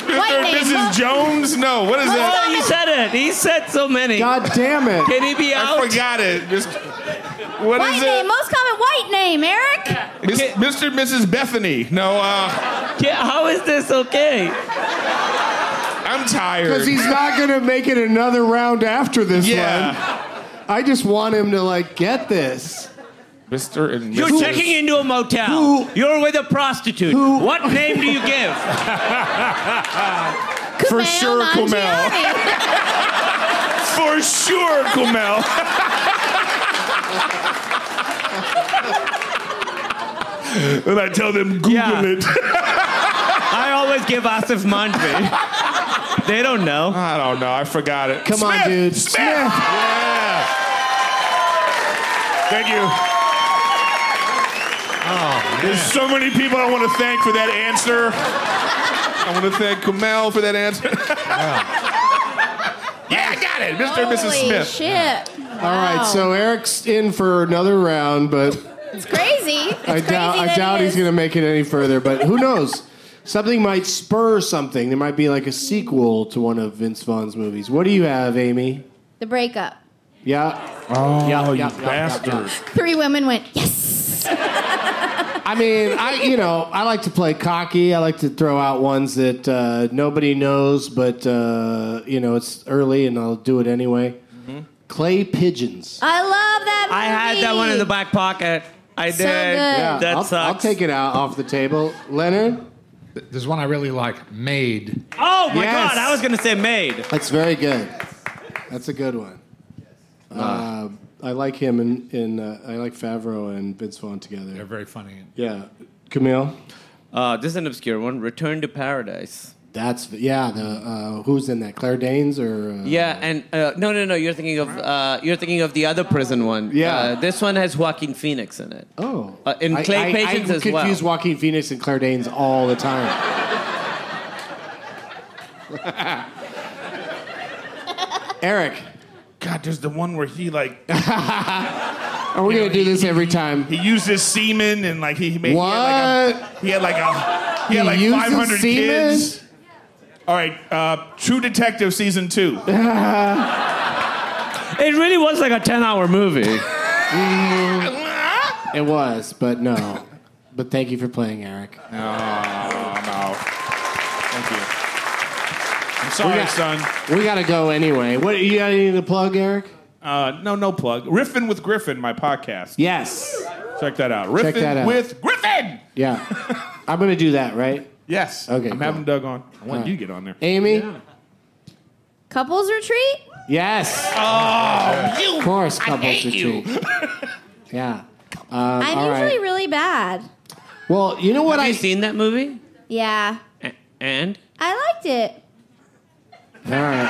Speaker 7: Mr. and
Speaker 6: name,
Speaker 7: Mrs.
Speaker 6: huh?
Speaker 7: Jones. No, what is that?
Speaker 10: He said it. He said so many.
Speaker 5: God damn it.
Speaker 10: Can he be out?
Speaker 7: I forgot it. Just, what
Speaker 6: White
Speaker 7: is
Speaker 6: name,
Speaker 7: it?
Speaker 6: most common white name, Eric.
Speaker 7: Mis- Mr. and Mrs. Bethany. No, uh,
Speaker 10: Can- how is this okay?
Speaker 7: I'm tired.
Speaker 5: Because he's not going to make it another round after this
Speaker 7: yeah.
Speaker 5: one. I just want him to, like, get this.
Speaker 7: Mr. and Mrs.
Speaker 10: You're checking into a motel.
Speaker 5: Who-
Speaker 10: You're with a prostitute.
Speaker 5: Who-
Speaker 10: What name do you give?
Speaker 7: For
Speaker 6: Kumail
Speaker 7: sure, Kumail.
Speaker 6: Nanjiani.
Speaker 7: For sure, Kumail. and I tell them, Google
Speaker 10: Yeah.
Speaker 7: it.
Speaker 10: I always give Asif Mandvi. they don't know.
Speaker 7: I don't know. I forgot it.
Speaker 5: Come on,
Speaker 7: Smith!
Speaker 5: dude.
Speaker 7: Smith!
Speaker 5: Smith!
Speaker 7: Yeah. Thank you. Oh, There's so many people I want to thank for that answer. I want to thank Kumail for that answer. yeah, I got it. Mr. and Mrs.
Speaker 6: Holy
Speaker 7: Smith.
Speaker 6: shit.
Speaker 5: All right, so Eric's in for another round, but
Speaker 6: It's crazy. It's
Speaker 5: I
Speaker 6: crazy
Speaker 5: doubt I
Speaker 6: that
Speaker 5: doubt
Speaker 6: it
Speaker 5: he's
Speaker 6: is.
Speaker 5: going to make it any further. But who knows? Something might spur something. There might be like a sequel to one of Vince Vaughn's movies. What do you have, Amy?
Speaker 6: The breakup.
Speaker 5: Yeah,
Speaker 7: Oh,
Speaker 5: Yeah,
Speaker 7: you
Speaker 5: yeah, yeah,
Speaker 7: bastard.
Speaker 5: yeah, yeah.
Speaker 6: Three women went, yes.
Speaker 5: I mean, I you know, I like to play cocky. I like to throw out ones that uh, nobody knows, but uh, you know, it's early, and I'll do it anyway.
Speaker 7: Mm-hmm.
Speaker 5: Clay pigeons.
Speaker 6: I love that movie.
Speaker 10: I had that one in the back pocket. I did.
Speaker 6: So good. Yeah,
Speaker 10: That
Speaker 5: I'll,
Speaker 10: sucks.
Speaker 5: I'll take it out off the table, Leonard.
Speaker 9: There's one I really like, Made.
Speaker 10: Oh my
Speaker 5: Yes.
Speaker 10: god, I was gonna say maid.
Speaker 5: That's very good. That's a good one.
Speaker 10: Ah.
Speaker 5: Uh, I like him and in, uh, I like Favreau and Vince Vaughn
Speaker 9: They're
Speaker 5: together.
Speaker 9: very funny.
Speaker 5: Yeah, Camille.
Speaker 10: Uh, this is an obscure one. Return to Paradise.
Speaker 5: That's yeah. The uh, who's in that? Claire Danes or uh,
Speaker 10: Yeah, and uh, no, no, no. You're thinking of uh, you're thinking of the other prison one.
Speaker 5: Yeah.
Speaker 10: Uh, this one has Joaquin Phoenix in it.
Speaker 5: Oh,
Speaker 10: Uh, and Clay
Speaker 5: I, I,
Speaker 10: Pigeons
Speaker 5: I
Speaker 10: as well.
Speaker 5: confuse Joaquin Phoenix and Claire Danes all the time. Eric,
Speaker 7: God, there's the one where he like
Speaker 5: are we gonna do this every time?
Speaker 7: He used his semen and like he made he had, like, a- He had like a he had
Speaker 5: He
Speaker 7: like
Speaker 5: used his
Speaker 7: 500
Speaker 5: semen?
Speaker 7: kids. All right, uh, True Detective season two.
Speaker 10: It really was like a ten-hour movie.
Speaker 5: It was, but no. but thank you for playing, Eric.
Speaker 7: No, no. Thank you. I'm sorry,
Speaker 5: We got-
Speaker 7: son.
Speaker 5: We gotta go anyway. What you got anything to plug, Eric?
Speaker 7: Uh, no, no plug. Riffin with Griffin, my podcast.
Speaker 5: Yes.
Speaker 7: Check that out. Riffin
Speaker 5: that out.
Speaker 7: with Griffin.
Speaker 5: Yeah. I'm gonna do that, right?
Speaker 7: Yes.
Speaker 5: Okay,
Speaker 7: I'm
Speaker 5: cool.
Speaker 7: having Doug on. I want
Speaker 5: All right.
Speaker 7: you to get on there.
Speaker 5: Amy?
Speaker 6: Couples retreat?
Speaker 5: Yes.
Speaker 7: You-
Speaker 5: of course,
Speaker 7: I
Speaker 5: couples
Speaker 7: hate
Speaker 5: retreat. yeah. Um,
Speaker 6: I'm
Speaker 5: all
Speaker 6: usually
Speaker 5: right.
Speaker 6: really bad.
Speaker 5: Well, you know what
Speaker 10: Have
Speaker 5: I
Speaker 10: you seen that movie?
Speaker 6: Yeah.
Speaker 10: A- and
Speaker 6: I liked it.
Speaker 5: All right.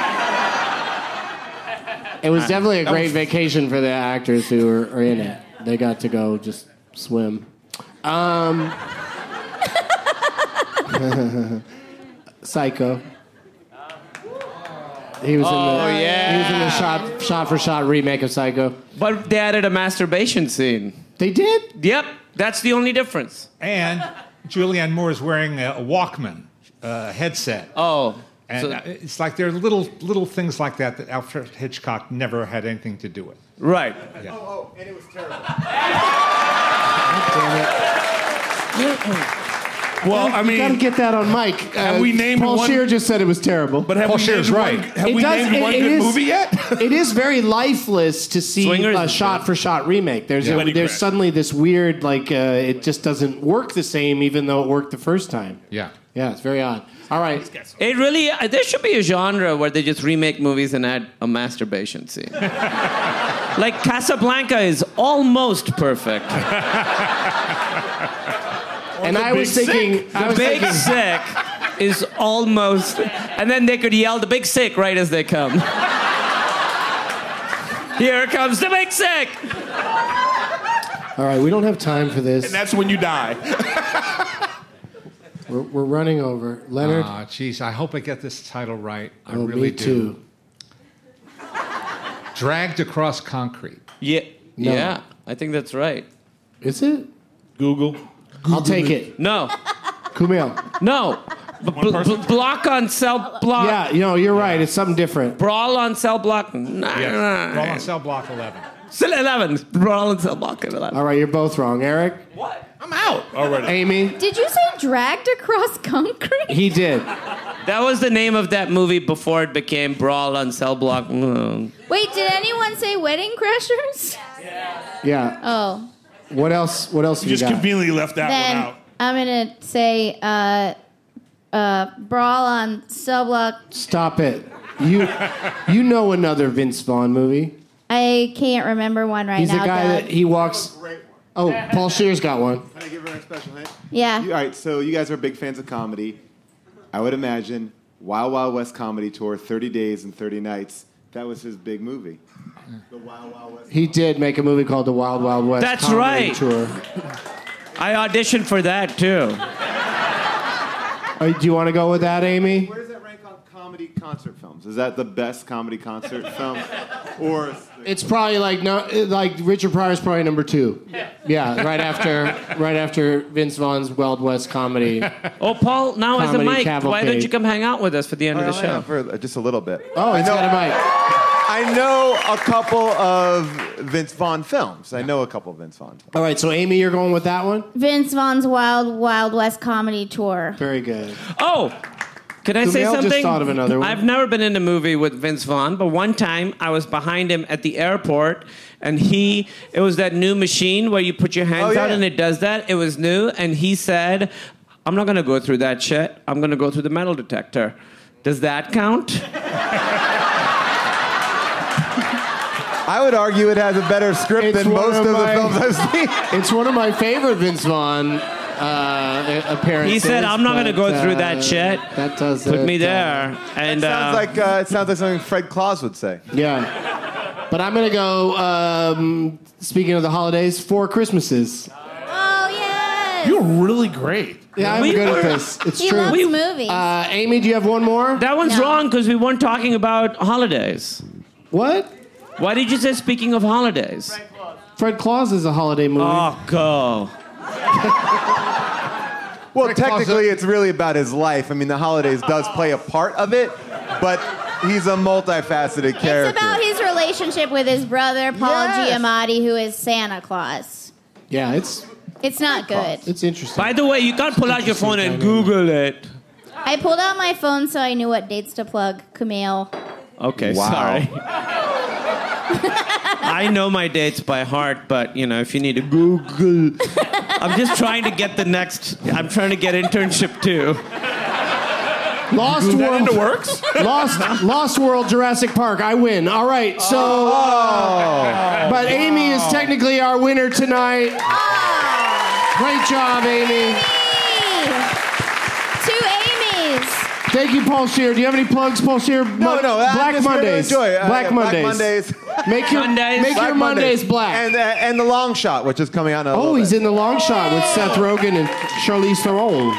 Speaker 5: It was definitely a great vacation for the actors who were, are in it. They got to go just swim. Um, Psycho. He was
Speaker 7: Oh,
Speaker 5: in the he was in the shot shot for shot remake of Psycho.
Speaker 10: but they added a masturbation scene.
Speaker 5: They did.
Speaker 10: Yep, that's the only difference.
Speaker 9: And Julianne Moore is wearing a Walkman uh, headset.
Speaker 10: Oh,
Speaker 9: And
Speaker 10: so-
Speaker 9: uh, it's like there are little little things like that that Alfred Hitchcock never had anything to do with.
Speaker 10: right.
Speaker 5: Damn it.
Speaker 7: Well, I mean,
Speaker 5: got to get that on mic. Uh,
Speaker 7: have we named
Speaker 5: Paul
Speaker 7: one-
Speaker 5: Scheer just said it was terrible. But
Speaker 7: have Paul we Scheer's named one- right. have we named one good movie yet?
Speaker 5: it is very lifeless to see
Speaker 7: Swingers
Speaker 5: a
Speaker 7: is
Speaker 5: shot-for-shot remake. There's
Speaker 7: Yeah.
Speaker 5: a- there's
Speaker 7: Correct.
Speaker 5: suddenly this weird like uh, it just doesn't work the same, even though it worked the first time.
Speaker 9: Yeah.
Speaker 5: Yeah, it's very odd. All right.
Speaker 10: It really, uh, there should be a genre where they just remake movies and add a masturbation scene. like Casablanca is almost perfect.
Speaker 5: And I was thinking, I
Speaker 10: the
Speaker 5: was
Speaker 10: big
Speaker 5: thinking-
Speaker 10: sick is almost, and then they could yell the big sick right as they come. Here comes the big sick.
Speaker 5: All right, we don't have time for this.
Speaker 7: that's when you die.
Speaker 5: We're, we're running over. Leonard,
Speaker 9: Ah, jeez, I hope I get this title right. I
Speaker 5: Oh,
Speaker 9: really
Speaker 5: me
Speaker 9: do.
Speaker 5: too.
Speaker 9: Dragged across concrete.
Speaker 10: Yeah,
Speaker 5: No.
Speaker 10: yeah, I think that's right.
Speaker 5: is it?
Speaker 7: Google.
Speaker 5: I'll take it.
Speaker 10: No,
Speaker 5: Kumail.
Speaker 10: no. B- bl-
Speaker 7: person?
Speaker 10: bl- block on cell block.
Speaker 5: Yeah, you know, you're right. It's something different.
Speaker 10: Brawl on cell block. Nah,
Speaker 9: Yes.
Speaker 10: nah.
Speaker 9: Roll on cell block 11.
Speaker 10: Cell 11. Brawl on cell block 11.
Speaker 5: All right, you're both wrong. Eric,
Speaker 7: I'm out already.
Speaker 5: Amy,
Speaker 6: Did you say dragged across concrete?
Speaker 5: he did.
Speaker 10: That was the name of that movie before it became Brawl on Cell Block. Mm.
Speaker 6: Wait, did anyone say wedding crashers?
Speaker 5: Yeah.
Speaker 6: Oh,
Speaker 5: What else? What else
Speaker 7: You
Speaker 5: have you
Speaker 7: just
Speaker 5: got?
Speaker 7: conveniently left that
Speaker 6: then
Speaker 7: one out.
Speaker 6: I'm gonna say uh, uh, brawl on cell block.
Speaker 5: Stop it. You, you know another Vince Vaughn movie?
Speaker 6: I can't remember one right
Speaker 5: He's the
Speaker 6: now.
Speaker 5: guy
Speaker 6: Doug.
Speaker 5: that he walks. Oh, Paul Shear's got one.
Speaker 13: Can I give her a special hint?
Speaker 6: yeah.
Speaker 13: You- all right, so you guys are big fans of comedy. I would imagine Wild Wild West Comedy Tour, 30 Days and 30 Nights. That was his big movie. The Wild Wild West.
Speaker 5: He did make a movie called The Wild Wild West.
Speaker 10: That's
Speaker 5: Comedy
Speaker 10: right.
Speaker 5: Tour.
Speaker 10: I auditioned for that too.
Speaker 5: Uh, do you want to go with that, Amy?
Speaker 13: Where does that rank on comedy concert films? Is that the best comedy concert film? Or
Speaker 5: It's probably like no, like Richard Pryor's probably number two. Yeah. right after right after Vince Vaughn's Wild West comedy.
Speaker 10: Oh, Paul, now as a
Speaker 5: Comedy
Speaker 10: mic, why
Speaker 5: cavalcade.
Speaker 10: don't you come hang out with us for the end of the show?
Speaker 13: for uh, just a little bit.
Speaker 5: Oh, it's got a mic.
Speaker 13: I know a couple of Vince Vaughn films. I know a couple of Vince Vaughn films.
Speaker 5: All right, so Amy, you're going with that one.
Speaker 6: Vince Vaughn's Wild Wild West comedy tour.
Speaker 5: Very good.
Speaker 10: Oh, can I say
Speaker 5: Kumail just
Speaker 10: something?
Speaker 5: thought of another one.
Speaker 10: I've never been in a movie with Vince Vaughn, but one time I was behind him at the airport, and he it was that new machine where you put your hands
Speaker 13: Oh, yeah.
Speaker 10: out and it does that. It was new, and he said, "I'm not going to go through that shit. I'm going to go through the metal detector." Does that count?
Speaker 13: I would argue it has a better script
Speaker 5: It's
Speaker 13: than
Speaker 5: one
Speaker 13: most
Speaker 5: of
Speaker 13: of, the
Speaker 5: my-
Speaker 13: films I've seen.
Speaker 5: It's one of my favorite Vince Vaughn uh, appearances.
Speaker 10: He said, "I'm not gonna
Speaker 5: but,
Speaker 10: go through that
Speaker 5: uh,
Speaker 10: shit.
Speaker 5: That does
Speaker 10: Put
Speaker 5: it,
Speaker 10: me
Speaker 5: uh,
Speaker 10: there, and
Speaker 13: sounds
Speaker 10: uh,
Speaker 13: like uh, it sounds like something Fred Claus would say.
Speaker 5: yeah. But I'm gonna go. Um, speaking of the holidays, four Christmases.
Speaker 6: Oh yes.
Speaker 7: You're really great.
Speaker 5: Yeah, I'm
Speaker 10: We
Speaker 5: good
Speaker 10: were-
Speaker 5: at this. It's
Speaker 6: he
Speaker 5: true.
Speaker 6: loves
Speaker 10: We-
Speaker 6: movies.
Speaker 5: uh, Amy, do you have one more?
Speaker 10: that one's
Speaker 6: No.
Speaker 10: wrong because we weren't talking about holidays.
Speaker 5: what?
Speaker 10: Why did you say speaking of holidays?
Speaker 5: Fred Claus is a holiday movie.
Speaker 10: Oh, go.
Speaker 13: Well,
Speaker 9: Rick Claus-
Speaker 13: technically, it's really about his life. I mean, the holidays does play a part of it, but he's a multifaceted character.
Speaker 6: It's about his relationship with his brother Paul
Speaker 13: Yes.
Speaker 6: Giamatti, who is Santa Claus.
Speaker 5: Yeah, it's
Speaker 6: It's not good.
Speaker 5: it's interesting.
Speaker 10: By the way, you can't pull out your phone and Google it.
Speaker 6: I pulled out my phone so I knew what dates to plug. Kumail.
Speaker 10: Okay,
Speaker 13: Wow.
Speaker 10: sorry. I know my dates by heart, but you know, if you need to Google, I'm just trying to get the next. I'm trying to get internship too.
Speaker 5: Lost
Speaker 7: That
Speaker 5: World.
Speaker 7: into works?
Speaker 5: Lost, Lost World, Jurassic Park. I win. All right. So,
Speaker 10: Oh.
Speaker 13: Oh.
Speaker 5: uh, but Amy is technically our winner tonight.
Speaker 6: Oh,
Speaker 5: Great job, Amy.
Speaker 6: Two Amy's.
Speaker 5: Thank you, Paul Shear. Do you have any plugs, Paul Shear?
Speaker 13: no, no, I'm just
Speaker 5: Black
Speaker 13: here to
Speaker 5: Mondays.
Speaker 13: enjoy it. Uh,
Speaker 5: Black
Speaker 13: yeah,
Speaker 5: Mondays.
Speaker 13: Black Mondays.
Speaker 5: Make your
Speaker 10: Mondays.
Speaker 5: Make your
Speaker 13: Black
Speaker 5: Mondays, black.
Speaker 13: and uh, and the long shot, which is coming out. In a
Speaker 5: oh,
Speaker 13: little
Speaker 5: he's
Speaker 13: bit.
Speaker 5: in the long shot with Seth Rogen and Charlize Theron.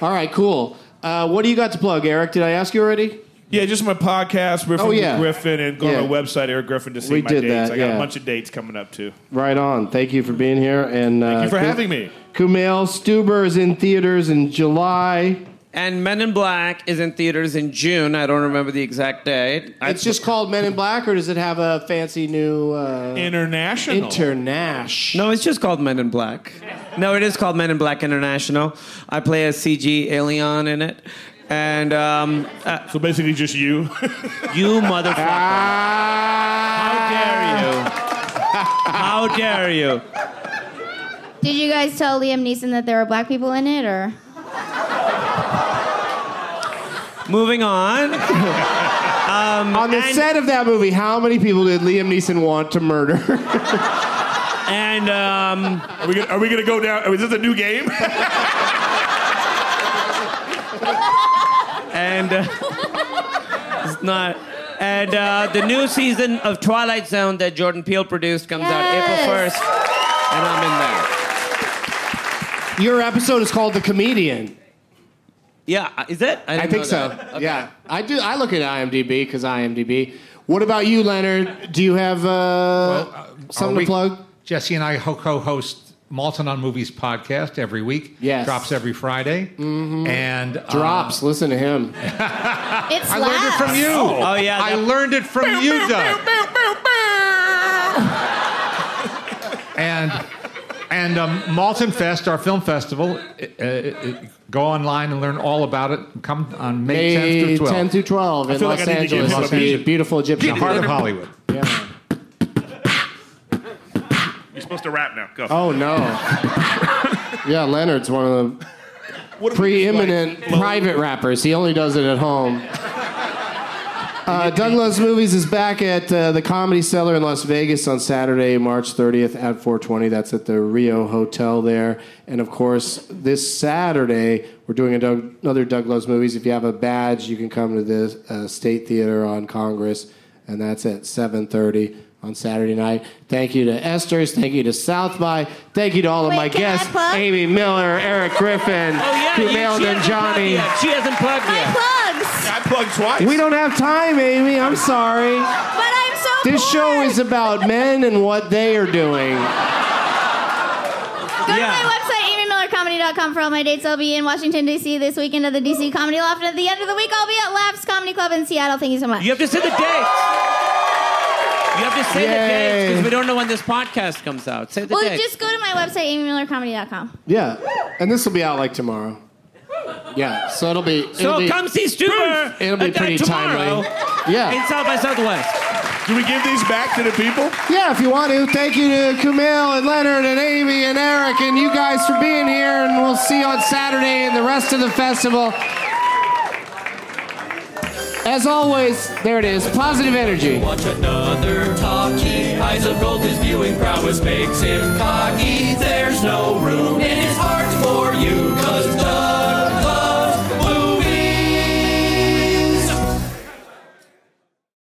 Speaker 5: All right, cool. Uh, what do you got to plug, Eric? Did I ask you already?
Speaker 7: Yeah, just my podcast, Riffin
Speaker 5: Oh, yeah.
Speaker 7: with Griffin, and go
Speaker 5: Yeah.
Speaker 7: to my website, Eric Griffin, to see
Speaker 5: We
Speaker 7: my
Speaker 5: did
Speaker 7: dates.
Speaker 5: that,
Speaker 7: I got
Speaker 5: yeah.
Speaker 7: a bunch of dates coming up too.
Speaker 5: Right on. Thank you for being here. And uh,
Speaker 7: Thank you for
Speaker 5: Ku-
Speaker 7: having me.
Speaker 5: Kumail Stuber is in theaters in July.
Speaker 10: And Men in Black is in theaters in June. I don't remember the exact date. I-
Speaker 5: It's just called Men in Black, or does it have a fancy new uh,
Speaker 10: International.
Speaker 5: International.
Speaker 10: No, it's just called Men in Black. No, it is called Men in Black International. I play a CG alien in it. And um, so
Speaker 7: basically, just you,
Speaker 10: you motherfucker!
Speaker 5: Ah!
Speaker 10: How dare you? How dare you?
Speaker 6: Did you guys tell Liam Neeson that there were black people in it, or?
Speaker 10: Moving on.
Speaker 5: On the set of that movie, how many people did Liam Neeson want to murder?
Speaker 10: and um,
Speaker 7: are we gonna, are we gonna go down? oh, Is this a new game?
Speaker 10: and uh, it's not. And uh, the new season of Twilight Zone that Jordan Peele produced comes out April
Speaker 5: Yes.
Speaker 10: first, and I'm in there.
Speaker 5: Your episode is called The Comedian.
Speaker 10: Yeah, is it? I, didn't
Speaker 5: think
Speaker 10: know
Speaker 5: so.
Speaker 10: that.
Speaker 5: Yeah, I do. I look at IMDb because IMDb. What about you, Leonard? Do you have uh, something
Speaker 9: Are we-
Speaker 5: to plug?
Speaker 9: Jesse and I ho- co-host Malton on Movies podcast every week.
Speaker 5: Yes.
Speaker 9: drops every Friday. Mm-hmm. And uh,
Speaker 5: Drops. Listen to him.
Speaker 6: It's
Speaker 9: I learned it from you.
Speaker 10: Oh, yeah,
Speaker 9: I
Speaker 10: that-
Speaker 9: learned it from you, Doug. and and um, Malton Fest, our film festival. uh, uh, go online and learn all about it. Come on May, 10th through 12th.
Speaker 5: 10 through 12
Speaker 9: I
Speaker 5: in
Speaker 9: feel
Speaker 5: Los
Speaker 9: like I need to give
Speaker 5: Angeles.
Speaker 9: him a
Speaker 5: It's gonna be
Speaker 9: beat.
Speaker 5: beautiful
Speaker 9: The
Speaker 5: Egyptian.
Speaker 9: heart of Hollywood.
Speaker 7: You're supposed to rap now. Go.
Speaker 5: Oh no. yeah, Leonard's one of the preeminent private rappers. He only does it at home. Uh, Douglas Movies is back at uh, the Comedy Cellar in Las Vegas on Saturday, March 30th at 420. That's at the Rio Hotel there. And of course, this Saturday, we're doing a Doug, another Doug Loves Movies. If you have a badge, you can come to the uh, State Theater on Congress, and that's at 730 on Saturday night. Thank you to Esther's. Thank you to South by. Thank you to all of my guests, Amy Miller, Eric Griffin,
Speaker 10: Oh yeah, you-
Speaker 5: Kumail
Speaker 10: she hasn't plugged
Speaker 5: Nanjiani.
Speaker 10: yet. She hasn't plugged yet.
Speaker 7: I plugged twice.
Speaker 5: We don't have time, Amy. I'm sorry. But
Speaker 6: I'm so.
Speaker 5: This show is about men and what they are doing.
Speaker 6: Go to my website, amymillercomedy.com for all my dates. I'll be in Washington, D.C. this weekend at the D.C. Comedy Loft. And at the end of the week, I'll be at Laughs Comedy Club in Seattle. Thank you so much.
Speaker 10: You have to say the dates. You have to say the dates
Speaker 5: Yay.
Speaker 10: because we don't know when this podcast comes out. Say the
Speaker 6: Well,
Speaker 10: dates.
Speaker 6: just go to my website, amymillercomedy.com.
Speaker 5: Yeah, and this will be out like tomorrow. Yeah, so it'll be. It'll
Speaker 10: So
Speaker 5: be,
Speaker 10: come see Stuber.
Speaker 5: It'll be
Speaker 10: uh,
Speaker 5: pretty
Speaker 10: tomorrow
Speaker 5: timely. Yeah.
Speaker 10: In South by Southwest.
Speaker 7: Do we give these back to the people?
Speaker 5: Yeah, if you want to, thank you to Kumail and Leonard and Amy and Eric and you guys for being here, and we'll see you on Saturday and the rest of the festival. As always, there it is positive energy.
Speaker 14: Watch another talkie. Eyes of gold, his viewing prowess makes him cocky. There's no room in his heart for you, cause